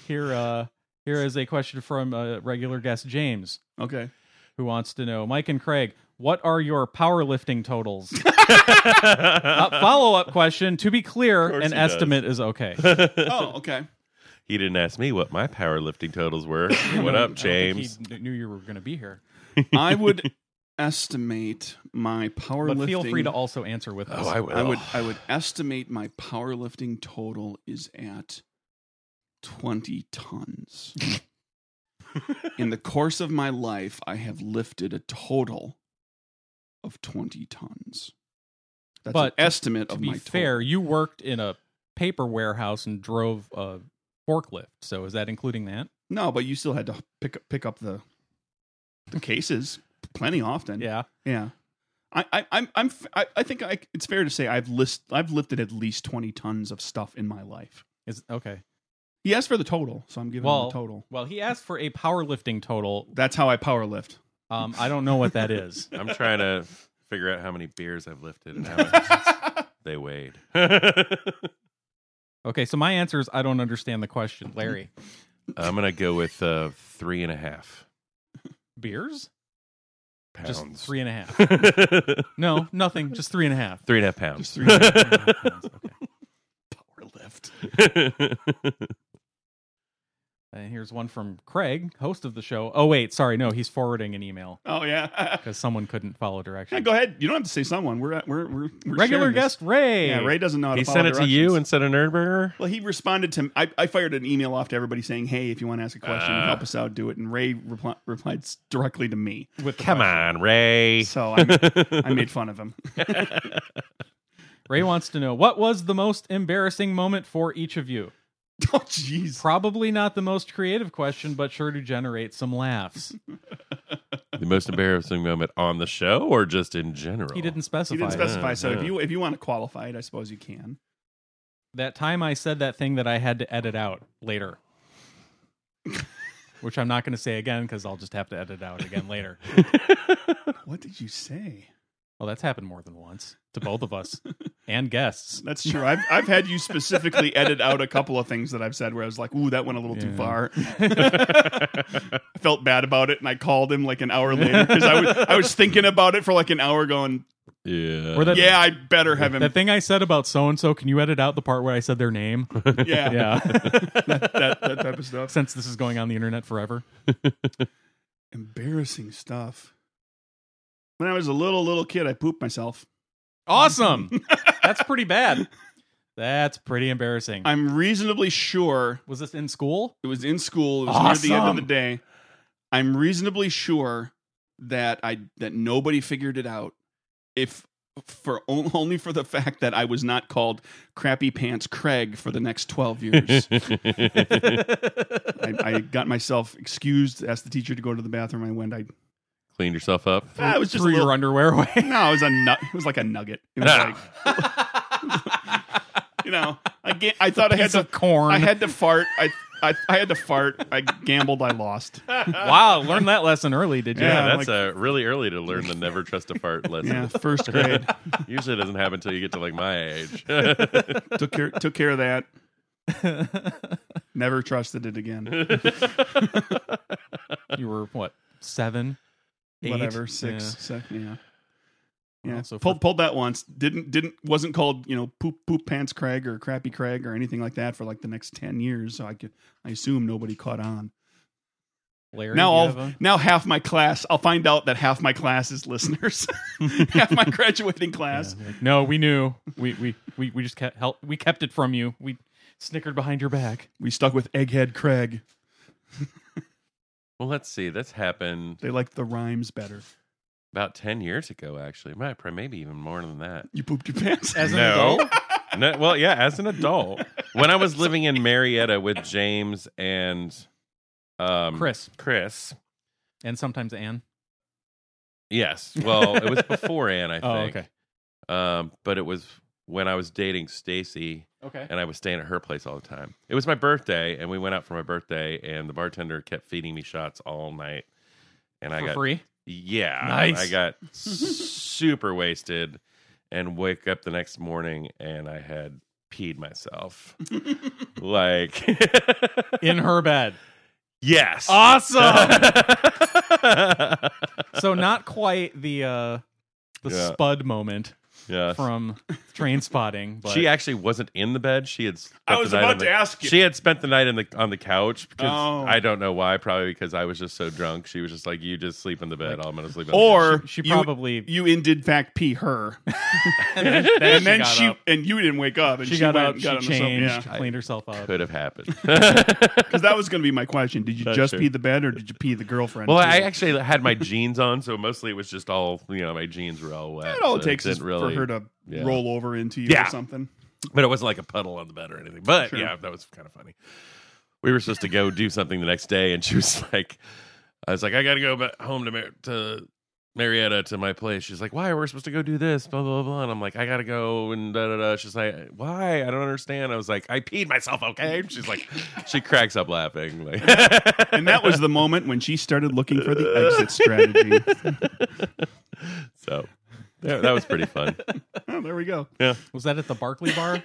S3: Here, uh, here is a question from uh, regular guest James,
S1: Okay.
S3: who wants to know, Mike and Craig, what are your powerlifting
S2: [laughs]
S3: totals? Follow up question. To be clear,
S2: course
S3: an
S2: he does.
S3: estimate is
S2: [laughs]
S3: okay.
S1: Oh, okay.
S2: [laughs] he didn't ask me what my powerlifting totals were. what up, James?
S3: I don't think he kn- knew you were going to be here,
S1: I would [laughs] estimate my powerlifting.
S3: but feel free to also answer with us.
S2: Oh, I will.
S1: I would. I would estimate my powerlifting total is at twenty tons. In the course of my life, I have lifted a total of twenty tons. That's
S3: But to-
S1: an estimate
S3: to
S1: of
S3: be
S1: my total.
S3: fair, you worked in a paper warehouse and drove a forklift. So is that including that?
S1: No, but you still had to pick up pick up the the cases plenty often.
S3: Yeah.
S1: Yeah. I, I, I'm, I'm, f- I, I think I, it's fair to say I've list, I've lifted at least 20 tons of stuff in my life.
S3: Is okay.
S1: He asked for the total, so I'm giving him
S3: Well,
S1: the total.
S3: well, he asked for a powerlifting total.
S1: That's how I power lift.
S3: Um, I don't know what that
S1: [laughs]
S3: is.
S2: I'm trying to figure out how many beers I've lifted and how much they weighed.
S3: Okay, so my answer is I don't understand the question, Larry.
S2: I'm gonna go with uh, three and a half
S3: Beers?
S2: pounds.
S3: Just
S2: [laughs]
S3: three and a half.
S2: three
S3: No, nothing. Just three and a half.
S2: and a half pounds.
S1: three and
S3: [laughs] Okay.
S1: Power lift.
S3: And here's one from Craig, host of the show. Oh wait, sorry, no, he's forwarding an email
S1: Oh yeah. [laughs]
S3: because someone couldn't follow
S1: yeah.
S3: directions.
S1: Go ahead. You don't have to say someone. We're at, we're we're, we're
S3: Regular
S1: sharing this.
S3: guest Ray.
S1: Yeah, Ray doesn't know. How
S2: he
S1: to
S2: sent
S1: follow
S2: it to you
S1: directions.
S2: instead of Nerdburger.
S1: Well, he responded to. I, I fired an email off to everybody saying, "Hey, if you want to ask a question,
S2: Uh.
S1: help us out, do it." And Ray repli- replied s- directly to me,
S3: With the
S2: Come
S3: question.
S2: on, Ray.
S1: so I, I made fun of him. [laughs]
S3: Ray wants to know what was the most embarrassing moment for each of you.
S1: oh, jeez.
S3: Probably not the most creative question, but sure to generate some laughs.
S2: the most embarrassing moment on the show, or just in general?
S3: He didn't specify.
S1: He didn't
S3: it.
S1: specify. So
S2: Yeah.
S1: if you if you want to qualify it, I suppose you can.
S3: That time I said that thing that I had to edit out later, which I'm not going to say again because I'll just have to edit out again later.
S1: What did you say?
S3: Well, that's happened more than once to both
S1: [laughs]
S3: of us and guests.
S1: That's true. I've I've had you specifically
S3: [laughs]
S1: edit out a couple of things that I've said where I was like, "Ooh, that went a little too
S3: Yeah. [laughs]
S1: far." [laughs] I felt bad about it, and I called him like an hour later because I was I was thinking about it for like an hour, going,
S2: Yeah.
S3: Or that-
S1: "Yeah, I better have him."
S3: That thing I said about so and so, can you edit out the part where I said
S1: [laughs]
S3: their name?
S1: yeah,
S3: Yeah.
S1: [laughs] that that type of stuff.
S3: Since this is going on the internet forever.
S1: Embarrassing stuff. When I was a little little kid, I pooped myself.
S3: Awesome. [laughs] That's
S1: [laughs]
S3: pretty bad. That's pretty embarrassing.
S1: I'm reasonably sure
S3: Was this in school?
S1: It was in school. It was near the end of the
S3: Awesome.
S1: day. I'm reasonably sure that I that nobody figured it out. If for on- [laughs] only for the fact that I was not called Crappy Pants Craig for the next twelve years,
S2: [laughs]
S1: I, I got myself excused. Asked the teacher to go to the bathroom. I went. I,
S2: Clean
S3: [laughs]
S2: yourself up.
S1: [laughs] ah, it was just a
S3: Threw your
S1: little, [laughs]
S3: underwear away.
S1: no. It was a nut. It was like a nugget. It was like [laughs] you know. I ga- I thought I had
S3: [laughs] Piece
S1: to.
S3: of corn.
S1: I had to fart. I, I I had to fart. I gambled. I lost.
S3: wow, learned that lesson early, did you?
S2: Yeah,
S1: Yeah,
S2: that's uh really early to [laughs] learn the never trust a fart
S1: Yeah,
S2: lesson.
S1: first grade.
S2: Usually it doesn't happen until you get to like my [laughs] age.
S1: took care took care of that. Never trusted it again.
S3: You were what? Seven? Eight?
S1: Whatever, six, se- yeah, yeah.
S3: Also
S1: pulled
S3: for-
S1: pulled that once. Didn't didn't wasn't called you know poop poop pants Craig or crappy Craig or anything like that for like the next ten years. So I could I assume nobody caught on.
S3: Yeah. Larry,
S1: now
S3: do you
S1: all
S3: have a-
S1: now half my class. I'll find out that half my class is listeners. [laughs] half my graduating class.
S3: Like, no, we knew. We we we, we just kept help. We kept it from you. We snickered behind your back.
S1: We stuck with egghead Craig.
S2: well, let's see. That's happened
S1: They liked the rhymes better.
S2: about 10 years ago, actually. Might- Maybe even more than that.
S1: You pooped your pants.
S3: As an
S2: No.
S3: adult,
S2: [laughs] No, well, yeah, as an adult.
S3: [laughs]
S2: When I was living in Marietta with James and
S1: Mm.
S2: um,
S3: Chris,
S2: Chris.
S3: and sometimes Anne.
S2: Yes. Well,
S3: [laughs]
S2: it was before Ann, I think.
S3: Oh, okay,
S2: Um, but it was when I was dating Stacy.
S3: okay.
S2: and I was staying at her place all the time. It was my birthday, and we went out for my birthday, and the bartender kept feeding me shots all night. And I
S3: For
S2: got
S3: free.
S2: yeah,
S3: Nice.
S2: I
S3: [laughs]
S2: got super wasted, and wake up the next morning, and I had peed
S3: [laughs]
S2: myself. like [laughs]
S3: in her
S1: [laughs]
S3: bed.
S2: yes,
S3: Awesome. [laughs] so not quite the uh the
S2: Yeah.
S3: spud moment
S2: [laughs] yes.
S3: from train
S1: [laughs]
S3: spotting, but
S2: she actually wasn't in the bed. She had. Spent
S1: I was
S2: the night on
S1: about to
S2: the-
S1: ask you.
S2: She had spent the night in the on the couch because
S1: Oh.
S2: I don't know why. Probably because I was just so drunk. She was just like, "You just sleep in the bed. I'm gonna sleep." On
S1: or
S3: she
S1: you-
S3: probably
S1: you, in did fact pee
S3: [laughs]
S1: her.
S3: then
S1: and then
S3: got
S1: she
S3: up.
S1: and you didn't wake up and
S3: she, got
S1: went
S3: up,
S1: and
S3: she
S1: got on the
S3: changed,
S1: sofa.
S3: cleaned herself
S2: the
S3: up.
S2: couch. could have happened. [laughs]
S1: Because that was going to be my question. Did you
S2: That's
S1: just
S2: true.
S1: pee the bed or did you pee the girlfriend?
S2: well,
S1: too? [laughs]
S2: I actually had my jeans on, so mostly it was just all you know. My jeans were all wet.
S1: That all
S2: so
S1: it takes is
S2: didn't really,
S1: for her to
S2: yeah.
S1: roll over into you
S2: Yeah.
S1: or something.
S2: but it wasn't like a puddle on the bed or anything. But
S1: Sure.
S2: yeah, that was kind of funny. We were supposed to go do something the next day, and she was [laughs] like, "I was like, I got to go back home to Mar- to Marietta to my place." She's like, "Why? We're supposed to go do this, blah blah blah." And I'm like, "I got to go," and da da da. She's like, "Why? I don't understand." I was like, "I peed myself, okay?"
S3: [laughs]
S2: She's like, she cracks up laughing. Like, [laughs]
S1: And that was the moment when she started looking for the
S2: [laughs]
S1: exit strategy.
S2: so
S3: [laughs]
S2: yeah, that was pretty fun,
S1: Oh, there we go.
S3: Was that at the Barclay bar?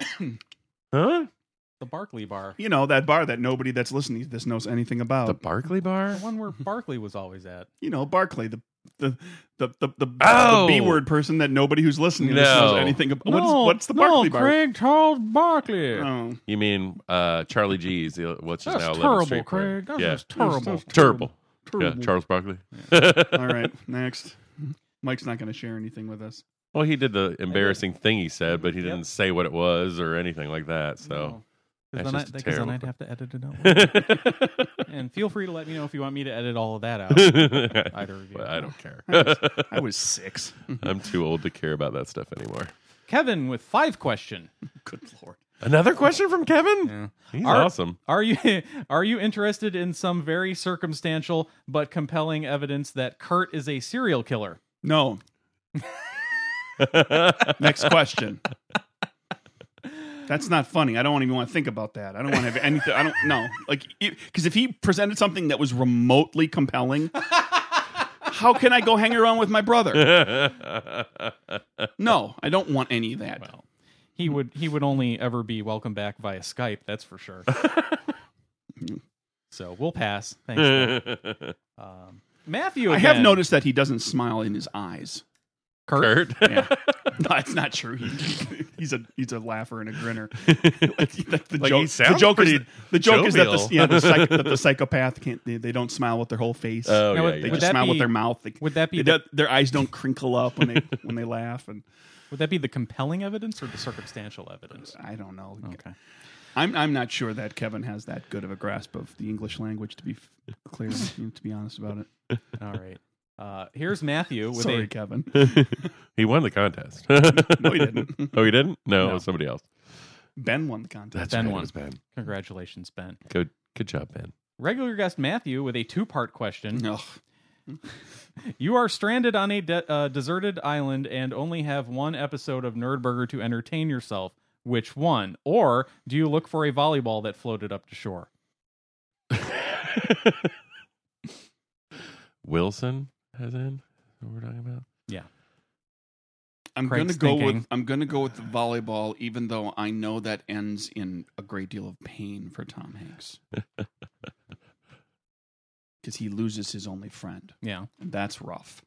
S2: huh?
S3: [coughs] The Barclay Bar.
S1: You know, that bar that nobody that's listening to this knows anything about.
S2: The Barclay Bar?
S3: The one where Barclay was always at.
S1: you know, Barclay, the the the the, the,
S2: Oh!
S1: the B word person that nobody who's listening to this knows
S2: No.
S1: anything about. What is, [laughs] what's the Barclay
S3: no,
S1: bar?
S3: Craig Charles Barkley.
S1: Oh,
S2: You mean uh, Charlie G's, the- what's his
S3: That's
S2: now 11th
S3: terrible,
S2: Street Bar.
S3: Craig. That's
S2: yeah.
S3: just terrible.
S2: terrible. Yeah,
S1: terrible.
S2: Charles Barkley.
S1: All right, next. Mike's not going to share anything with us.
S2: Well, he did the embarrassing thing he said, but he didn't say what it was or anything like that. So, That's
S3: Because then, I,
S2: just a
S3: 'cause then
S2: terrible
S3: I'd
S2: que-
S3: have to edit it
S2: [laughs]
S3: out. and feel free to let me know if you want me to edit all of that out. Either of you.
S2: but I don't care.
S1: [laughs]
S2: [laughs]
S1: I was six.
S2: I'm too old to care about that stuff anymore.
S3: Kevin with five question.
S1: Good lord.
S2: Another question from Kevin? He's
S3: Are-
S2: awesome.
S3: Are you [laughs] are you interested in some very circumstantial but compelling evidence that Kurt is a serial killer?
S1: No. Next question. That's not funny. I don't even want to think about that. I don't want to have anything. I don't know. Like, because if he presented something that was remotely compelling, how can I go hang around with my brother? No, I don't want any of that.
S3: He
S2: Hmm.
S3: would he would only ever be welcome back via Skype, that's for
S2: [laughs]
S3: sure. so we'll pass. Thanks. Bill.
S2: [laughs]
S3: um, Matthew,
S1: I have
S3: again.
S1: noticed that he doesn't smile in his eyes.
S3: Kurt.
S2: Kurt? [laughs]
S1: Yeah. [laughs] no, that's not true. He- he's a he's a laugher and a grinner. Like, the,
S2: Like, he
S1: joke, the
S2: sounds
S1: joke is
S2: pretty
S1: that, the joke is that the,
S2: jovial.
S1: yeah, the, psych, that
S2: [laughs]
S1: the psychopath can't they, they don't smile with their whole face.
S3: Now,
S2: oh, yeah.
S3: would-
S1: they
S2: yeah.
S3: would
S1: just
S3: that
S1: smile
S3: be-
S1: with their mouth. They,
S3: Would that be
S1: they
S3: the,
S1: don't- their eyes don't crinkle up when
S2: [laughs]
S1: they when they laugh and
S3: would that be the compelling evidence or the circumstantial evidence?
S1: I don't know.
S3: Okay.
S1: I'm I'm not sure that Kevin has that good of a grasp of the English language to be f-
S3: [laughs]
S1: clear to be honest about it.
S3: All right. Uh, here's
S1: [laughs]
S3: Matthew with
S1: Sorry,
S3: a [laughs]
S1: Kevin.
S2: he won the contest.
S1: [laughs] No, he didn't.
S2: [laughs] oh, he didn't? No,
S3: No.
S2: it was somebody else.
S1: Ben won the contest.
S2: That's
S3: Ben
S2: right,
S3: won.
S2: It was Ben.
S3: congratulations, Ben.
S2: Good, good job, Ben.
S3: Regular guest Matthew with a two part
S1: [laughs]
S3: question.
S1: Ugh.
S3: You are stranded on a de- uh, deserted island and only have one episode of Nerdburger to entertain yourself. Which one? Or do you look for a volleyball that floated up to shore?
S2: Wilson has in. What we're talking about?
S1: I'm
S3: Craig's
S1: gonna go
S3: thinking.
S1: with I'm gonna go with the volleyball, even though I know that ends in a great deal of pain for Tom Hanks.
S3: [laughs]
S1: Because he loses his only friend.
S3: Yeah.
S1: And that's rough.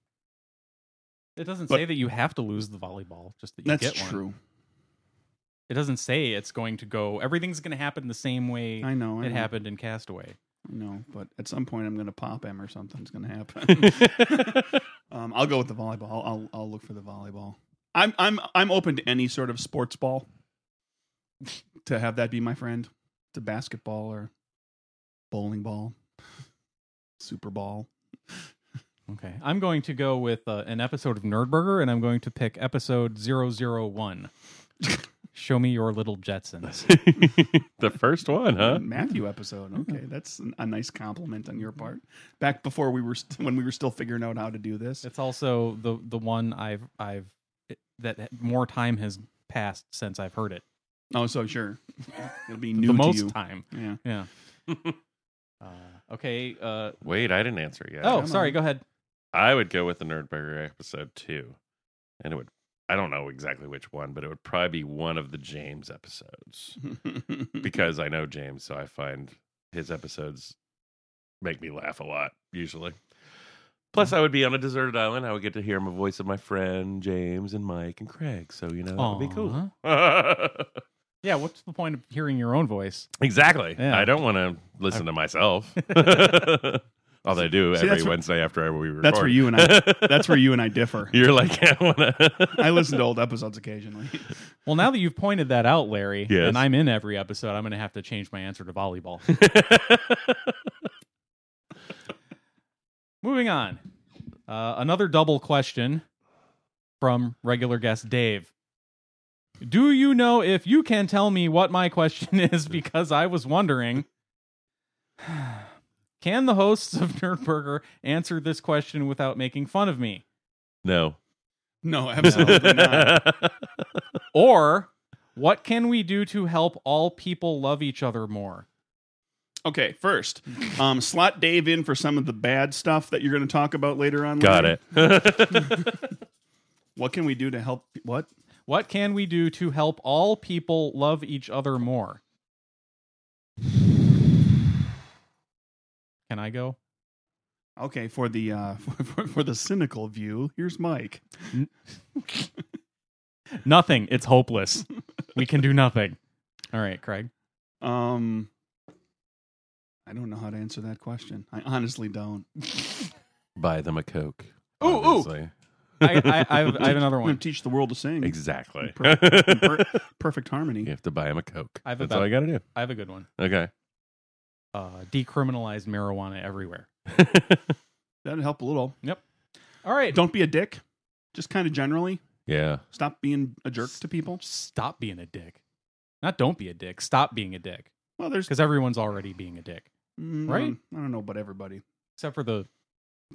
S3: It doesn't
S1: But-
S3: say that you have to lose the volleyball, just that you
S1: That's
S3: get one.
S1: true.
S3: It doesn't say it's going to go, everything's going to happen the same way
S1: I know. I
S3: it
S1: know,
S3: happened in Castaway.
S1: I know. But at some point, I'm gonna pop him or something's gonna
S3: [laughs]
S1: happen.
S2: [laughs]
S1: um, I'll go with the volleyball. I'll I'll look for the volleyball. I'm I'm I'm open to any sort of sports ball. [laughs] to have that be my friend, to basketball or bowling ball, [laughs] super ball.
S3: Okay. I'm going to go with uh, an episode of Nerdburger and I'm going to pick episode 001. [laughs] Show me your little Jetsons.
S2: [laughs] the first one, huh?
S1: Matthew episode. Okay, that's an- a nice compliment on your part. Back before we were st- when we were still figuring out how to do this.
S3: It's also the the one I've I've that more time has passed since I've heard it.
S1: Oh, so sure, it'll be new
S3: the
S1: to
S3: most
S1: you.
S3: time.
S1: Yeah,
S3: Yeah.
S2: [laughs]
S3: uh, okay. Uh,
S2: Wait, I didn't answer yet.
S3: oh,
S1: come
S3: sorry.
S1: on.
S3: Go ahead.
S2: I would go with the Nerdburger episode two, and it would. I don't know exactly which one, but it would probably be one of the James episodes because I know James, so I find his episodes make me laugh a lot usually. Plus, I would be on a deserted island. I would get to hear my voice of my friend James and Mike and Craig. So you know, that would be cool.
S3: Aw. [laughs] Yeah. What's the point of hearing your own voice?
S2: exactly.
S3: Yeah.
S2: I don't want to listen to myself.
S3: [laughs]
S2: [laughs] Although I do
S1: See,
S2: every
S1: that's where-
S2: Wednesday after we
S1: [laughs]
S2: record.
S1: that's where you and
S2: [laughs]
S1: I. That's where you and I differ.
S2: You're like, [laughs] I want to.
S1: I listen to old episodes occasionally. [laughs]
S3: Well, now that you've pointed that out, Larry,
S2: Yes.
S3: and I'm in every episode, I'm going to have to change my answer to volleyball. Moving on. Uh, another double question from regular guest Dave. Do you know if you can tell me what my question [laughs] is? Because I was wondering. [sighs] Can the hosts of Nerdburger answer this question without making fun of me?
S2: no.
S1: No, absolutely not.
S3: Or what can we do to help all people love each other more?
S1: Okay, first, um, slot Dave in for some of the bad stuff that you're going to talk about later on.
S2: Got
S1: Larry.
S2: it. [laughs]
S1: What can we do to help? What?
S3: What can we do to help all people love each other more? Can I go?
S1: Okay, for the uh, [laughs] for, for, for the cynical view, here's Mike.
S3: Nothing. It's hopeless. we can do nothing. All right, Craig.
S1: Um, I don't know how to answer that question. I honestly
S3: [laughs]
S1: don't.
S2: Buy them a Coke.
S3: Ooh, ooh.
S2: obviously.
S3: I, I, I, have, I have another
S1: I'm gonna
S3: one.
S1: teach the world to sing.
S2: Exactly.
S1: Perfect,
S3: [laughs]
S1: per- perfect
S2: [laughs] you
S1: harmony.
S2: have to buy them a Coke.
S3: I have a
S2: That's all
S3: bet.
S2: I got to do.
S3: [laughs] I have a good one.
S2: Okay. [laughs]
S3: Uh, decriminalize marijuana everywhere.
S1: That'd help a little.
S3: All right.
S1: Don't be a dick. Just kind of generally,
S2: yeah.
S1: stop being a jerk to people.
S3: stop being a dick. Not don't be a dick. Stop being a dick.
S1: Well, there's
S3: Because everyone's already being a dick,
S1: mm,
S3: right?
S1: I don't know about everybody.
S3: except for the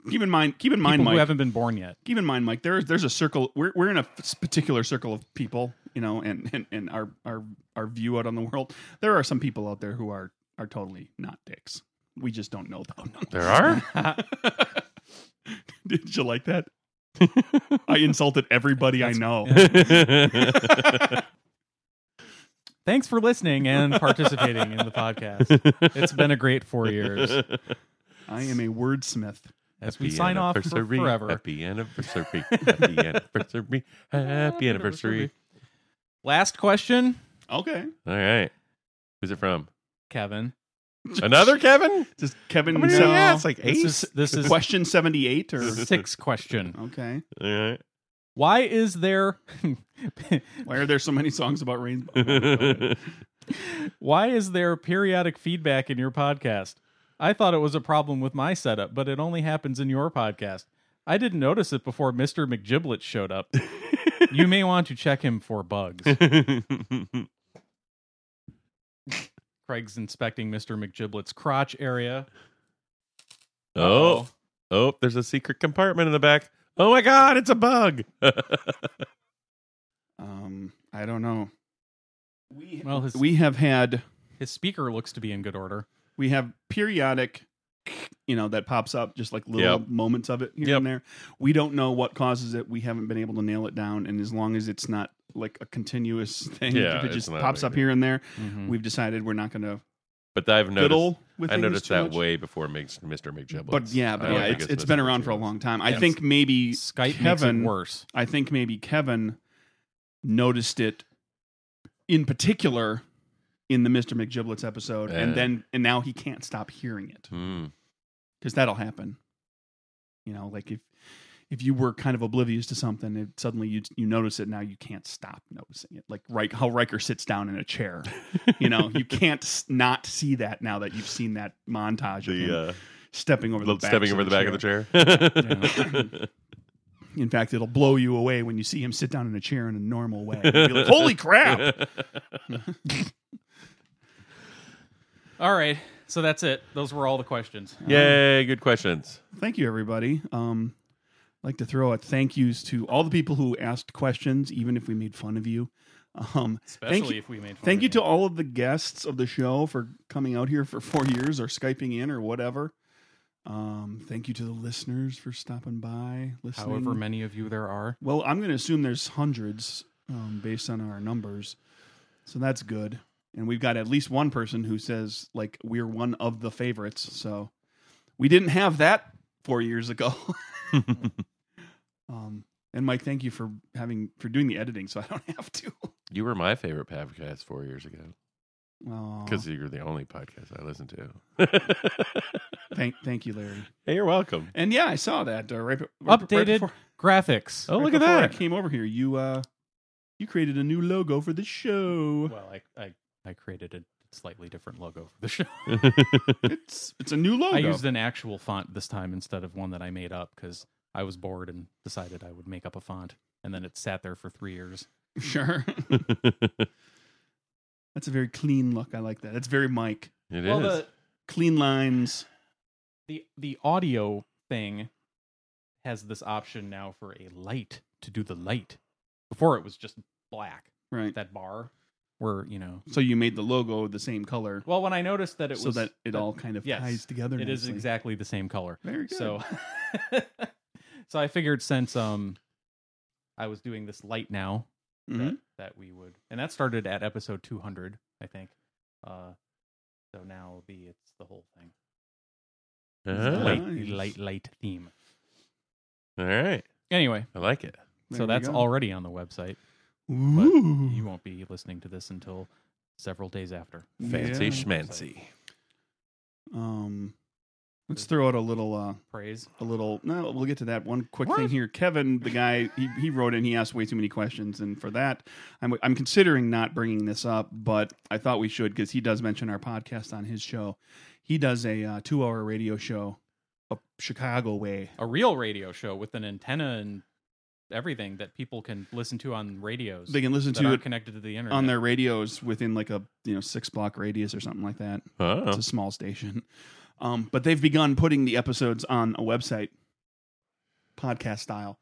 S1: Keep in mind. Keep in
S3: people
S1: mind,
S3: who
S1: Mike.
S3: haven't been born yet.
S1: keep in mind, Mike, there's there's a circle. We're we're in a f- particular circle of people, you know, and and, and our, our our view out on the world. There are some people out there who are are totally not dicks. We just don't know them.
S2: [laughs] There are?
S1: [laughs] Did you like that? I insulted everybody I know.
S3: Thanks for listening and participating in the podcast. It's been a great four years.
S1: I am a wordsmith.
S3: As [laughs] we sign off for
S2: anniversary,
S3: forever.
S2: Happy anniversary.
S3: [laughs]
S2: Happy anniversary. Happy anniversary.
S3: Last question,
S1: Okay,
S2: All right. Who's it from?
S3: Kevin.
S2: Another
S1: [laughs]
S2: Kevin?
S1: just Kevin.
S2: How many
S1: so-
S2: do we got? it's like eight.
S3: This is this is
S1: question seventy eight or
S3: sixth question.
S1: okay.
S2: All right.
S3: Why is there [laughs]
S1: Why are there so many songs about
S2: [laughs]
S1: rainbow? [laughs]
S3: Why is there periodic feedback in your podcast? I thought it was a problem with my setup, but it only happens in your podcast. I didn't notice it before Mr. McGiblet showed up. you may want to check him for bugs. Craig's inspecting Mr. McGiblet's crotch area.
S2: oh. Oh, there's a secret compartment in the back. Oh my god, it's a bug. [laughs]
S1: Um, I don't know. We
S3: Well, his,
S1: we have had
S3: his speaker looks to be in good order.
S1: we have periodic you know that pops up just like little
S2: Yep.
S1: moments of it here
S2: Yep.
S1: and there we don't know what causes it we haven't been able to nail it down and as long as it's not like a continuous [laughs] thing
S2: Yeah,
S1: if it
S2: it's
S1: just
S2: not
S1: pops up
S2: like-
S1: here and there
S3: Mhm.
S1: we've decided we're not going to
S2: but I've noticed
S1: fiddle with
S2: I
S1: things
S2: noticed
S1: too
S2: that
S1: much.
S2: way before Mix- Mr. McJibbles.
S1: but yeah but
S2: I
S1: yeah
S2: don't think
S1: it's, it's been
S2: Mr.
S1: around for a
S2: McJibbles.
S1: long time i
S3: Yeah,
S1: think maybe
S3: Skype
S1: kevin
S3: makes it worse.
S1: i think maybe kevin noticed it in particular in the mr mcgiblets episode
S2: Uh.
S1: and then and now he can't stop hearing it
S2: Hmm.
S1: because that'll happen. You know, like if if you were kind of oblivious to something, it, suddenly you you notice it. Now you can't stop noticing it. Like Rik- how Riker sits down in a chair. You know,
S2: [laughs]
S1: you can't s- not see that now that you've seen that montage of him
S2: The uh,
S1: stepping over the Uh-huh.
S2: little
S1: backs
S2: stepping over the back of the chair. [laughs]
S1: In fact, it'll blow you away when you see him sit down in a chair in a normal way. You'll
S2: [laughs]
S1: be like, Holy crap!
S3: All right. So that's it. Those were all the questions.
S2: Yay, good questions.
S1: thank you everybody um I'd like to throw out thank yous to all the people who asked questions even if we made fun of you um
S3: Especially
S1: thank you,
S3: if we made fun
S1: thank
S3: of
S1: you to all of the guests of the show for coming out here for four years or skyping in or whatever um thank you to the listeners for stopping by listening
S3: however many of you there are.
S1: well i'm going to assume there's hundreds um based on our numbers so that's good and we've got at least one person who says like we're one of the favorites so we didn't have that four years ago [laughs] Um, and Mike, thank you for having for doing the editing, so I don't have to.
S2: You were my favorite podcast four years ago
S1: Aw,
S2: because you were the only podcast I listened
S1: [laughs]
S2: to.
S1: thank thank you, Larry.
S2: hey, you're welcome. [laughs]
S1: And yeah, I saw that uh, right, right- right
S3: Updated
S1: before,
S3: graphics.
S2: Oh,
S1: right
S2: look at
S1: before
S2: that.
S1: I came over here. You uh, you created a new logo for the show.
S3: Well, I, I, I created a slightly different logo for the [laughs] show.
S1: It's it's a new logo. [laughs]
S3: I used an actual font this time instead of one that I made up because I was bored and decided I would make up a font. And then it sat there for three years. [laughs]
S1: sure. That's a very clean look. I like that. That's very Mike.
S2: It is.
S3: well, the,
S1: Clean lines.
S3: the the audio thing has this option now for a light to do the light. Before it was just black.
S1: Right.
S3: That bar where you know.
S1: So you made the logo the same color,
S3: Well, when I noticed that it
S1: so
S3: was
S1: that it all kind of
S3: yes,
S1: ties together.
S3: it is
S1: nicely.
S3: exactly the same color.
S1: Very good.
S3: So, [laughs] so I figured since um, I was doing this light now that,
S1: Mhm.
S3: that we would, and that started at episode 200, I think. Uh, so now it'll be it's the whole thing.
S2: Ah,
S3: Light,
S1: Nice.
S3: light, light theme.
S2: all right.
S3: Anyway,
S2: I like it.
S1: There
S3: so
S1: we
S3: that's
S1: go.
S3: already on the website.
S2: Hmm.
S1: Ooh.
S3: You won't be listening to this until several days after.
S2: Fancy
S1: Yeah.
S2: schmancy.
S1: Um, let's throw out a little, uh,
S3: Praise.
S1: a little. No, we'll get to that one quick thing
S3: What?
S1: here. Kevin, the guy, he, he wrote in. He asked way too many questions, and for that, I'm I'm considering not bringing this up, but I thought we should because he does mention our podcast on his show. He does a uh, two hour radio show up Chicago way.
S3: A real radio show with an antenna and everything that people can listen to on radios
S1: They can listen
S3: that
S1: to
S3: aren't
S1: it
S3: connected to the internet.
S1: on their radios within like a you know six block radius or something like that.
S2: Oh,
S1: It's a small station. Um, but they've begun putting the episodes on a website, podcast style.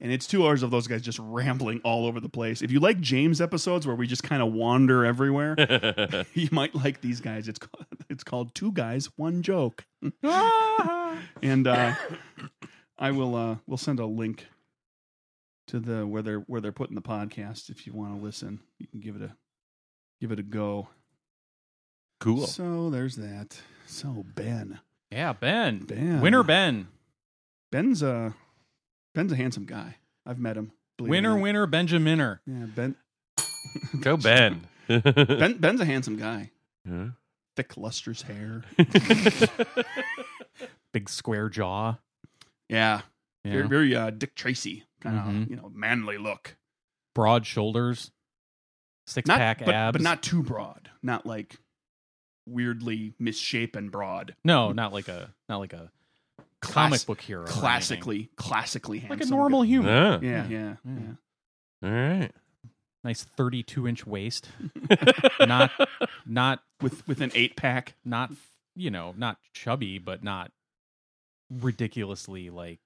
S1: And it's two hours of those guys just rambling all over the place. If you like James episodes where we just kind of wander everywhere, [laughs] you might like these guys. It's called, it's called Two Guys, One Joke. and uh, I will uh, we'll send a link to the where they're where they're putting the podcast if you want to listen. You can give it a give it a go.
S2: cool.
S1: So there's that. So Ben,
S3: yeah, Ben.
S1: Ben,
S3: Winner Ben.
S1: Ben's a Ben's a handsome guy. I've met him. believe it
S3: Winner,
S1: or not.
S3: winner, Benjaminer.
S1: Yeah, Ben.
S2: Go [laughs] Ben.
S1: [laughs] Ben Ben's a handsome guy.
S2: Huh?
S1: Thick, lustrous hair.
S3: Big square jaw.
S1: Yeah,
S3: you
S1: very,
S3: know?
S1: very uh, Dick Tracy kind of
S3: Mhm.
S1: you know manly look.
S3: Broad shoulders. Six
S1: Not
S3: pack
S1: but,
S3: abs.
S1: but not too broad. Not like weirdly misshapen broad.
S3: No, not like a not like a comic
S1: Class-
S3: book hero. or anything.
S1: classically, classically handsome.
S3: like a normal human.
S2: Ah,
S1: Yeah, yeah,
S3: Yeah.
S1: yeah.
S2: all right.
S3: Nice thirty-two
S1: [laughs]
S3: inch waist. not not
S1: With with an eight pack.
S3: not you know not chubby, but not ridiculously like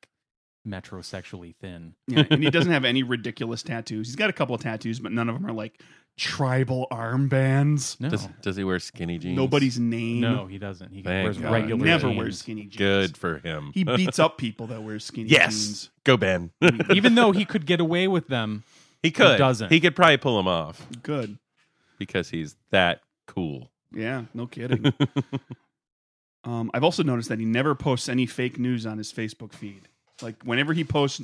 S3: metrosexually thin.
S1: Yeah, and he doesn't have any ridiculous tattoos. He's got a couple of tattoos, but none of them are like tribal armbands.
S3: No,
S2: Does Does he wear skinny jeans?
S1: Nobody's name.
S3: no, he doesn't. He
S2: Thank
S3: wears
S1: God.
S3: regular.
S1: Never
S3: jeans.
S1: wears skinny jeans.
S2: Good for him. Uh,
S1: He [laughs] beats up people that wear skinny
S2: [laughs] yes.
S1: jeans. [laughs]
S2: Go Ben.
S3: [laughs] Even though he could get away with them,
S2: he could.
S3: doesn't.
S2: He could probably pull him off
S1: Good.
S2: because he's that cool.
S1: Yeah, no kidding. um, I've also noticed that he never posts any fake news on his Facebook feed. Like whenever he posts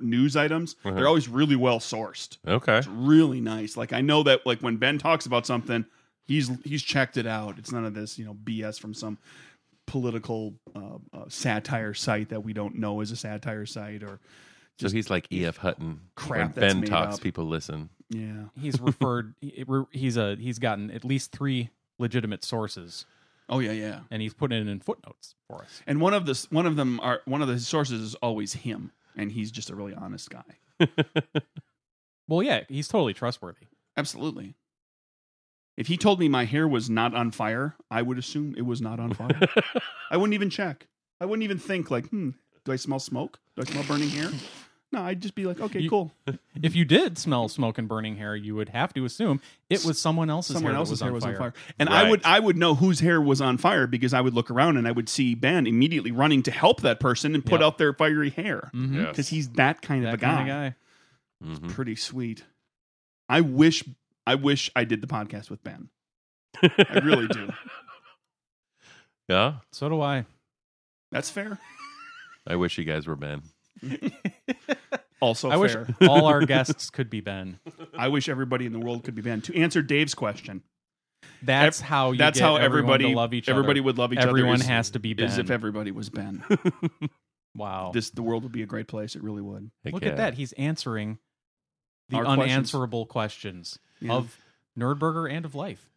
S1: news items,
S2: Uh-huh.
S1: they're always really well sourced.
S2: Okay.
S1: It's really nice. Like I know that like when Ben talks about something, he's he's checked it out. It's none of this you know BS from some political uh, uh, satire site that we don't know is a satire site or
S2: So he's like E.F. Hutton.
S1: Crap
S2: When
S1: that's
S2: Ben
S1: made
S2: talks,
S1: up.
S2: people listen.
S1: yeah.
S3: he's referred. he- he's a he's gotten at least three legitimate sources,
S1: Oh yeah, yeah.
S3: and he's put it in footnotes for us.
S1: And one of the one of them are one of the sources is always him, and he's just a really honest guy.
S3: Well, yeah, he's totally trustworthy.
S1: Absolutely. If he told me my hair was not on fire, I would assume it was not on fire. I wouldn't even check. I wouldn't even think like, hmm, do I smell smoke? Do I smell burning hair? No, I'd just be like, okay,
S3: You-
S1: cool.
S3: If you did smell smoke and burning hair, you would have to assume it was someone else's
S1: Someone
S3: hair that
S1: else's hair was on fire, and I
S2: Right.
S1: would I would know whose hair was on fire because I would look around and I would see Ben immediately running to help that person and put
S3: Yep.
S1: out their fiery hair
S3: Mhm.
S2: Yes.
S1: because he's that kind
S3: That
S1: of a
S3: kinda
S1: guy.
S3: guy.
S2: Mhm.
S1: pretty sweet. I wish I wish I did the podcast with Ben. I really do.
S2: Yeah.
S3: So do I.
S1: That's fair.
S2: I wish you guys were Ben.
S1: Also
S3: I wish
S1: fair.
S3: [laughs]
S1: [laughs]
S3: all our guests could be Ben.
S1: I wish everybody in the world could be Ben. To answer Dave's question,
S3: That's how Oh, you
S1: that's
S3: get
S1: how
S3: everyone to
S1: everybody
S3: love each
S1: everybody
S3: other.
S1: would love each
S3: everyone
S1: other. is-
S3: has to be Oh. Ben.
S1: is if everybody was Ben.
S3: wow.
S1: this the world would be a great place. It really would.
S2: Heck
S3: Look
S2: yeah.
S3: at that. He's answering the
S1: Our questions.
S3: unanswerable questions,
S1: Yeah.
S3: of Nerdburger and of life.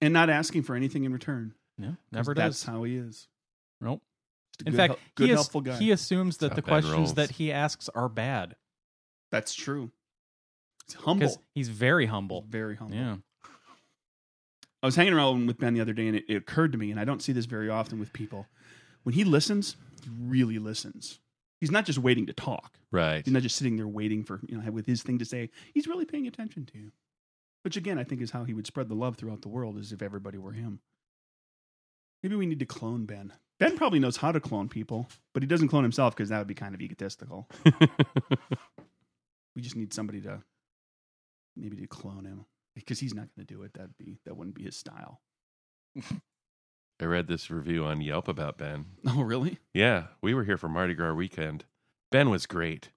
S1: and not asking for anything in return.
S3: No,
S1: 'Cause
S3: never
S1: That's
S3: does.
S1: how he is.
S3: Nope.
S1: Just a
S3: In
S1: good
S3: fact,
S1: hel- good
S3: he, as-
S1: helpful guy.
S3: he assumes that
S2: That's
S3: the
S2: how Ben
S3: questions
S2: rolls.
S3: that he asks are bad
S1: that's true. He's humble.
S3: because he's very humble.
S1: Very humble.
S3: Yeah.
S1: I was hanging around with Ben the other day, and it, it occurred to me, and I don't see this very often with people. When he listens, he really listens. He's not just waiting to talk.
S2: Right.
S1: He's not just sitting there waiting for you know with his thing to say. He's really paying attention to you, which again I think is how he would spread the love throughout the world, is if everybody were him. Maybe we need to clone Ben. Ben probably knows how to clone people, but he doesn't clone himself because that would be kind of [laughs] egotistical. we just need somebody to maybe to clone him because he's not going to do it. That'd be that wouldn't be his style.
S2: I read this review on Yelp about Ben.
S1: Oh, really?
S2: Yeah, we were here for Mardi Gras weekend. Ben was great.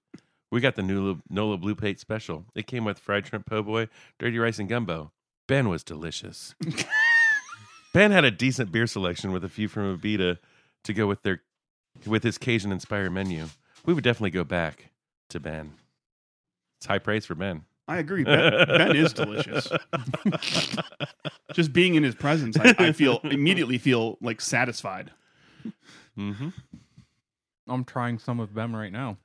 S2: We got the new Nola Blue Plate special. It came with fried shrimp po' boy, dirty rice, and gumbo. Ben
S3: [laughs]
S2: was delicious. ben had a decent beer selection with a few from Abita to go with their with his Cajun inspired menu. We would definitely go back to Ben. It's high praise for Ben.
S1: I agree. Ben, ben is delicious. Just being in his presence, I, I feel immediately feel like satisfied.
S2: Mm-hmm.
S3: I'm trying some of them
S1: [laughs]
S3: right now.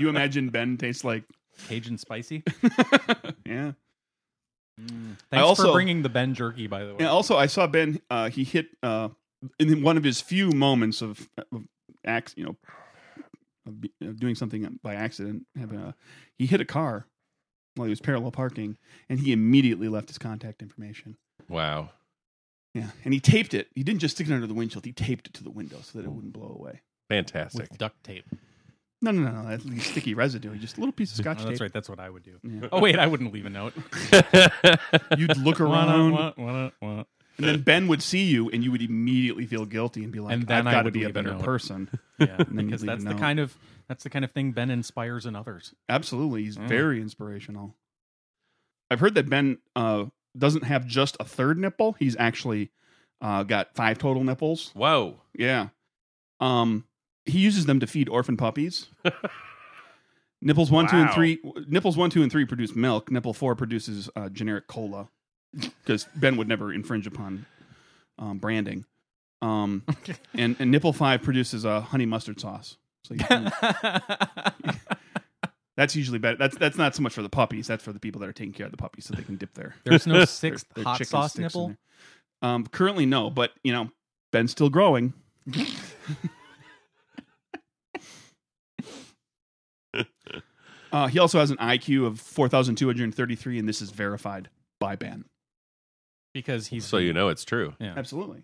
S1: You imagine Ben tastes like, [laughs]
S3: Cajun spicy.
S1: yeah. I
S3: Thanks
S1: also-
S3: for bringing the Ben jerky, by the way.
S1: And also, I saw Ben. Uh, he hit uh, in one of his few moments of, of acts, you know, of, be- of doing something by accident. Having a, he hit a car while he was parallel parking, and he immediately left his contact information.
S2: Wow.
S1: Yeah, and he taped it. He didn't just stick it under the windshield. He taped it to the window so that it wouldn't blow away.
S2: Fantastic.
S3: With duct tape.
S1: No, no, no, no. That's the sticky residue. Just a little piece of
S3: Oh,
S1: scotch
S3: that's
S1: tape.
S3: right. That's what I would do.
S1: Yeah.
S3: Oh wait, I wouldn't leave a note.
S1: You'd look around,
S3: [laughs] Wah, wah, wah, wah, wah.
S1: and then Ben would see you, and you would immediately feel guilty and be like,
S3: And then
S1: "I've
S3: I
S1: got to
S3: would
S1: be a
S3: leave a
S1: better
S3: note. [laughs]
S1: person."
S3: Yeah,
S1: then you
S3: because
S1: leave a
S3: that's the
S1: note.
S3: kind of that's the kind of thing Ben inspires in others. [laughs]
S1: Absolutely, he's
S3: Mm.
S1: very inspirational. I've heard that Ben uh, doesn't have just a third nipple; he's actually uh, got five total nipples.
S2: Whoa.
S1: Yeah, um, he uses them to feed orphan puppies. nipples one, two, and
S2: Wow.
S1: three. Nipples one, two, and three produce milk. Nipple four produces uh, generic cola because Ben would never infringe upon um, branding. Um, and, and nipple five produces a honey mustard sauce. So you can, That's usually better. That's that's not so much for the puppies. That's for the people that are taking care of the puppies, so they can dip their
S3: There's
S2: [laughs]
S3: no
S1: their-
S3: sixth
S1: their
S3: hot
S1: chicken
S3: sauce
S1: sticks in
S3: nipple.
S1: there. Um, currently, no, but you know, Ben's still growing.
S3: [laughs]
S1: uh, he also has an IQ of four thousand two hundred thirty-three, and this is verified by Ben.
S3: because he's
S2: So you know it's true.
S3: yeah,
S1: Absolutely,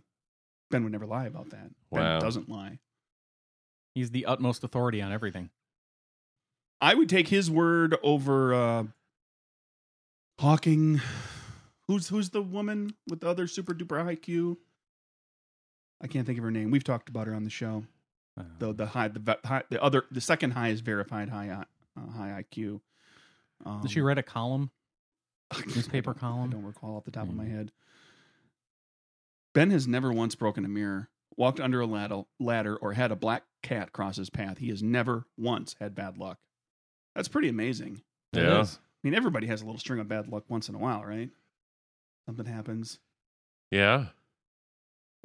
S1: Ben would never lie about that.
S2: Wow.
S1: Ben doesn't lie.
S3: he's the utmost authority on everything.
S1: I would take his word over uh Hawking. Who's who's the woman with the other super duper high Q? I can't think of her name. We've talked about her on the show.
S3: Uh,
S1: The the high the ve- high, the other the second highest verified high uh, high IQ. Um,
S3: Did
S1: [coughs]
S3: she read a column? newspaper
S1: I don't-
S3: column?
S1: I don't recall off the top of my
S3: Hmm.
S1: head. Ben has never once broken a mirror, walked under a ladder, ladder, or had a black cat cross his path. He has never once had bad luck. That's pretty amazing.
S3: It
S2: Yeah.
S3: is.
S1: I mean, everybody has a little string of bad luck once in a while, right? Something happens.
S2: Yeah.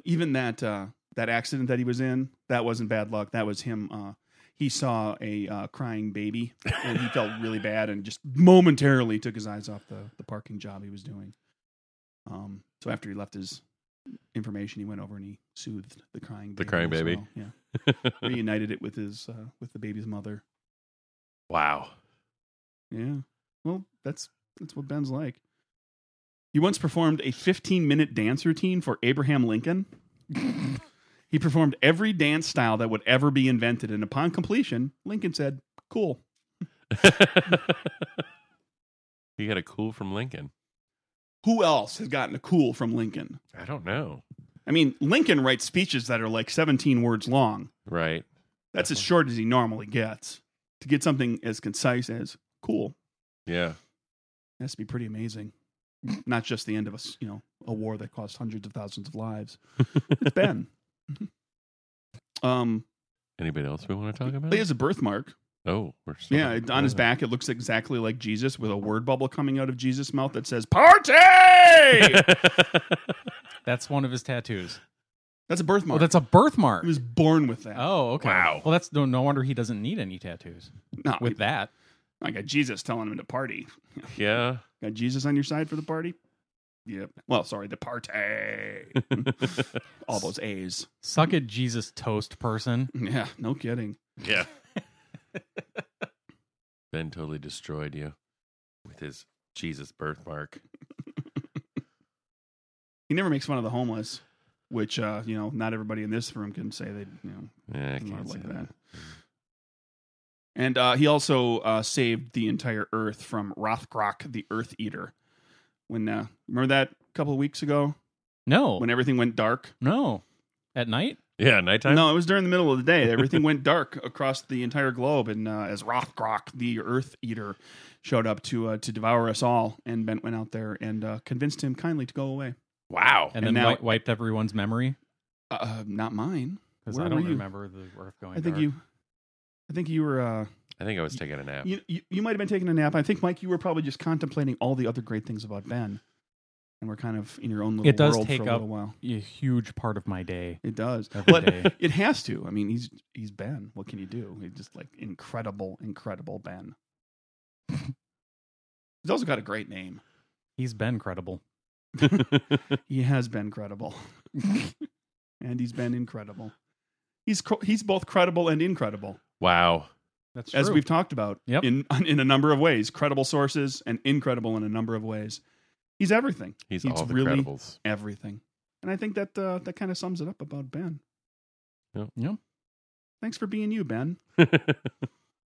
S1: Even that uh, that accident that he was in, that wasn't bad luck. That was him. Uh, he saw a uh, crying baby, and he felt
S2: [laughs]
S1: really bad, and just momentarily took his eyes off the the parking job he was doing. Um, so after he left his information, he went over and he soothed the crying
S2: The crying
S1: as
S2: baby.
S1: well. Yeah,
S2: [laughs]
S1: reunited it with his uh, with the baby's mother.
S2: wow.
S1: Yeah. Well, that's that's what Ben's like. He once performed a 15-minute dance routine for Abraham Lincoln. [laughs] he performed every dance style that would ever be invented, and upon completion, Lincoln said, "Cool."
S2: [laughs] he got a cool from Lincoln.
S1: Who else has gotten a cool from Lincoln?
S2: I don't know.
S1: I mean, Lincoln writes speeches that are like 17 words long.
S2: Right.
S1: That's as short as he normally gets. To get something as concise as "cool"
S2: Yeah.
S1: has to be pretty amazing. Not just the end of a s- you know a war that cost hundreds of thousands of lives. It's
S3: [laughs]
S1: Ben. um,
S2: Anybody else we want to talk about?
S1: he has a birthmark.
S2: oh, we're still-
S1: Yeah, on his
S2: uh, [laughs]
S1: back, it looks exactly like Jesus, with a word bubble coming out of Jesus' mouth that says
S3: [laughs]
S1: "Party."
S3: That's one of his tattoos.
S1: that's a
S3: Oh,
S1: birthmark.
S3: that's a birthmark.
S1: he was born with that.
S3: Oh, okay.
S2: Wow.
S3: Well, that's no, no wonder he doesn't need any tattoos
S1: no,
S3: with that.
S1: I got Jesus telling him to party.
S2: yeah.
S1: Got Jesus on your side for the party. Yep. Well, sorry, the
S3: [laughs]
S1: party. All those A's.
S3: Suck it, Jesus toast person.
S1: Yeah, no kidding.
S2: Yeah. [laughs] ben totally destroyed you with his Jesus birthmark.
S1: he never makes fun of the homeless, which uh, you know not everybody in this room can say they you know
S2: Yeah, I
S1: not
S2: can't say
S1: like
S2: that.
S1: that. And uh, he also uh, saved the entire Earth from Rothgrok, the Earth Eater. When uh, remember that a couple of weeks ago,
S3: No.
S1: when everything went dark?
S3: no. At night?
S2: Yeah, nighttime.
S1: No, it was during the middle of the
S2: [laughs]
S1: day. Everything went dark across the entire globe, and uh, as Rothgrok, the Earth Eater, showed up to uh, to devour us all, and Bent went out there and uh, convinced him kindly to go away.
S2: Wow.
S3: And,
S1: And
S3: then
S1: now-
S3: wi- wiped everyone's memory?
S1: Uh, not mine.
S3: Because
S1: Where
S3: I don't
S1: were you?
S3: remember the Earth going
S1: I think
S3: dark.
S1: you. I think you were. Uh,
S2: I think I was taking a nap.
S1: you, you you might have been taking a nap. I think Mike, you were probably just contemplating all the other great things about Ben, and we're kind of in your own little
S3: It does
S1: world
S3: take
S1: for a
S3: up-
S1: little while.
S3: a huge part of my day.
S1: It does,
S3: Every
S1: but
S3: day.
S1: [laughs] it has to. I mean, he's he's Ben. What can you do? He's just like incredible, incredible Ben. [laughs] he's also got a great name.
S3: He's been credible.
S1: [laughs] He has been credible, [laughs] and he's been incredible. He's cr- he's both credible and incredible,
S2: wow.
S3: That's
S1: as we've talked about
S3: Yep.
S1: in [laughs] in a number of ways. Credible sources and incredible in a number of ways. He's everything.
S2: He's,
S1: He's
S2: all the
S1: really-
S2: Credibles. [laughs]
S1: everything. And I think that uh, that kind of sums it up about Ben.
S2: Yeah.
S3: Yeah.
S1: Thanks for being you, Ben. We're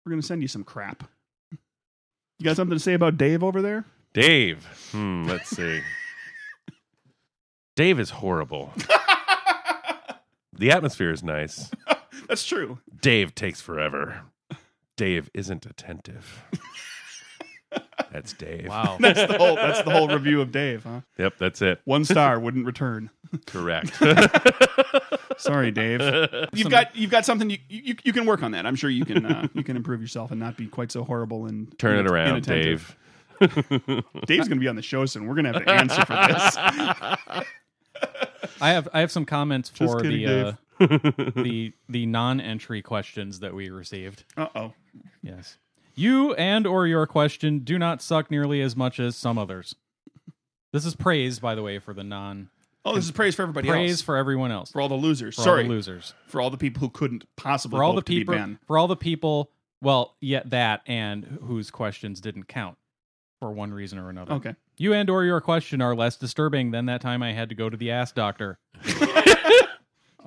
S1: gonna send you some crap. You got something to say about Dave over there?
S2: Dave. Hmm,
S3: [laughs]
S2: let's see. Dave is horrible. the atmosphere is nice.
S1: That's true.
S2: Dave takes forever. Dave
S3: [laughs]
S2: isn't attentive. That's Dave.
S1: [laughs]
S3: wow.
S1: That's the whole. That's the whole review of Dave, huh?
S2: Yep, that's it.
S1: One star wouldn't return.
S2: Correct.
S3: [laughs]
S1: Sorry, Dave. [laughs] You've got you've got something you, you you can work on that. I'm sure you can uh, you can improve yourself and not be quite so horrible and
S2: Turn it
S1: inat-
S2: around,
S1: inattentive.
S2: Dave.
S1: Dave's gonna be on the show soon. We're gonna have to answer for
S3: [laughs]
S1: this.
S3: I have I have
S1: [laughs]
S3: some comments
S1: Just
S3: for
S1: kidding,
S3: the
S1: [laughs]
S3: uh, the the non-entry questions that we received.
S1: Uh oh.
S3: Yes. You and or your question do not suck nearly as much as some others. This is praise, by the way, for the non
S1: Oh, this is praise for everybody
S3: praise
S1: else.
S3: for everyone else.
S1: for all the losers.
S3: for all
S1: Sorry,
S3: the losers.
S1: for all the people who couldn't possibly
S3: For all the
S1: hope to be
S3: people
S1: Ben.
S3: for all the people well, yeah, that and whose questions didn't count for one reason or another.
S1: Okay,
S3: You and or your question are less disturbing than that time I had to go to the ass doctor. on
S1: [laughs]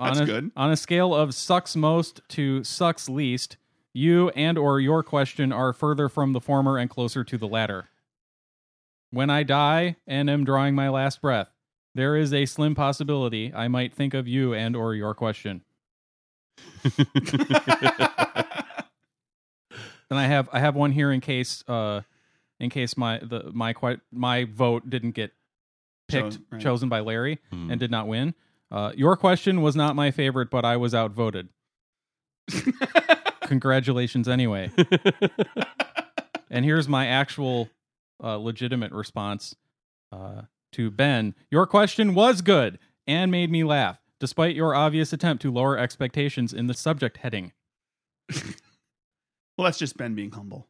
S1: That's
S3: a,
S1: good.
S3: On a scale of sucks most to sucks least, you and or your question are further from the former and closer to the latter. When I die and am drawing my last breath, there is a slim possibility I might think of you and or your question. And I have I have one here in case uh in case my the my qui- my vote didn't get picked
S1: Chose- right.
S3: chosen by Larry
S2: Hmm.
S3: and did not win. Uh, your question was not my favorite, but I was outvoted. Congratulations, anyway. and here's my actual uh, legitimate response uh, to Ben. Your question was good and made me laugh, despite your obvious attempt to lower expectations in the subject heading.
S1: well, that's just Ben being humble.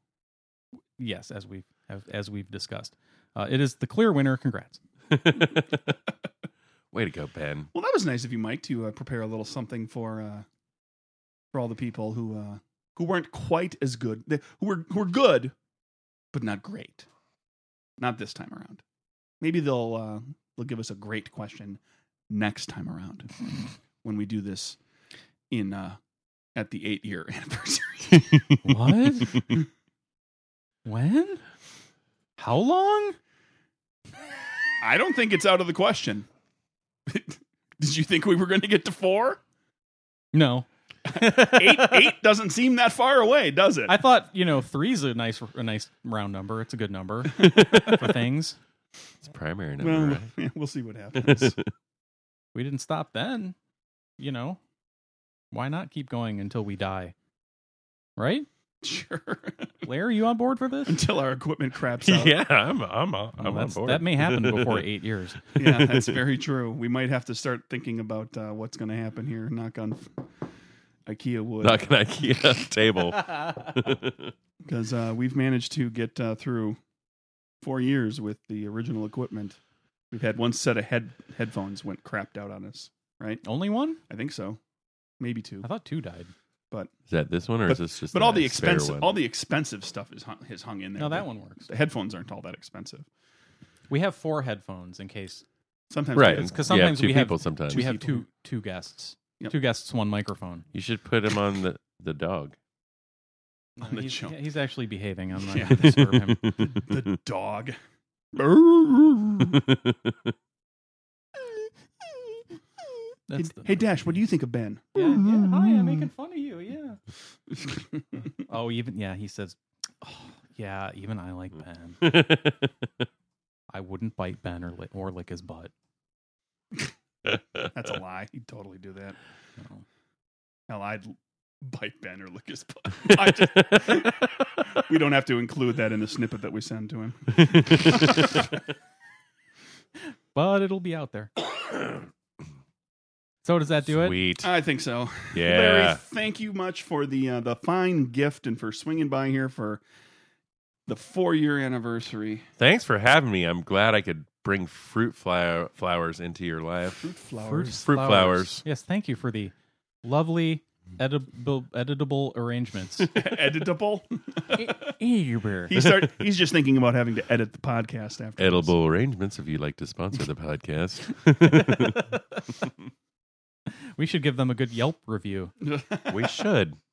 S3: Yes, as we have as we've discussed, uh, it is the clear winner. Congrats.
S2: [laughs] Way to go, Ben.
S1: Well, that was nice of you, Mike, to uh, prepare a little something for uh, for all the people who uh, who weren't quite as good, th- who were who were good, but not great. Not this time around. Maybe they'll uh, they'll give us a great question next time around when we do this in uh, at the eight year [laughs] anniversary.
S3: What? [laughs] when? How long?
S1: I don't think it's out of the question. [laughs] Did you think we were going to get to four?
S3: No,
S1: Eight, eight doesn't seem that far away, does it?
S3: I thought you know three's a nice a nice round number. It's a good number for things.
S2: It's primary number,
S1: well,
S2: right?
S1: yeah, we'll see what happens.
S3: We didn't stop then. You know, why not keep going until we die? Right,
S1: sure. [laughs]
S3: Larry, you on board for this?
S1: Until our equipment
S2: [laughs]
S1: craps out.
S2: Yeah, I'm I'm I'm
S3: Well,
S2: on
S3: that's-
S2: board.
S3: That may
S1: [laughs]
S3: happen
S2: [laughs]
S3: before eight years.
S1: Yeah, that's very true. We might have to start thinking about uh, what's going to happen here. Knock on IKEA wood.
S2: Not gonna IKEA
S3: [laughs]
S2: table.
S1: because uh, we've managed to get uh, through four years with the original equipment. We've had one set of head headphones went crapped out on us.
S3: Only one?
S1: I think so, maybe two.
S3: I thought two died.
S2: Is that this one or is this just?
S1: But all
S2: that
S1: the
S2: spare
S1: expensive,
S2: one?
S1: all the expensive stuff is hung, is hung in there.
S3: No, that
S1: The-
S3: one works.
S1: The headphones aren't all that expensive.
S3: We have four headphones in case
S1: Sometimes we
S2: right
S1: [laughs] get-
S3: 'cause
S2: Yeah,
S3: sometimes
S2: two
S3: we have-
S2: people. sometimes
S3: we have
S1: people.
S3: two two guests.
S1: Yep.
S3: Two guests, one microphone.
S2: you should put him on the
S3: [laughs]
S2: the dog.
S1: On the
S3: he's,
S1: show.
S3: yeah, he's actually behaving. I'm not
S1: Yeah.
S3: gonna disturb him.
S1: [laughs]
S2: [laughs]
S1: the dog. Hey,
S3: That's the
S1: hey, Dash, what do you Mm-hmm. think of Ben?
S3: Yeah, yeah, hi, I'm making fun of you. Yeah. oh, even yeah, he says, oh, yeah, even I like Ben. I wouldn't bite Ben or lick, or lick his butt.
S1: That's a lie. He'd totally do that.
S3: No.
S1: Hell, I'd bite Ben or lick his butt. I just, we don't have to include that in the snippet that we send to him.
S3: But it'll be
S1: [coughs]
S3: out there. so does that do it?
S2: Sweet.
S1: I think so. Larry,
S2: Yeah.
S1: thank you much for the uh, the fine gift and for swinging by here for the four year anniversary.
S2: Thanks for having me. I'm glad I could bring fruit flower, flowers into your life.
S1: Fruit flowers.
S2: Fruit flowers.
S3: Yes, thank you for the lovely edible editable
S2: [laughs]
S3: arrangements.
S1: Editable.
S3: Eber.
S1: He start. He's just thinking about having to edit the podcast after. this.
S2: Edible arrangements if you'd like to sponsor
S3: [laughs]
S2: the podcast.
S3: we should give them a good Yelp review.
S2: we should.
S1: [laughs]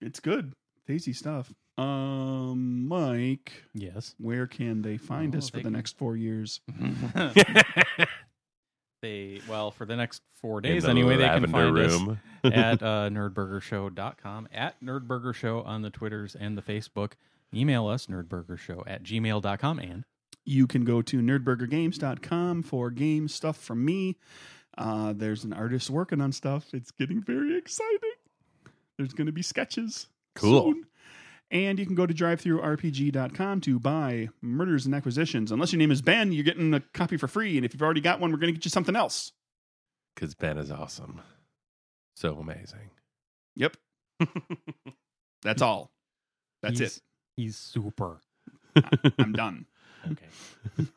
S1: It's good. Tasty stuff. Um, Mike,
S3: Yes.
S1: where can they find
S3: Oh,
S1: us for
S3: they
S1: the
S3: can-
S1: next four years?
S3: They well for the next four
S2: In
S3: days
S2: the
S3: anyway. They can find
S2: lavender
S3: us
S2: room. [laughs]
S3: at uh, nerdburgershow.com, at nerdburgershow on the Twitters and the Facebook. Email us nerdburgershow at gmail.com and
S1: You can go to nerdburgergames.com for game stuff from me. Uh, there's an artist working on stuff. It's getting very exciting. There's going to be sketches.
S2: Cool.
S1: soon. And you can go to drivethroughrpg.com to buy Murders and Acquisitions. Unless your name is Ben, you're getting a copy for free. And if you've already got one, we're going to get you something else.
S2: Because Ben is awesome. So amazing.
S1: Yep. [laughs] That's all. That's
S3: he's, He's super.
S1: it. I'm done.
S3: Okay.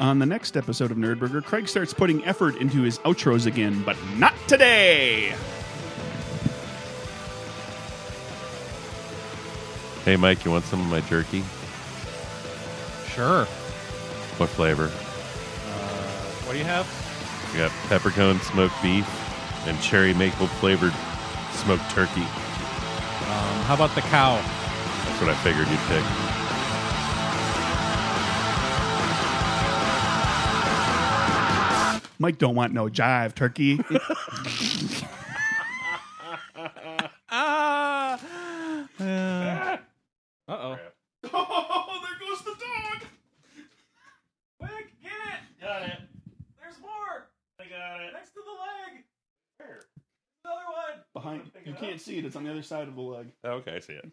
S1: On the next episode of Nerdburger, Craig starts putting effort into his outros again, but not today.
S2: Hey, Mike, you want some of my jerky?
S3: Sure.
S2: What flavor?
S3: What do you have?
S2: We got peppercorn smoked beef and cherry maple flavored smoked turkey.
S3: Um, how about the cow?
S2: That's what I figured you'd pick.
S1: Mike don't want no jive turkey.
S3: Ah. Uh oh.
S1: oh, there goes the dog.
S3: Quick, get it! Got it. There's more. I got it. Next to the leg. Another one.
S1: Behind, you can't see it. It's on the other side of the leg.
S2: Okay, I see it.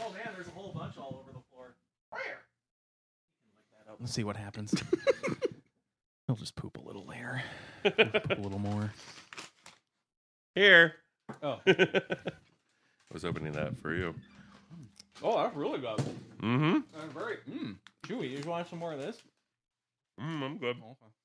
S3: Oh man, there's a whole bunch all over the floor. Where? Let's see what happens.
S2: [laughs]
S3: He'll just poop a little later. poop a little more.
S2: Here.
S3: Oh.
S2: [laughs] I was opening that for you.
S3: Oh, that's really good.
S2: Mm
S3: That's very mm. chewy. You want some more of this?
S2: hmm. Mm, I'm good.
S3: Okay.